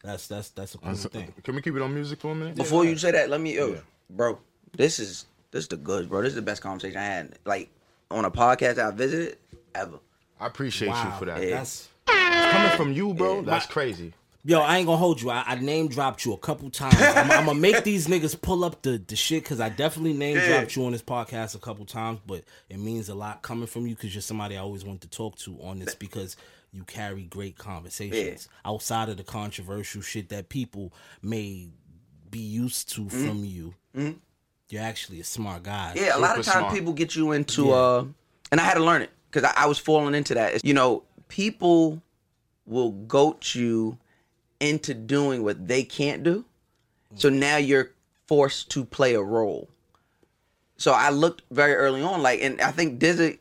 S4: that's that's that's a cool
S2: That's-
S4: thing.
S2: Can we keep it on music for a minute?
S3: Before you say that, let me, yo, bro. This is this is the goods, bro. This is the best conversation I had, like on a podcast that I visited ever.
S2: I appreciate you for that.
S3: Yeah.
S2: That's coming from you, bro. That's crazy.
S4: Yo, I ain't gonna hold you. I, I name dropped you a couple times. I'm,
S3: <laughs>
S4: I'm gonna make these niggas pull up the, the shit because I definitely name
S3: Yeah.
S4: dropped you on this podcast a couple times, but it means a lot coming from you because you're somebody I always wanted to talk to on this because you carry great conversations outside of the controversial shit that people may be used to from you. You're actually a smart guy.
S3: Mm-hmm. Yeah, a lot of
S4: Super
S3: times
S4: smart.
S3: people get you into
S4: Yeah.
S3: uh and I had to learn it because I, I was falling into that. It's- You know, people will goat you into doing what they can't do. So now you're forced to play a role. So I looked very early on, like, and I think Dizzy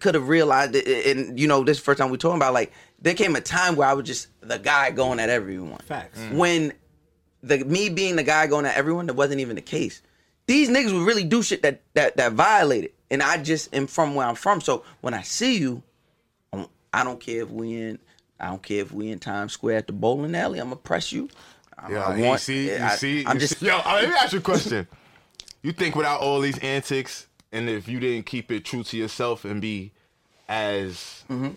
S3: could have realized, it, and you know, this is the first time we're talking about, like, there came a time where I was just the guy going at everyone.
S4: Facts. Mm.
S3: When the me being the guy going at everyone, that wasn't even the case. These niggas would really do shit that that that violated, and I just am from where I'm from. So when I see you, I'm- I don't care if we in, I don't care if we in Times Square at the bowling alley. I'm gonna press you. I-
S2: Yeah,
S3: I
S2: you
S3: want-
S2: see, you
S3: I-
S2: see,
S3: I'm
S2: you
S3: just
S2: see- Yo, uh, let me ask you a question. you think without all these antics, and if you didn't keep it true to yourself and be as
S3: Mm-hmm.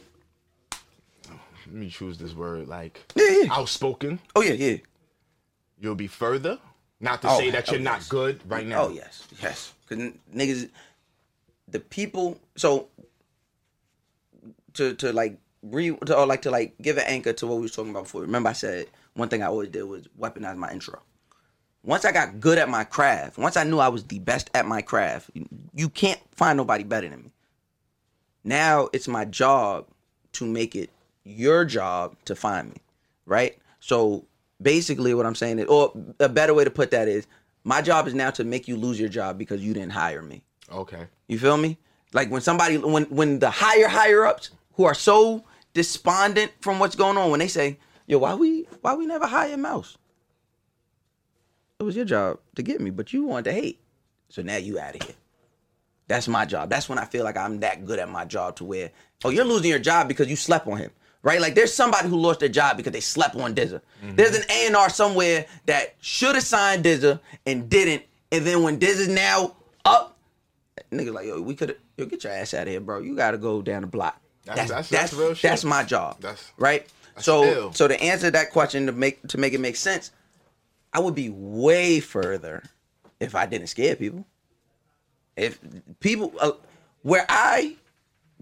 S2: let me choose this word like outspoken.
S3: Oh yeah, yeah.
S2: You'll be further. Not to
S3: Oh,
S2: say that
S3: oh,
S2: you're not
S3: yes.
S2: good right now.
S3: Oh yes, yes. Because niggas, the people. So to to like re to, or like to like give an anchor to what we was talking about before. Remember, I said one thing I always did was weaponize my intro. Once I got good at my craft, once I knew I was the best at my craft, you- you can't find nobody better than me. Now it's my job to make it your job to find me, right? So basically, what I'm saying is, or a better way to put that is, my job is now to make you lose your job because you didn't hire me.
S2: Okay.
S3: You feel me? Like when somebody, when when the higher higher ups who are so despondent from what's going on, when they say, "Yo, why we why we never hire Mouse?" It was your job to get me, but you wanted to hate, so now you out of here. That's my job. That's when I feel like I'm that good at my job to where, oh, you're losing your job because you slept on him, right? Like there's somebody who lost their job because they slept on Dizza. There's an A and R somewhere that should have signed Dizza and didn't, and then when Dizza's now up, niggas like, yo, we could, yo, get your ass out of here, bro. You gotta go down the block.
S2: That's- that's- that's
S3: real shit. That's my job.
S2: That's-
S3: right. so
S2: ill.
S3: so to answer that question to make to make it make sense, I would be way further if I didn't scare people. If people uh, where I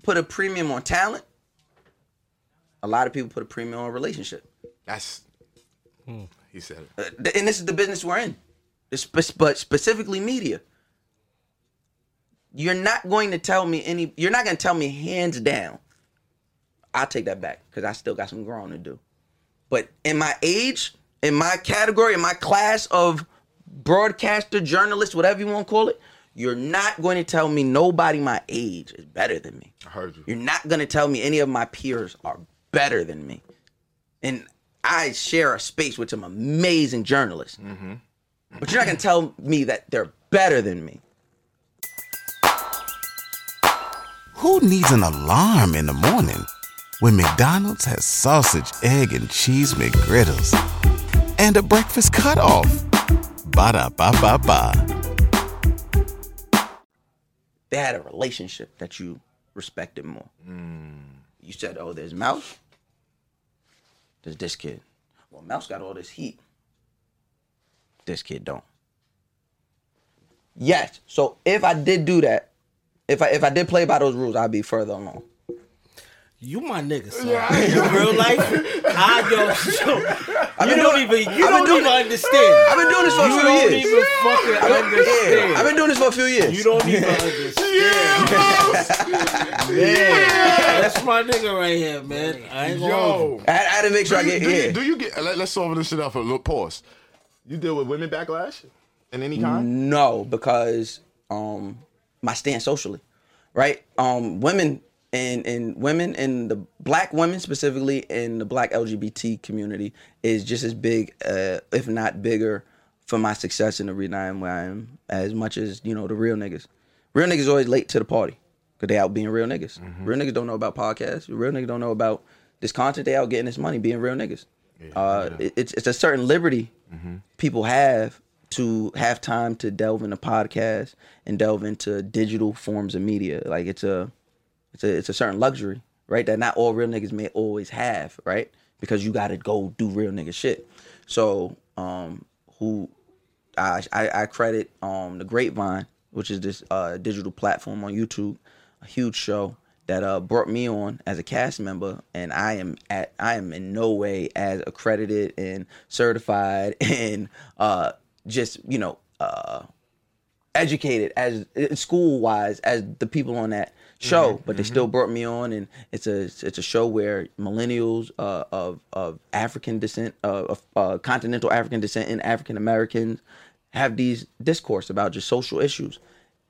S3: put a premium on talent, a lot of people put a premium on relationship.
S2: That's he said it.
S3: Uh, th- and this is the business we're in, It's spe- but specifically media. You're not going to tell me any. You're not going to tell me hands down. I'll take that back because I still got some growing to do. But in my age, in my category, in my class of broadcaster, journalist, whatever you want to call it, you're not going to tell me nobody my age is better than me.
S2: I heard you.
S3: You're not going to tell me any of my peers are better than me. And I share a space with some amazing journalists. But you're not going to tell me that they're better than me.
S12: Who needs an alarm in the morning when McDonald's has sausage, egg, and cheese McGriddles and a breakfast cutoff? Ba da ba ba ba.
S3: They had a relationship that you respected more. You said, oh, there's Mouse, there's this kid. Well, Mouse got all this heat. This kid don't. Yes. So if I did do that, if I if I did play by those rules, I'd be further along.
S4: You my nigga, son. In real life, I yo,
S3: <laughs>
S4: yo you don't even you don't even understand.
S3: I've been doing this for a
S4: you
S3: few
S4: don't
S3: years.
S4: even fucking
S3: I've been-
S4: understand.
S3: yeah, I've been doing this for a few years.
S4: You don't
S3: <laughs>
S4: even understand. man, that's my nigga right here, man. I ain't gonna hold
S2: Yo,
S4: you.
S3: I, had to make sure
S2: do
S3: I
S2: you-
S3: get
S2: do
S3: yeah.
S2: You, do you get? Let, us solve this shit up for a little pause. You deal with women backlash in any kind?
S3: No, because um my stand socially, right? Um women and and women and the black women specifically in the black LGBT community is just as big uh if not bigger for my success in the reason I am where I am as much as, you know, the real niggas. Real niggas always late to the party because they out being real niggas. Real niggas don't know about podcasts. Real niggas don't know about this content. They out getting this money being real niggas. uh, it- it's it's a certain liberty people have to have time to delve into podcasts and delve into digital forms of media. Like it's a it's a it's a certain luxury, right? That not all real niggas may always have, right? because you got to go do real nigga shit. So um, who I, I I credit um the Grapevine, which is this uh digital platform on YouTube, a huge show that uh brought me on as a cast member, and I am at I am in no way as accredited and certified <laughs> and uh just you know uh educated as school wise as the people on that show, but they still brought me on, and it's a it's a show where millennials uh, of of African descent, uh, of uh, continental African descent, and African Americans have these discourse about just social issues,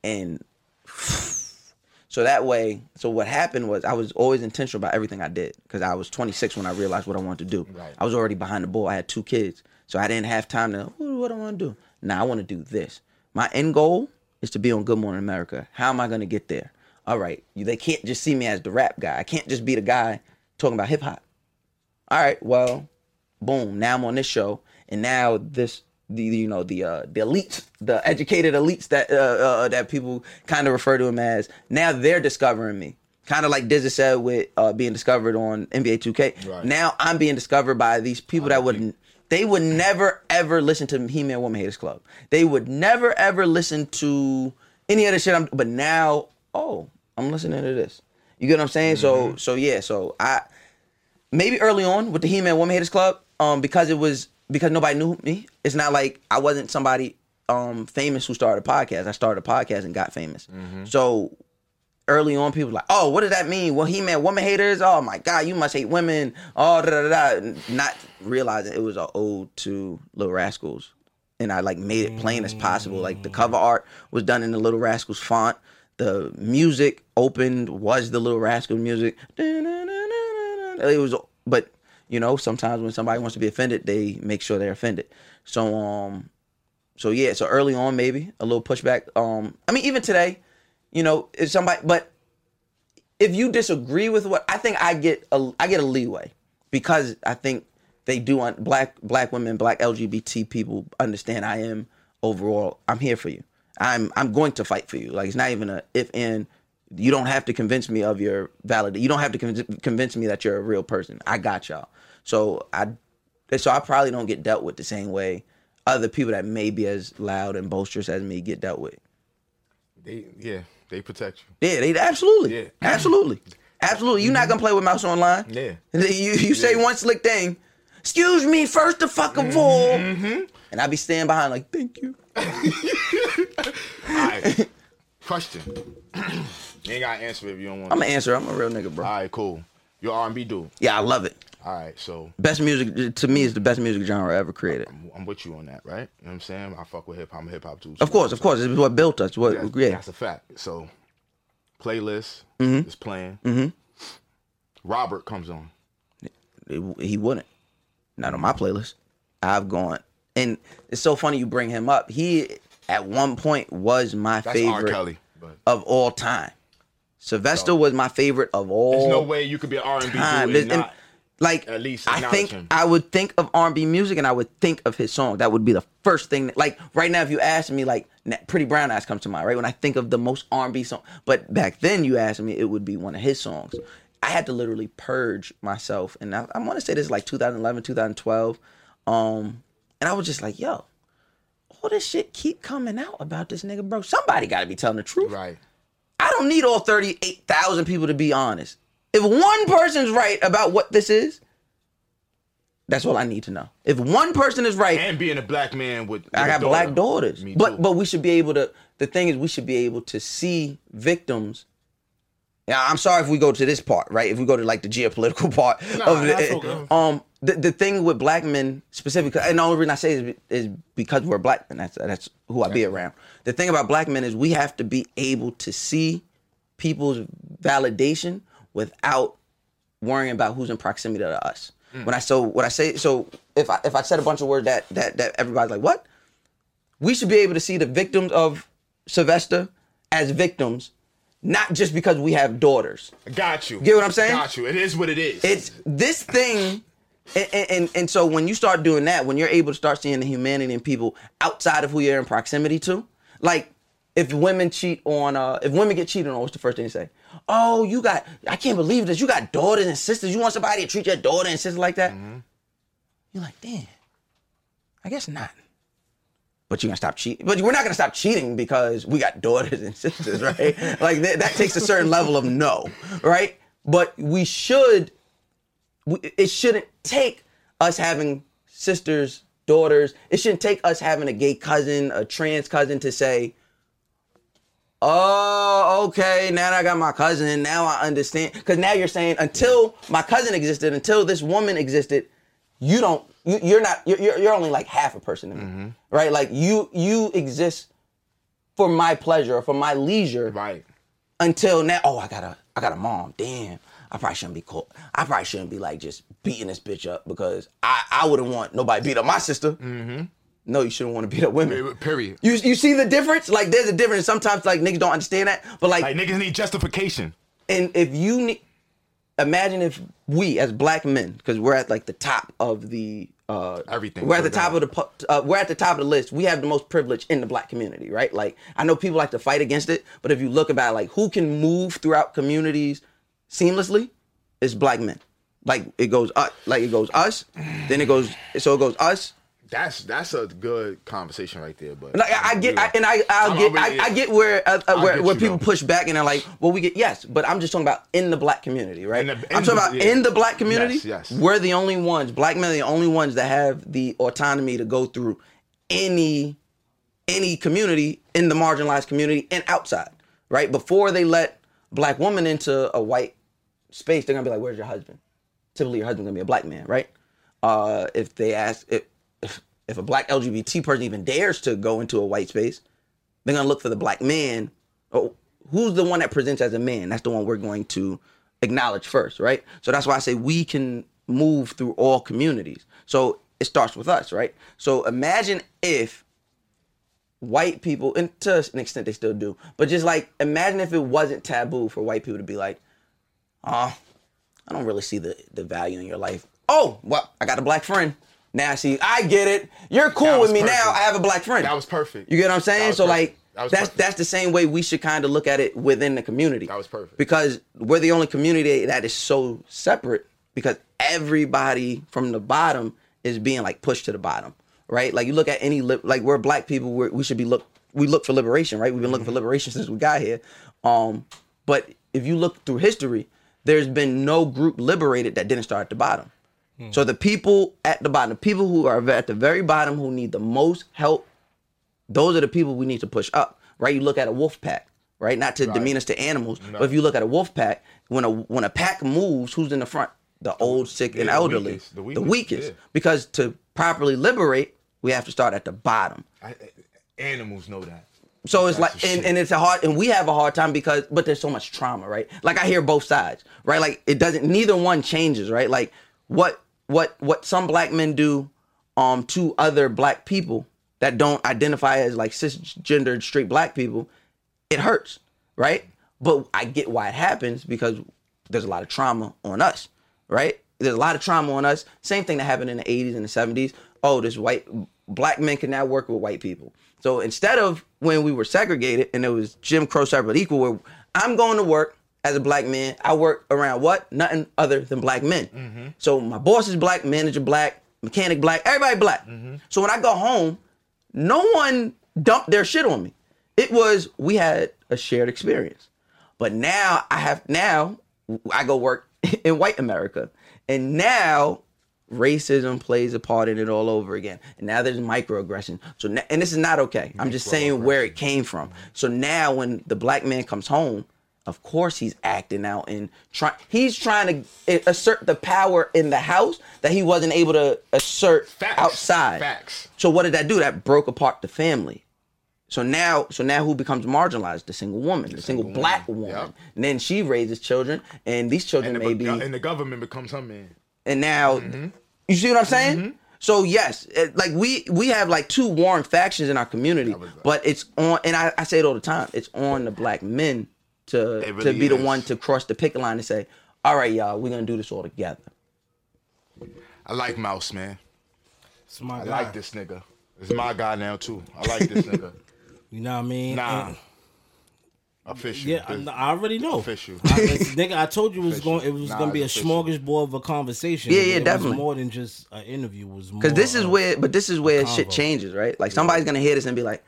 S3: and <sighs> so that way, so what happened was I was always intentional about everything I did because I was 26 when I realized what I wanted to do.
S13: Right.
S3: I was already behind the ball. I had two kids, so I didn't have time to. "Ooh, What do I want to do? Now I want to do this. My end goal is to be on Good Morning America. How am I going to get there? All right, you- they can't just see me as the rap guy. I can't just be the guy talking about hip hop. All right, well, boom. Now I'm on this show, and now this, the you know the uh, the elites, the educated elites that uh, uh, that people kind of refer to them as. Now they're discovering me, kind of like Dizzy said with uh, being discovered on NBA 2K.
S13: Right.
S3: Now I'm being discovered by these people that wouldn't. They would never ever listen to He Man Woman Haters Club. They would never ever listen to any other shit. I'm, but now, oh, I'm listening to this. You get what I'm saying? So, so yeah. So I maybe early on with the He Man Woman Haters Club, um, because it was because nobody knew me. It's not like I wasn't somebody um famous who started a podcast. I started a podcast and got famous. So early on, people were like, oh, what does that mean? Well, He Man Woman Haters. Oh my God, you must hate women. Oh, da da da. da. Not realizing it was an ode to Little Rascals, and I like made it plain as possible. Like the cover art was done in the Little Rascals font. The music opened was the Little Rascals music. It was, but you know, sometimes when somebody wants to be offended, they make sure they're offended. So, um, so yeah, so early on, maybe a little pushback. Um, I mean, even today, you know, if somebody, but if you disagree with what I think, I get a I get a leeway because I think they do want black black women, black LGBT people understand. I am overall, I'm here for you. I'm I'm going to fight for you. Like it's not even a if and. You don't have to convince me of your validity. You don't have to convince convince me that you're a real person. I got y'all. So I, so I probably don't get dealt with the same way other people that may be as loud and boisterous as me get dealt with.
S2: They yeah, they protect you. <clears throat>
S3: Yeah, they absolutely, absolutely, absolutely. You're not gonna play with mouse online.
S2: Mm-hmm. Yeah.
S3: You <laughs> you say one slick thing. Excuse me, first the fuck
S2: Mm-hmm.
S3: of all, and I be standing behind like, thank
S2: <laughs>
S3: you.
S2: Question. you ain't gotta answer if you don't want.
S3: I'm an answer. I'm a real nigga, bro.
S2: All right, cool. You're R&B dude.
S3: Yeah, I love it.
S2: All right, so
S3: Best music to me is the best music genre ever created.
S2: I'm with you on that, right? You know what I'm saying? I fuck with hip hop. I'm a hip hop too.
S3: Of course, of course, this is what built us. What,
S2: That's,
S3: yeah,
S2: that's a fact. So, playlist
S3: Mhm.
S2: is playing.
S3: Mhm.
S2: Robert comes on.
S3: It- he wouldn't. Not on my playlist. I've gone, and it's so funny you bring him up. He at one point was my
S2: That's R.
S3: favorite
S2: Kelly, but-
S3: of all time. Sylvester was my favorite of all.
S2: There's no way you could be an R&B dude
S3: time.
S2: and,
S3: There's- and,
S2: not
S3: like
S2: at least
S3: I
S2: acknowledge
S3: think
S2: him.
S3: I would think of R&B music and I would think of his song. That would be the first thing. That, like right now, if you ask me, like na- Pretty Brown Eyes comes to mind. Right when I think of the most R&B song, but back then you asked me, it would be one of his songs. I had to literally purge myself, and I, I want to say this is like 2011, 2012, um, and I was just like, yo. All this shit keep coming out about this nigga, bro. Somebody got to be telling the truth.
S2: Right.
S3: I don't need all 38,000 people to be honest. If one person's right about what this is, that's all I need to know. If one person is right,
S2: and being a black man with, with a
S3: I got
S2: daughter.
S3: black daughters,
S2: Me
S3: but but we should be able to. The thing is, we should be able to see victims. Yeah, I'm sorry if we go to this part, right? If we go to like the geopolitical <laughs> part
S13: Nah,
S3: of the,
S13: that's okay.
S3: um, the the thing with black men specifically, and the only reason I say is is because we're black men. That's that's who I be around. The thing about black men is we have to be able to see people's validation without worrying about who's in proximity to us.
S13: Mm.
S3: When I so what I say so if I if I said a bunch of words that that that everybody's like what, we should be able to see the victims of Sylvester as victims, not just because we have daughters.
S2: Got you.
S3: Get what I'm saying?
S2: Got you. It is what it is.
S3: It's this thing, and, and- and and so when you start doing that, when you're able to start seeing the humanity in people outside of who you're in proximity to, like if women cheat on, uh, if women get cheated on, what's the first thing they say? Oh, you got, I can't believe this. You got daughters and sisters. You want somebody to treat your daughter and sister like that?
S2: Mm-hmm.
S3: You're like, damn. I guess not. But you're gonna stop cheating. But we're not gonna stop cheating because we got daughters and sisters, right? <laughs> like that, that takes a certain level of no, right? But we should. We, it shouldn't take us having sisters, daughters. It shouldn't take us having a gay cousin, a trans cousin, to say, "Oh, okay, now that I got my cousin. Now I understand." Because now you're saying, until my cousin existed, until this woman existed, you don't you, you're not you're, you're you're only like half a person to me right like you you exist for my pleasure or for my leisure right until now oh i got a i got a mom damn i probably shouldn't be caught i probably shouldn't be like just beating this bitch up because i i wouldn't want nobody beat up my sister mm-hmm. no you shouldn't want to beat up women
S2: Period.
S3: you, you see the difference like there's a difference sometimes like niggas don't understand that but like,
S2: niggas need justification
S3: and if you need imagine if we as black men because we're at like the top of the uh
S2: Everything.
S3: we're at the
S2: We're
S3: top of the pu- uh, we're at the top of the list we have the most privilege in the black community right like i know people like to fight against it but if you look about like who can move throughout communities seamlessly it's black men like it goes up like it goes us then it goes so it goes us
S2: That's that's a good conversation right there, but
S3: like, I, I get, I, and I, I'll
S2: I'm-
S3: get,
S2: I'm
S3: I,
S2: with
S3: I
S2: you.
S3: get where uh, uh,
S2: I
S3: where,
S2: get
S3: where
S2: you,
S3: people push back and they're like, well, we get yes, but I'm just talking about in the black community, right? I'm talking
S2: the-
S3: about
S2: yeah.
S3: in the black community.
S2: Yes, yes.
S3: we're the only ones. Black men are the only ones that have the autonomy to go through any any community in the marginalized community and outside, right? Before they let black women into a white space, they're gonna be like, "Where's your husband?" Typically, your husband's gonna be a black man, right? Uh, if they ask if if a black LGBT person even dares to go into a white space, they're gonna look for the black man. Oh, who's the one that presents as a man? That's the one we're going to acknowledge first, right? So that's why I say we can move through all communities. So it starts with us, right? So imagine if white people, and to an extent they still do, but just like imagine if it wasn't taboo for white people to be like, oh, I don't really see the, the value in your life. Oh, well, I got a black friend. Now I see, I get it. You're cool with me now. I have a black friend.
S2: That was perfect.
S3: You get what I'm saying? So like
S2: That was
S3: that's that's the same way we should kind of look at it within the community. That was perfect. Because we're the only community that is so separate because everybody from the bottom is being like pushed to the bottom, right? Like you look at any li- like we're black people, we're, we should be look we look for liberation, right? We've been looking
S2: Mm-hmm.
S3: for liberation since we got here. Um, but if you look through history, there's been no group liberated that didn't start at the bottom.
S2: Hmm.
S3: So the people at the bottom, the people who are at the very bottom who need the most help those are the people we need to push up, right? You look at a wolf pack, right? Not to demean us to animals,
S2: No.
S3: but if you look at a wolf pack, when a when a pack moves, who's in the front? The old, sick,
S2: Yeah,
S3: and
S2: the
S3: elderly,
S2: weakest, the
S3: the weakest.
S2: weakest, yeah.
S3: Because to properly liberate, we have to start at the bottom.
S2: I, I- animals know that.
S3: So it's
S2: That's
S3: like,
S2: the
S3: and,
S2: shit.
S3: and it's a hard, and we have a hard time because, but there's so much trauma, right? Like I hear both sides, right? Like it doesn't, neither one changes, right? Like what, what, what some black men do, um, to other black people that don't identify as like cisgendered straight black people, it hurts, right? But I get why it happens because there's a lot of trauma on us, right? There's a lot of trauma on us. Same thing that happened in the 80s and the 70s. Oh, this white black men can now work with white people. So instead of when we were segregated and it was Jim Crow separate but equal, where I'm going to work as a black man, I work around what? Nothing other than black men.
S4: Mm.
S2: Mm-hmm.
S3: So my boss is black, manager black, mechanic black, everybody black. So when I go home, no one dumped their shit on me. It was we had a shared experience. But now I have now I go work <laughs> in white America. And now racism plays a part in it all over again. And now there's microaggression. So now, and this is not okay. I'm just saying where it came from. So now when the black man comes home, of course he's acting out and trying he's trying to assert the power in the house that he wasn't able to assert outside.
S2: Facts.
S3: So what did that do? That broke apart the family. So now, so now who becomes marginalized? The single woman, the, single, black woman, and then she raises children, and these children
S2: And the,
S3: may be,
S2: and the government becomes her man.
S3: and now, you see what I'm saying? So yes, it- like we we have like two warring factions in our community, but it's on, and I, I say it all the time. It's on the black men to
S2: It
S3: to
S2: really
S3: be the
S2: is.
S3: one to cross the picket line and say, all right, y'all, we're gonna do this all together.
S2: I like Mouse, man.
S4: It's my
S2: I
S4: guy.
S2: like this nigga. It's my guy now too. I like this nigga.
S4: You know what <laughs> I mean?
S2: Nah.
S4: And-
S2: Official.
S4: yeah, I'm- I already know. <laughs>
S2: Official.
S4: I, it's- nigga, I told you it was going. It was
S2: Nah,
S4: going to be a
S2: it's
S4: smorgasbord of a conversation.
S3: Yeah, yeah,
S4: It was
S3: definitely.
S4: more than just an interview. It was more
S3: Because this is
S4: of-
S3: where, but this is where shit
S4: convo.
S3: changes, right? Like somebody's gonna hear this and be like,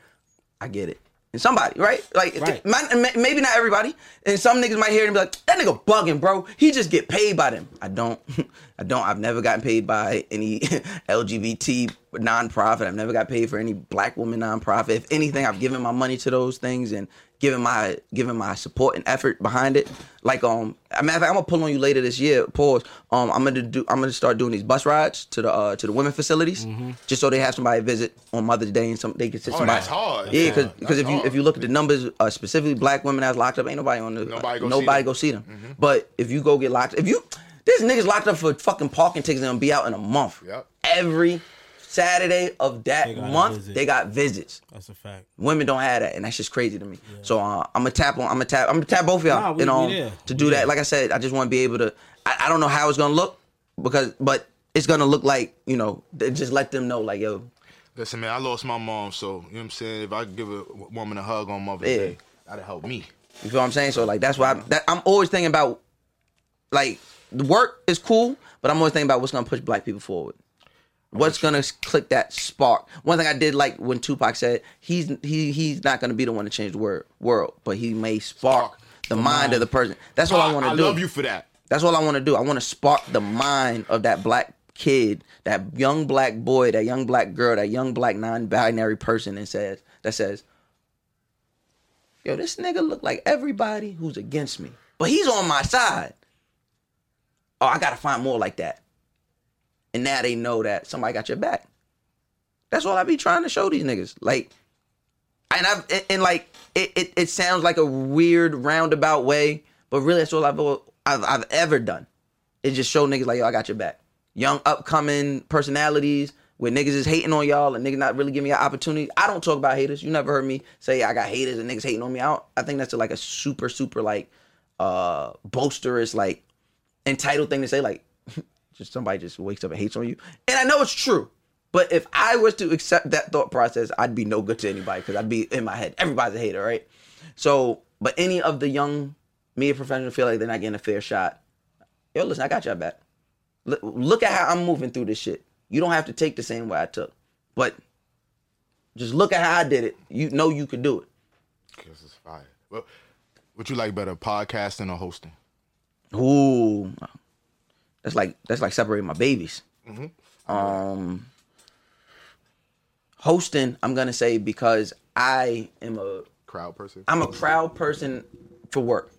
S3: "I get it." And somebody, right? Like
S4: Right.
S3: man- ma- maybe not everybody, and some niggas might hear it and be like, "That nigga bugging, bro. He just get paid by them." I don't, <laughs> I don't. I've never gotten paid by any <laughs> LGBT nonprofit. I've never got paid for any Black woman nonprofit. If anything, I've given my money to those things and given my given my support and effort behind it. Like um, I matter of fact, I'm gonna pull on you later this year. Pause. Um, I'm gonna do. I'm gonna start doing these bus rides to the uh, to the women facilities, just so they have somebody visit on Mother's Day and some they can sit
S2: Oh,
S3: somebody.
S2: that's hard.
S3: Yeah,
S2: That's
S3: because
S2: hard.
S3: if you if you look at the numbers, uh, specifically Black women that's locked up, ain't nobody on the
S2: Nobody
S3: nobody
S2: go
S3: go
S2: see
S3: nobody
S2: them. Mm-hmm.
S3: go see them. But if you go get locked, if you there's niggas locked up for fucking parking tickets and gonna be out in a month.
S2: Yep.
S3: Every Saturday of that
S4: gotta
S3: month,
S4: visit.
S3: they got visits.
S4: That's a fact.
S3: Women don't have that, and that's just crazy to me. So uh, I'm gonna tap on, I'm gonna tap, I'm gonna tap both of y'all,
S4: Nah, we-
S3: you know,
S4: we there.
S3: to do that. Like I said, I just want to be able to. I, I don't know how it's gonna look because, but it's gonna look like you know, they just let them know, like yo,
S2: Listen, man, I lost my mom, so you know what I'm saying. If I could give a woman a hug on Mother's
S3: Yeah.
S2: Day, that'd help me.
S3: you feel what I'm saying? So like that's why I'm, that, I'm always thinking about, like the work is cool, but I'm always thinking about what's gonna push black people forward. What's gonna click that spark? One thing I did like when Tupac said he's he he's not gonna be the one to change the word, world, but he may spark the mind of the person. That's all I want
S2: I
S3: to do.
S2: love you for that.
S3: That's all I want to do. I want to spark the mind of that black kid, that young black boy, that young black girl, that young black non-binary person, and says that says, "Yo, this nigga look like everybody who's against me, but he's on my side." Oh, I gotta find more like that. And now they know that somebody got your back. That's all I be trying to show these niggas. Like, and I've and, and like it, it, it sounds like a weird roundabout way, but really that's all I've al- I've, I've ever done. It just show niggas like yo, I got your back. Young upcoming personalities where niggas is hating on y'all and niggas not really giving y'all opportunity. I don't talk about haters. You never heard me say I got haters and niggas hating on me. I don't, I think that's like a super super like uh boisterous like entitled thing to say. Like <laughs> just somebody just wakes up and hates on you. And I know it's true. But if I was to accept that thought process, I'd be no good to anybody because I'd be in my head. Everybody's a hater, right? So, but any of the young media professionals feel like they're not getting a fair shot. Yo, listen, I got your back. Look, look at how I'm moving through this shit. You don't have to take the same way I took, but just look at how I did it. You know you could do it.
S2: This is fire. Well, what you like better, podcasting or hosting?
S3: Ooh, that's like that's like separating my babies.
S2: Mhm.
S3: Um, hosting, I'm gonna say because I am a
S2: crowd person.
S3: I'm a crowd person for work.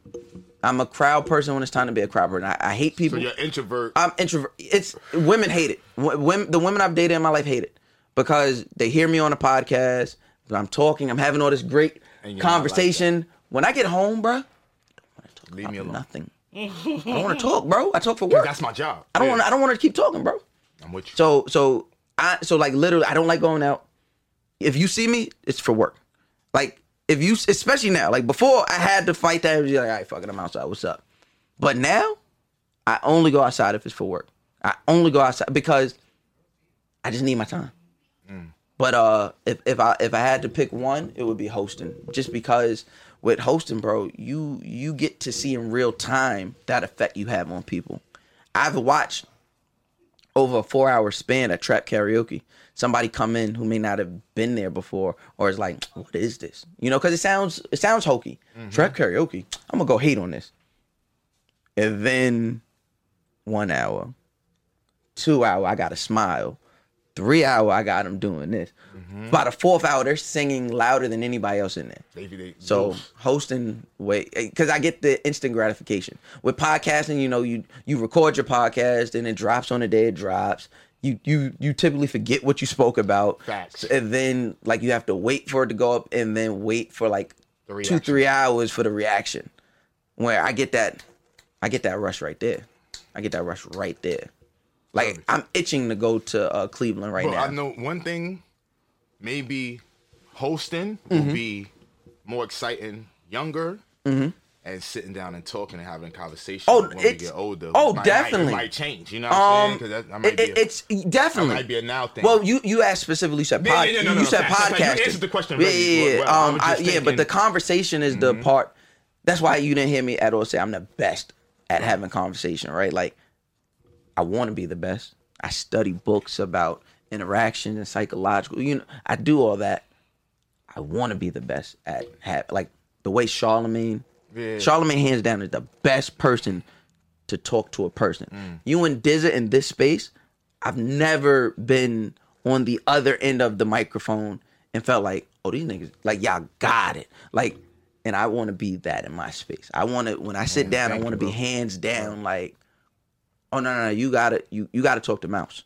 S3: I'm a crowd person when it's time to be a crowd person. I, I hate people.
S2: So you're introvert.
S3: I'm introvert. It's women hate it. Women, the women I've dated in my life hate it because they hear me on a podcast. When I'm talking, I'm having all this great
S2: And you're not like
S3: conversation. when I get home, bruh,
S2: Leave me alone.
S3: nothing.
S1: I
S3: I don't <laughs> want to talk, bro. I talk for work.
S2: That's my job.
S3: I don't
S2: Yeah.
S3: want. I don't want to keep talking, bro.
S2: I'm with you.
S3: So so I so like literally, I don't like going out. If you see me, it's for work. Like if you, especially now. Like before, I had to fight that. It was like, all right, fuck it, I'm outside. What's up? But now, I only go outside if it's for work. I only go outside because I just need my time.
S2: Mm.
S3: But uh, if if I if I had to pick one, it would be hosting, just because with hosting, bro, you you get to see in real time that effect you have on people. I've watched over a four hour span at trap karaoke. Somebody come in who may not have been there before, or is like, "What is this?" You know, because it sounds it sounds hokey. Trap karaoke. I'm gonna go hate on this. And then one hour, two hour, I got a smile. Three hour, I got them doing this. By the fourth hour, they're singing louder than anybody else in there.
S2: They- they-
S3: So hosting way because I get the instant gratification with podcasting. You know, you you record your podcast and it drops on the day it drops. You you you typically forget what you spoke about,
S2: Facts.
S3: and then like you have to wait for it to go up, and then wait for like
S2: The
S3: two
S2: reaction.
S3: three hours for the reaction. Where I get that, I get that rush right there. I get that rush right there. Like I'm itching to go to uh, Cleveland right
S2: Bro,
S3: now.
S2: I know one thing. Maybe hosting will
S3: Mhm.
S2: be more exciting younger,
S3: Mhm.
S2: and sitting down and talking and having a conversation.
S3: Oh,
S2: when we
S3: it's-
S2: get older,
S3: oh,
S2: might- might-
S3: definitely.
S2: might, change. You know what I'm saying?
S3: Um,
S2: 'Cause that, that might
S3: it-
S2: be
S3: it- it's definitely
S2: that might be a now thing.
S3: Well, you you asked specifically you said
S2: Yeah,
S3: pod,
S2: yeah, yeah, no,
S3: you-
S2: no,
S3: you
S2: no,
S3: said
S2: facts, facts. You
S3: podcasting.
S2: answered the question
S3: Yeah,
S2: really
S3: yeah, yeah.
S2: well. I
S3: um,
S2: was
S3: I,
S2: just Mm-hmm.
S3: yeah, but the conversation is the part. That's why you didn't hear me at all say I'm the best at having conversation, right? Like I want to be the best. I study books about interaction and psychological. You know, I do all that. I want to be the best at have like the way Charlemagne.
S2: Yeah.
S3: Charlemagne hands down is the best person to talk to a person.
S2: Mm.
S3: You and Dizza in this space, I've never been on the other end of the microphone and felt like, oh, these niggas, like y'all got it. Like, and I want to be that in my space. I want to when I sit
S2: Man,
S3: down, I
S2: Mm, thank
S3: want to
S2: you,
S3: be
S2: bro.
S3: hands down. Like, oh no, no, no, you gotta, you you gotta talk to Mouse.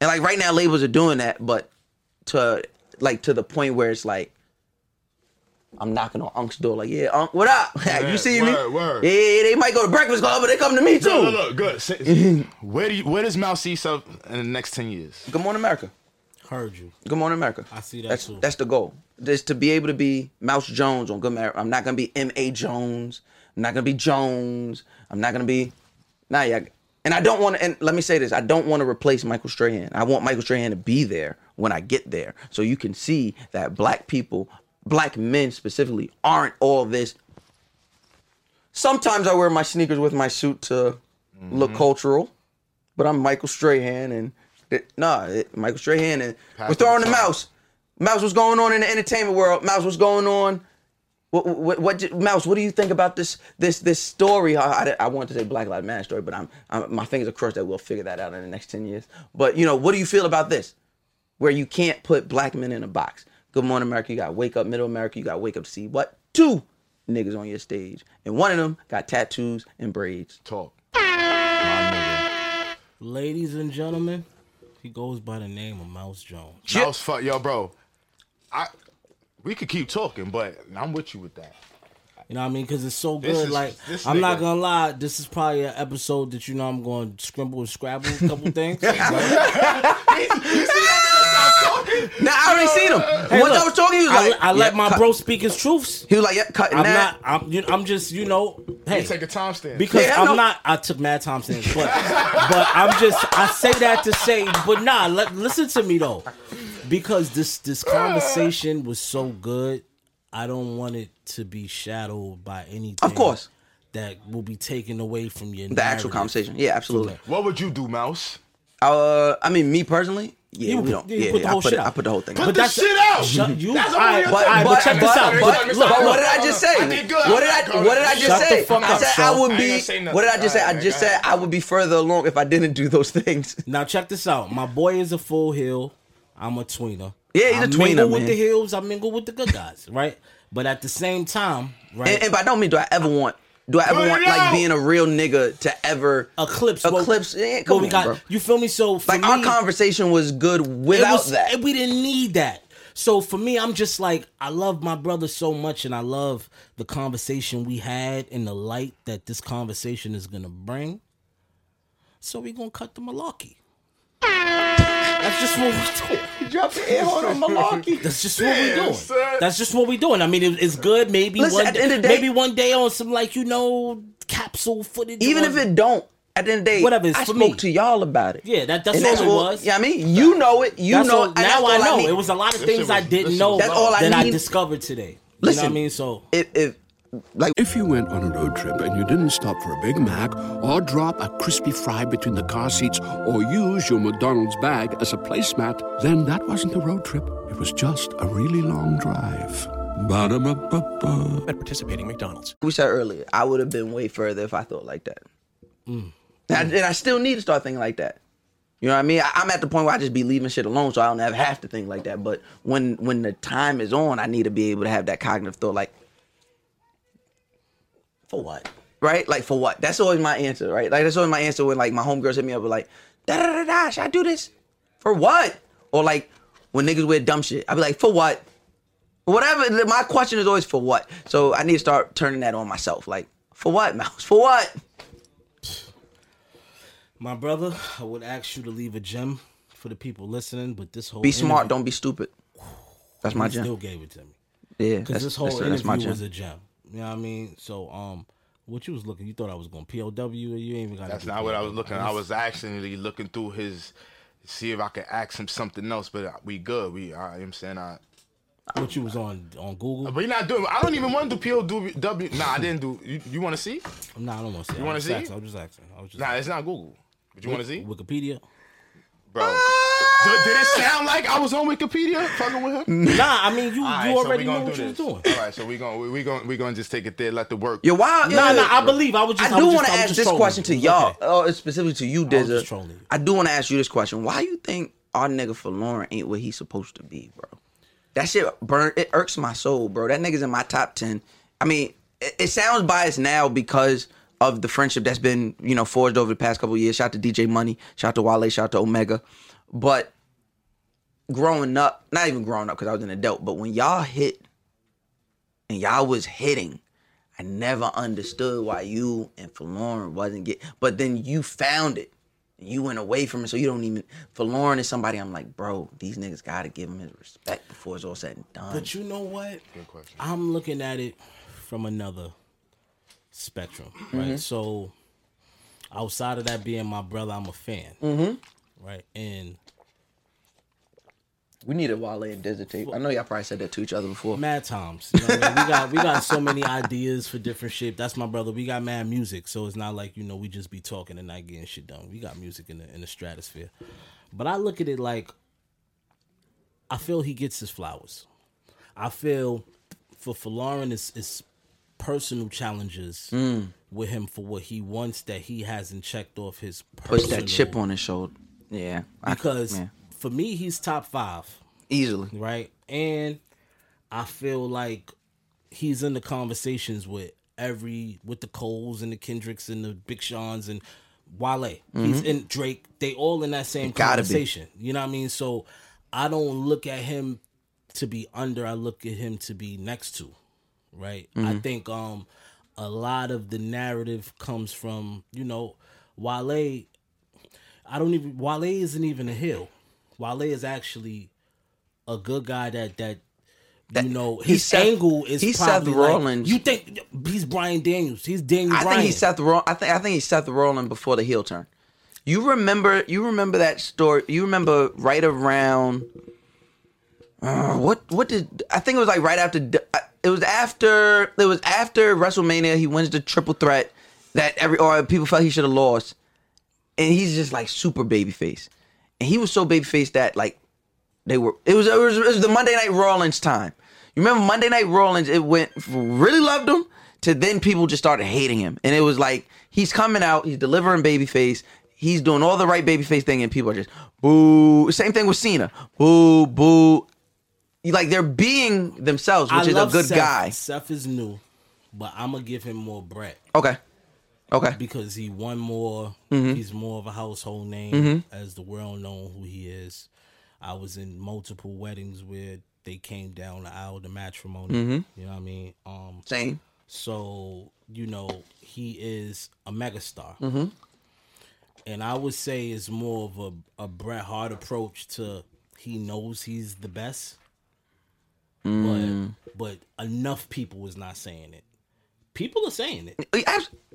S3: And like right now, labels are doing that, but to like to the point where it's like. I'm knocking on Unc's door, like, yeah, Unc, what up? <laughs> you
S2: Word,
S3: see me?
S2: word, word.
S3: Yeah, yeah, they might go to Breakfast Club, but they come to me too.
S2: No, no, no, good. Say-
S3: <laughs>
S2: where do you, where does Mouse see himself in the next ten years?
S3: Good Morning America.
S4: Heard you.
S3: Good Morning America.
S4: I see that
S3: that's
S4: too.
S3: that's the goal. Is to be able to be Mouse Jones on Good Morning. I'm not gonna be M A Jones. I'm not gonna be Jones. I'm not gonna be nah. Yeah. And I don't want to. And let me say this: I don't want to replace Michael Strahan. I want Michael Strahan to be there when I get there, so you can see that black people, black men specifically, aren't all this. Sometimes I wear my sneakers with my suit to look
S4: Mm-hmm.
S3: cultural, but I'm Michael Strahan and it, nah, it, Michael Strahan and
S2: Pass
S3: we're
S2: it to
S3: throwing the
S2: someone.
S3: mouse. Mouse, what's going on in the entertainment world? Mouse, what's going on? What, what, what, did- Mouse? What do you think about this this this story? I, I, I wanted to say Black Lives Matter story, but I'm, I'm my fingers are crossed that we'll figure that out in the next ten years. But you know, what do you feel about this? Where you can't put black men in a box. Good Morning America, you got Wake Up Middle America, you got Wake Up to see what two niggas on your stage, and one of them got tattoos and braids.
S2: Talk.
S4: Ladies and gentlemen, he goes by the name of Mouse Jones.
S2: Mouse, fuck, yo, bro. I we could keep talking, but I'm with you with that.
S4: You know what I mean? Because it's so
S2: This
S4: good.
S2: is-
S4: like
S2: this
S4: I'm not
S2: nigga.
S4: gonna lie, this is probably an episode that you know I'm going to scribble and scrabble a
S3: <laughs>
S4: couple things.
S3: <laughs> Now I already seen him.
S4: Hey,
S3: Once
S4: look,
S3: I was talking, he was
S4: I,
S3: like,
S4: I let
S3: yeah,
S4: my
S3: cut.
S4: bro speak his truths.
S3: He was like, yeah, cutting
S4: I'm
S3: that.
S4: not. I'm, you know, I'm just, you know, hey,
S2: You take a time stamp.
S4: because
S3: Yeah, I know.
S4: I'm not. I took mad time since, but but I'm just. I say that to say, but nah. Let, listen to me though, because this this conversation was so good. I don't want it to be shadowed by anything.
S3: Of course.
S4: that will be taken away from your
S3: The actual
S4: narrative.
S3: conversation. Yeah, absolutely.
S2: What would you do, Mouse?
S3: Uh, I mean, me personally, yeah,
S4: You
S3: we
S4: put-
S3: don't.
S4: you
S3: Yeah,
S4: put the
S3: yeah, I
S4: whole
S3: put
S4: shit
S3: it,
S4: out.
S3: I put the whole thing.
S4: But
S3: out.
S4: that's- Shut you. all right, but, all right, but check this out. But, look,
S3: but what
S4: look,
S3: did I just say?
S2: I did good.
S3: What did I? What did I just
S4: Shut the
S3: say?
S4: fuck
S3: I
S4: up,
S3: said
S4: Sean.
S3: I would
S2: I ain't
S3: be.
S2: gonna say nothing.
S3: what did I just
S2: All
S3: say?
S2: right,
S3: I just
S2: all
S3: said I would be further along if I didn't do those things.
S4: Now check this out. My boy is a full heel. I'm a tweener.
S3: Yeah, he's
S4: I
S3: a tweener,
S4: mingle with
S3: man.
S4: the heels. I mingle with the good guys, right? But at the same time, right?
S3: And, and by no means do I ever want. Do I
S2: Put
S3: ever
S2: it
S3: want like
S2: out.
S3: being a real nigga to ever
S4: eclipse, what-
S3: eclipse? Yeah,
S4: what
S3: come
S4: we
S3: on,
S4: got.
S3: bro.
S4: You feel me? So for
S3: Like
S4: me,
S3: our conversation was good without
S4: it was-
S3: that.
S4: and we didn't need that. So for me, I'm just like I love my brother so much, and I love the conversation we had and the light that this conversation is gonna bring. So we gonna cut the malarkey. That's just what we're doing.
S3: You dropped the air
S4: <laughs>
S3: horn on malarkey.
S4: That's just what we're
S2: Yeah,
S4: doing.
S2: son.
S4: That's just what we're doing. I mean, it, it's good. Maybe
S3: Listen,
S4: one
S3: at the
S4: day,
S3: end of the day-
S4: maybe one day on some like you know capsule footage.
S3: Even
S4: or-
S3: if it don't, at the end of the day,
S4: Whatever, it's
S3: I
S4: for
S3: spoke
S4: me.
S3: to y'all about it.
S4: yeah, that, that's
S3: and
S4: all
S3: that's
S4: it
S3: what,
S4: was.
S3: Yeah, I mean, you know it. You
S4: That's
S3: know.
S4: all,
S3: and
S4: now
S3: that's all
S4: I know.
S3: need.
S4: it was a lot of
S2: That shit
S4: things
S2: was-
S4: I
S2: that
S4: didn't
S2: shit
S4: know
S2: was
S3: That's all I
S4: that I
S3: need.
S4: discovered today. you know
S3: Listen.
S4: what I mean? So
S3: If, if like
S9: If you went on a road trip and you didn't stop for a Big Mac or drop a crispy fry between the car seats or use your McDonald's bag as a placemat, then that wasn't a road trip. It was just a really long drive. Ba-da-ba-ba-ba. At participating McDonald's.
S3: we said earlier, I would have been way further if I thought like that.
S4: Mm.
S3: And, I, and I still need to start thinking like that. You know what I mean? I, I'm at the point where I just be leaving shit alone, so I don't have half to think like that. But when when the time is on, I need to be able to have that cognitive thought, like
S4: for what?
S3: right? Like for what? That's always my answer, right? Like that's always my answer when like my homegirls hit me up with like, da da da da, should I do this? For what? Or like when niggas wear dumb shit, I be like, for what? Whatever. My question is always for what. So I need to start turning that on myself. Like for what, Mouse? For what?
S4: My brother, I would ask you to leave a gem for the people listening, but this whole
S3: Be smart.
S4: interview-
S3: Don't be stupid. That's my
S4: you Still
S3: gem.
S4: gave it to me
S3: Yeah,
S4: because
S3: that's,
S4: this whole
S3: that's, that's
S4: interview
S3: my gem.
S4: was a gem. You know what I mean? So um what you was looking, you thought I was going POW or you ain't even got
S2: That's not what I was looking. I was actually looking through his, see if I could ask him something else. But uh, we good. We, I am saying I.
S4: What you was on on Google?
S2: But you're not doing. I don't even want to do POW. Nah, I didn't do. You, you want to see?
S4: Nah, I don't want to see.
S2: You want
S4: to
S2: to see?
S4: I was just asking. I was just
S2: Nah, it's not Google. But you want to see,
S4: Wikipedia?
S2: bro? Did, did it sound like I was on Wikipedia fucking with him?
S4: <laughs> Nah, I mean you
S2: All right,
S4: you
S2: so we
S4: already
S2: gonna
S4: know what
S2: do
S4: you was
S2: this.
S4: doing.
S2: All right, so we gonna we, we gonna we gonna just take it there. Let the work.
S3: Yo, why?
S4: Nah, nah, I believe. I was just-
S3: I
S4: I
S3: do
S4: was
S3: want to
S4: just- I was
S3: ask
S4: just
S3: this
S4: trolling
S3: question to
S4: you.
S3: y'all, uh, specifically to you,
S4: I was just
S3: Dizza.
S4: trolling you.
S3: I, do want to ask you this question: Why you think our nigga for Lauren ain't what he's supposed to be, bro? That shit burn. It irks my soul, bro. That nigga's in my top ten. I mean, it, it sounds biased now because of the friendship that's been you know forged over the past couple of years. Shout out to DJ Money. Shout out to Wale. Shout out to Omega. But growing up, not even growing up because I was an adult, but when y'all hit and y'all was hitting, I never understood why you and Forlorn wasn't get. But then you found it. You went away from it, so you don't even. Forlorn is somebody I'm like, bro, these niggas gotta give him his respect before it's all said and done.
S4: But you know what? I'm looking at it from another spectrum, right?
S2: Mm-hmm.
S3: Mhm.
S4: So outside of that being my brother, I'm a fan,
S3: Mhm.
S4: right? And
S3: we need a Wale and Desert tape. I know y'all probably said that to each other before.
S4: Mad times. You know what I mean? we got we got so many ideas for different shit. That's my brother. We got mad music, so it's not like you know we just be talking and not getting shit done. We got music in the in the stratosphere, but I look at it like I feel he gets his flowers. I feel for for Lauren it's, it's personal challenges
S3: Mm.
S4: with him for what he wants that he hasn't checked off his
S3: Push
S4: personal
S3: that chip on his shoulder. Yeah, I-
S4: because
S3: yeah.
S4: for me he's top five
S3: easily
S4: right and i feel like he's in the conversations with every with the coles and the kendricks and the big sean's and wale he's
S3: Mhm.
S4: in drake they all in that same
S3: It gotta be.
S4: conversation you know what i mean so i don't look at him to be under i look at him to be next to right i
S3: Mhm.
S4: think um a lot of the narrative comes from you know wale I don't even Wale isn't even a heel. Wale is actually a good guy that that, you know his
S3: he's Seth-
S4: angle is
S3: he's
S4: probably
S3: Seth
S4: like-
S3: Rollins.
S4: you think he's Brian Daniels? He's Daniel
S3: I
S4: Bryan.
S3: think he's Seth. Roll- I think I think he's Seth Rollins before the heel turn. You remember? You remember that story? You remember right around uh, what? What did I think it was like right after? D- I- It was after. It was after WrestleMania. He wins the triple threat that every or people felt he should have lost, and he's just like super babyface, and he was so babyface that like they were. It was it was, it was the Monday Night Rollins time. You remember Monday Night Rollins? It went from really loved him to then people just started hating him, and it was like he's coming out, he's delivering babyface, he's doing all the right babyface thing, and people are just boo. Same thing with Cena, boo boo. You- Like they're being themselves, which
S4: I
S3: is a
S4: love
S3: good
S4: Seth.
S3: guy.
S4: Seth is new, but I'm gonna give him more Brett.
S3: Okay, okay.
S4: because he won more.
S3: Mhm.
S4: He's more of a household name
S3: Mhm.
S4: as the world known who he is. I was in multiple weddings where they came down the aisle to matrimony.
S3: Mhm.
S4: You know what I mean? Um,
S3: Same.
S4: So you know he is a megastar,
S3: Mhm.
S4: and I would say it's more of a, a Bret Hart approach to he knows he's the best
S3: Mm.
S4: but enough people is not saying it. People are saying it.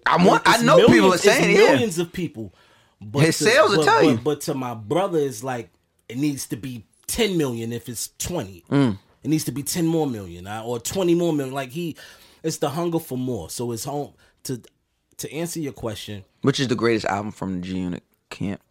S3: I want- I
S4: It's
S3: know people are
S4: it's
S3: saying it, yeah.
S4: millions of people. But
S3: His sales will
S4: but-
S3: tell
S4: but-
S3: you.
S4: But to my brother, it's like it needs to be ten million if it's twenty.
S3: Mm.
S4: It needs to be ten more million uh, or twenty more million. Like he, it's the hunger for more. So it's home to to answer your question.
S3: Which is the greatest album from the G Unit camp?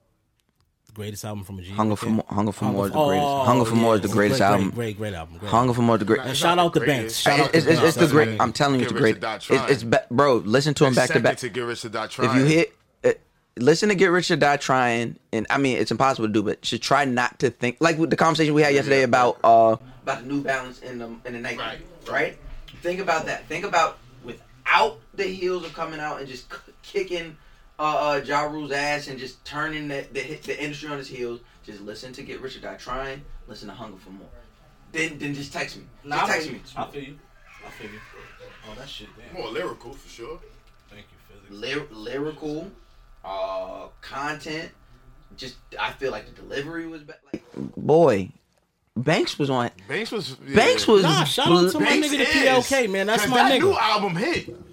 S4: Greatest album from a G.
S3: Hunger for
S4: okay?
S3: More- Hunger for More is the
S4: for-
S3: greatest- Hunger for More is the
S4: Great,
S3: greatest
S4: great,
S3: album.
S4: Great, great album. great
S3: Hunger for More is the great.
S4: And shout out to Banks. Shout out
S3: it's,
S4: to
S3: it's, it's the
S4: Banks.
S3: great. I'm telling you, it's the
S2: Get
S3: great.
S2: rich or die
S3: It's, it's
S2: trying.
S3: ba- bro. Listen to him
S2: It's
S3: back to
S2: second
S3: back.
S2: to Get Rich or Die
S3: If you
S2: Trying.
S3: hit, uh, listen to Get Rich or Die Trying, and I mean it's impossible to do, but should try not to think like with the conversation we had yesterday about uh about the New Balance in the in the night, right? Think about that. Think about without the heels of coming out and just k- kicking uh, uh Ja Rule's ass and just turning the, the the industry on his heels. Just listen to Get Rich or Die Trying. Listen to Hunger for More. Then then just text me. Just
S4: Nah, I
S3: text
S4: feel
S3: me.
S4: you. I feel you. I feel you. Oh, that shit. Damn.
S2: More lyrical for sure.
S4: Thank you, Philly.
S3: Lyr- lyrical uh content. Just I feel like the delivery was better. Like, Boy, Banks was on.
S2: Banks was.
S3: Banks was.
S4: Nah, shout out to my
S3: Banks
S4: nigga the
S3: is.
S4: PLK, man. That's
S3: 'Cause
S4: my
S3: that
S4: nigga.
S3: new
S2: album hit.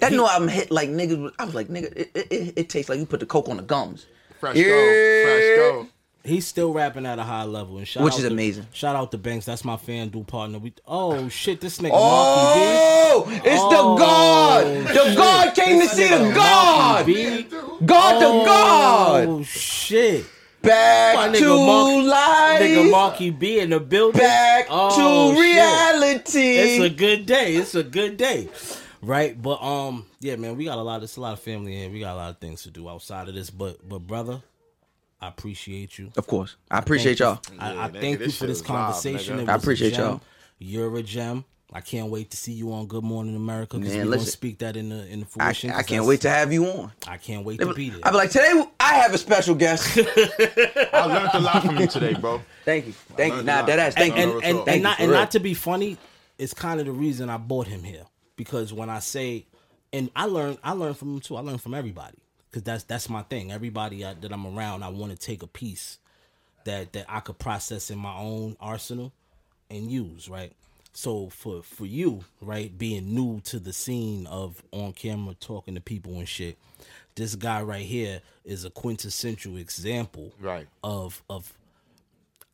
S3: That new album hit like niggas. was- I was like, nigga, it, it, it, it tastes like you put the coke on the gums.
S2: Fresh
S3: yeah.
S4: go. He's still rapping at a high level, and shout
S3: Which
S4: out
S3: is
S4: to-
S3: amazing.
S4: Shout out to Banks. That's my fan dude partner. We oh shit, this nigga.
S3: Oh,
S4: Marky B. Oh,
S3: it's the God. The God came to
S4: This
S3: see the
S4: nigga
S3: God.
S4: Marky B.
S3: God to
S4: Oh,
S3: God.
S4: shit.
S3: Back
S4: My nigga
S3: to
S4: Marky-
S3: life.
S4: Nigga Marky B in the building. Back
S3: to reality.
S4: It's a good day. It's a good day. Right, but um, yeah, man, we got a lot. It's a lot of family here. We got a lot of things to do outside of this. But, but brother, I appreciate you.
S3: Of course. I appreciate y'all.
S4: Thank you. I, I
S3: Yeah, nigga,
S4: thank
S3: this
S4: you for
S3: shit
S4: this
S3: is live,
S4: conversation.
S3: nigga.
S4: It
S3: I
S4: was a
S3: appreciate
S4: gem.
S3: y'all.
S4: You're a gem. I can't wait to see you on Good Morning America because
S3: Man,
S4: we're gonna
S3: listen.
S4: speak that in the in the
S3: I, I
S4: fruition. 'cause
S3: can't
S4: that's-
S3: wait to have you on.
S4: I can't wait
S3: They
S4: to
S3: be-
S4: be there.
S3: I'd be like, today I have a special
S4: <laughs>
S3: guest.
S2: I learned a lot from you today, bro.
S3: Thank you. Thank you.
S2: learned a
S3: Nah,
S2: lot.
S3: that ass. Thank
S4: and,
S3: you.
S4: and, and,
S3: Thank you
S4: and, not,
S3: for
S4: and
S3: real.
S4: not to be funny, it's kind of the reason I bought him here because when I say, and I learn, I learn from him too. I learn from everybody because that's that's my thing. Everybody I, that I'm around, I want to take a piece that that I could process in my own arsenal and use right. So for for you right, being new to the scene of on camera talking to people and shit, this guy right here is a quintessential example
S2: right
S4: of of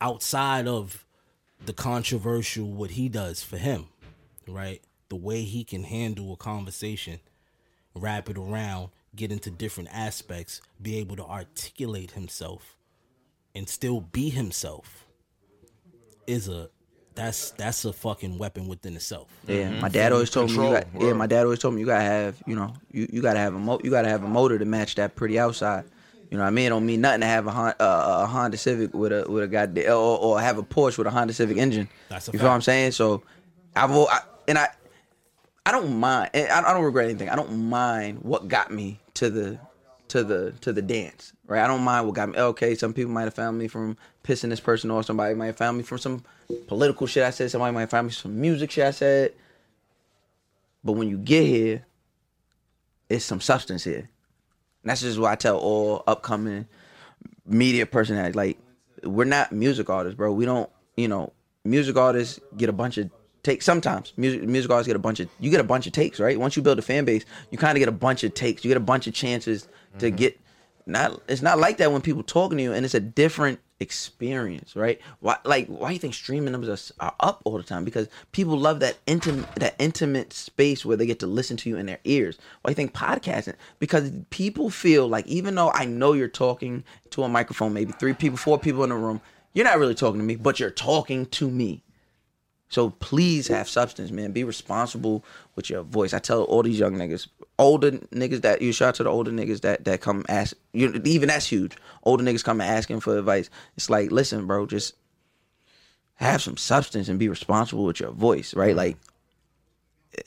S4: outside of the controversial what he does for him, right? The way he can handle a conversation, wrap it around, get into different aspects, be able to articulate himself and still be himself is a that's that's a fucking weapon within itself.
S3: Yeah, my dad always told me. You got, yeah, my dad always told me you gotta have, you know, you, you gotta have a mo- you gotta have a motor to match that pretty outside. You know what I mean? It don't mean nothing to have a, Hon- uh, a Honda Civic with a with a goddamn or, or have a Porsche with a Honda Civic engine.
S4: That's a
S3: you
S4: fact.
S3: feel what I'm saying? So, I've al- I, and I I don't mind. and I, I don't regret anything. I don't mind what got me to the to the to the dance, right? I don't mind what got me. Okay, some people might have found me from pissing this person off. Somebody might have found me from some political shit I said. Somebody might have found me from music shit I said. But when you get here, it's some substance here. And that's just what I tell all upcoming media personalities. Like, we're not music artists, bro. We don't, you know, music artists get a bunch of takes. Sometimes music music artists get a bunch of you get a bunch of takes, right? Once you build a fan base, you kind of get a bunch of takes. You get a bunch of chances to get. Not it's not like that when people talking to you, and it's a different experience, right? Why like why you think streaming numbers are, s- are up all the time? Because people love that intimate that intimate space where they get to listen to you in their ears. Why you think podcasting? Because people feel like even though I know you're talking to a microphone, maybe three people, four people in the room, you're not really talking to me, but you're talking to me. So please have substance, man. Be responsible with your voice. I tell all these young niggas, older niggas that you shout out to the older niggas that that come ask you even that's huge. Older niggas come and asking for advice. It's like, listen, bro, just have some substance and be responsible with your voice,
S2: Mm.
S3: right? Like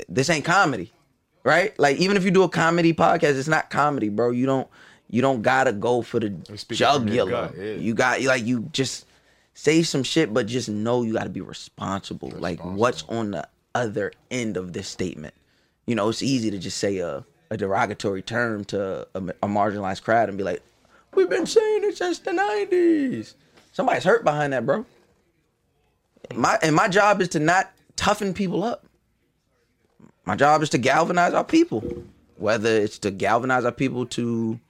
S3: this ain't comedy, right? Like even if you do a comedy podcast, it's not comedy, bro. You don't you don't gotta go for the
S2: from your
S3: jugular.
S2: gut, yeah.
S3: You got like you just say some shit, but just know you gotta be responsible. Like what's on the other end of this statement? You know, it's easy to just say a, a derogatory term to a, a marginalized crowd and be like, "We've been saying it since the '90s." Somebody's hurt behind that, bro. My and my job is to not toughen people up. My job is to galvanize our people. Whether it's to galvanize our people to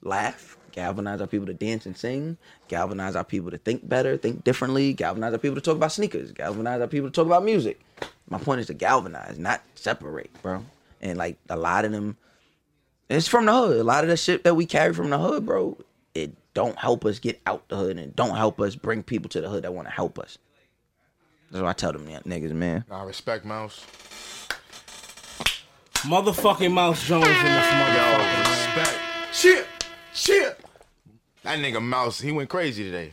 S3: laugh, galvanize our people to dance and sing, galvanize our people to think better, think differently, galvanize our people to talk about sneakers, galvanize our people to talk about music. My point is to galvanize, not separate, bro. And like a lot of them, it's from the hood. A lot of the shit that we carry from the hood, bro, it don't help us get out the hood and don't help us bring people to the hood that want to help us. That's what I tell them yeah, niggas, man.
S2: I respect Mouse.
S4: Motherfucking Mouse Jones in this motherfucker.
S2: Respect. Shit. Shit. That nigga Mouse, he went crazy today.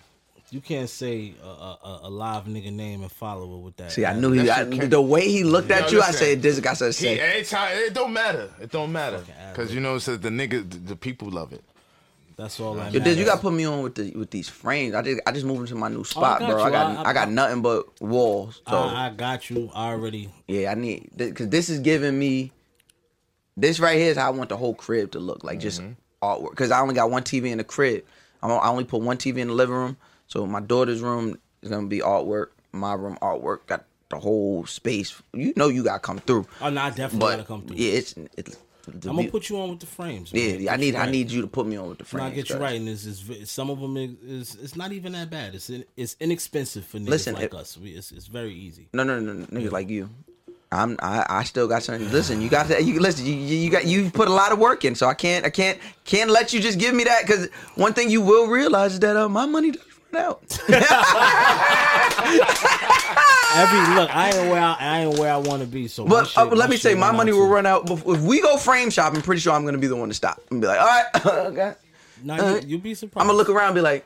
S4: You can't say a, a, a- a live nigga name and follow it with that.
S3: See, I knew he. I, the way he looked at
S2: Yo,
S3: you, I
S2: listen.
S3: said, "This guy said."
S2: He, anytime, it don't matter. It don't matter. Because you know, so the nigga, the, the people love it.
S4: That's all I
S3: But this, you gotta put me on with the with these frames. I just I just moved into my new spot,
S4: Oh, got
S3: bro. I
S4: you.
S3: got
S4: I-
S3: I,
S4: I-
S3: got nothing but walls. So
S4: I, I got you already.
S3: yeah, I need because this is giving me this right here is how I want the whole crib to look like,
S2: Mm-hmm.
S3: just artwork. Because I only got one TV in the crib. I on- I only put one TV in the living room. So my daughter's room, It's gonna be artwork. My room artwork got the whole space. You know you gotta come through.
S4: Oh no, I definitely
S3: But
S4: gotta come through.
S3: yeah, it's, it's
S4: I'm gonna put you on with the frames. man.
S3: Yeah, yeah, I
S4: Get
S3: need
S4: right.
S3: I need you to put me on with the
S4: No,
S3: frames.
S4: I get you
S3: cuz.
S4: right, and it's, it's, some of them is it's not even that bad. It's in, it's inexpensive for niggas
S3: Listen,
S4: like
S3: it-
S4: us. We, it's it's very easy.
S3: No, no, no, no niggas like you. I'm I, I still got something. Listen, you got to you listen. You, you you got you put a lot of work in, so I can't I can't can't let you just give me that because one thing you will realize is that uh, my money does run out.
S4: Every look, I ain't where I, I ain't where I want to be. So, my
S3: But
S4: shit-
S3: uh, let me
S4: shit
S3: say, my
S4: went out
S3: money
S4: to-
S3: will run out. Bef- If we go frame shop, I'm pretty sure I'm gonna be the one to stop and be like, all right, <laughs> okay.
S4: Nah, you, you'd be surprised.
S3: I'm gonna look around and be like,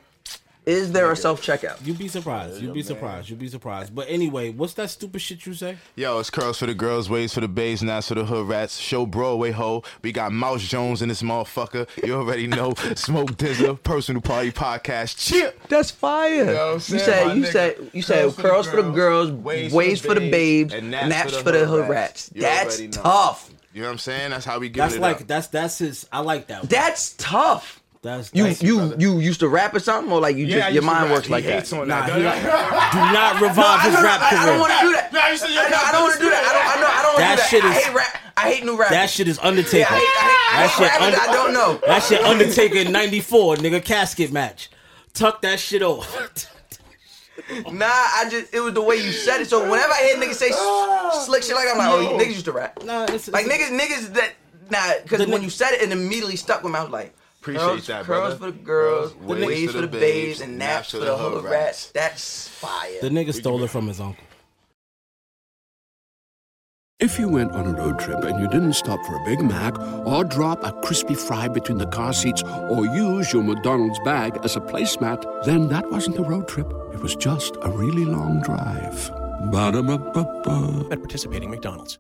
S3: is there a self checkout?
S4: You'd be surprised. You'd be surprised. You'd be surprised. But anyway, what's that stupid shit you say?
S13: Yo, it's curls for the girls, waves for the bays, knives for the hood rats. Show Broadway ho. We got Mouse Jones in this motherfucker. You already
S3: <laughs>
S13: know. Smoke Dizzle, personal party podcast. Chip.
S3: That's fire.
S13: You know what I'm
S3: you
S13: saying,
S3: said
S13: my
S3: you
S13: nigga?
S3: said you said curls for the girls, waves for the babes, and naps for the hood rats.
S13: You
S3: That's
S13: already know.
S3: tough.
S13: You know what I'm saying? That's how we give
S4: That's
S13: it
S4: like
S13: up.
S4: that's that's his. I like that. One.
S3: That's tough.
S4: That's
S3: You
S4: that's-
S3: you you used to rap or something, or like you
S13: Yeah, I
S3: just your
S13: used to
S3: mind
S13: rap.
S3: works
S13: He
S3: like that.
S13: hates on that,
S4: Nah, he
S3: <laughs>
S13: doesn't he?
S4: like- do not revive
S3: I
S4: his
S3: don't-
S4: rap
S3: I- I
S4: career.
S3: don't want to do that.
S13: No, you said you
S3: I know, I don't want to do that. I don't. I know. I don't want
S4: That
S3: to do
S4: shit
S3: that. I
S4: is-
S3: hate rap. I hate new rap.
S4: That shit is Undertaker.
S3: Yeah, I hate- I hate- I
S4: that
S3: hate
S4: shit.
S3: rappers, I don't know.
S4: That shit Undertaker in '94, nigga casket match. Tuck that shit off.
S3: Nah, I just it was the way you said it. So whenever I hear niggas say <sighs> s- slick shit like that, I'm like,
S4: No.
S3: oh, you niggas used to rap.
S4: Nah, it's,
S3: Like
S4: it's-
S3: niggas, niggas that nah, because when you said it, it immediately stuck with me. I was like,
S13: Appreciate
S3: curls,
S13: that,
S3: curls
S13: brother.
S3: for the girls,
S13: Curls,
S3: waves, for the babes, and naps for the hood rats. That's fire.
S4: The nigga stole it from his uncle.
S9: If you went on a road trip and you didn't stop for a Big Mac or drop a crispy fry between the car seats or use your McDonald's bag as a placemat, then that wasn't a road trip. It was just a really long drive. Ba-da-ba-ba-ba.
S14: At participating McDonald's.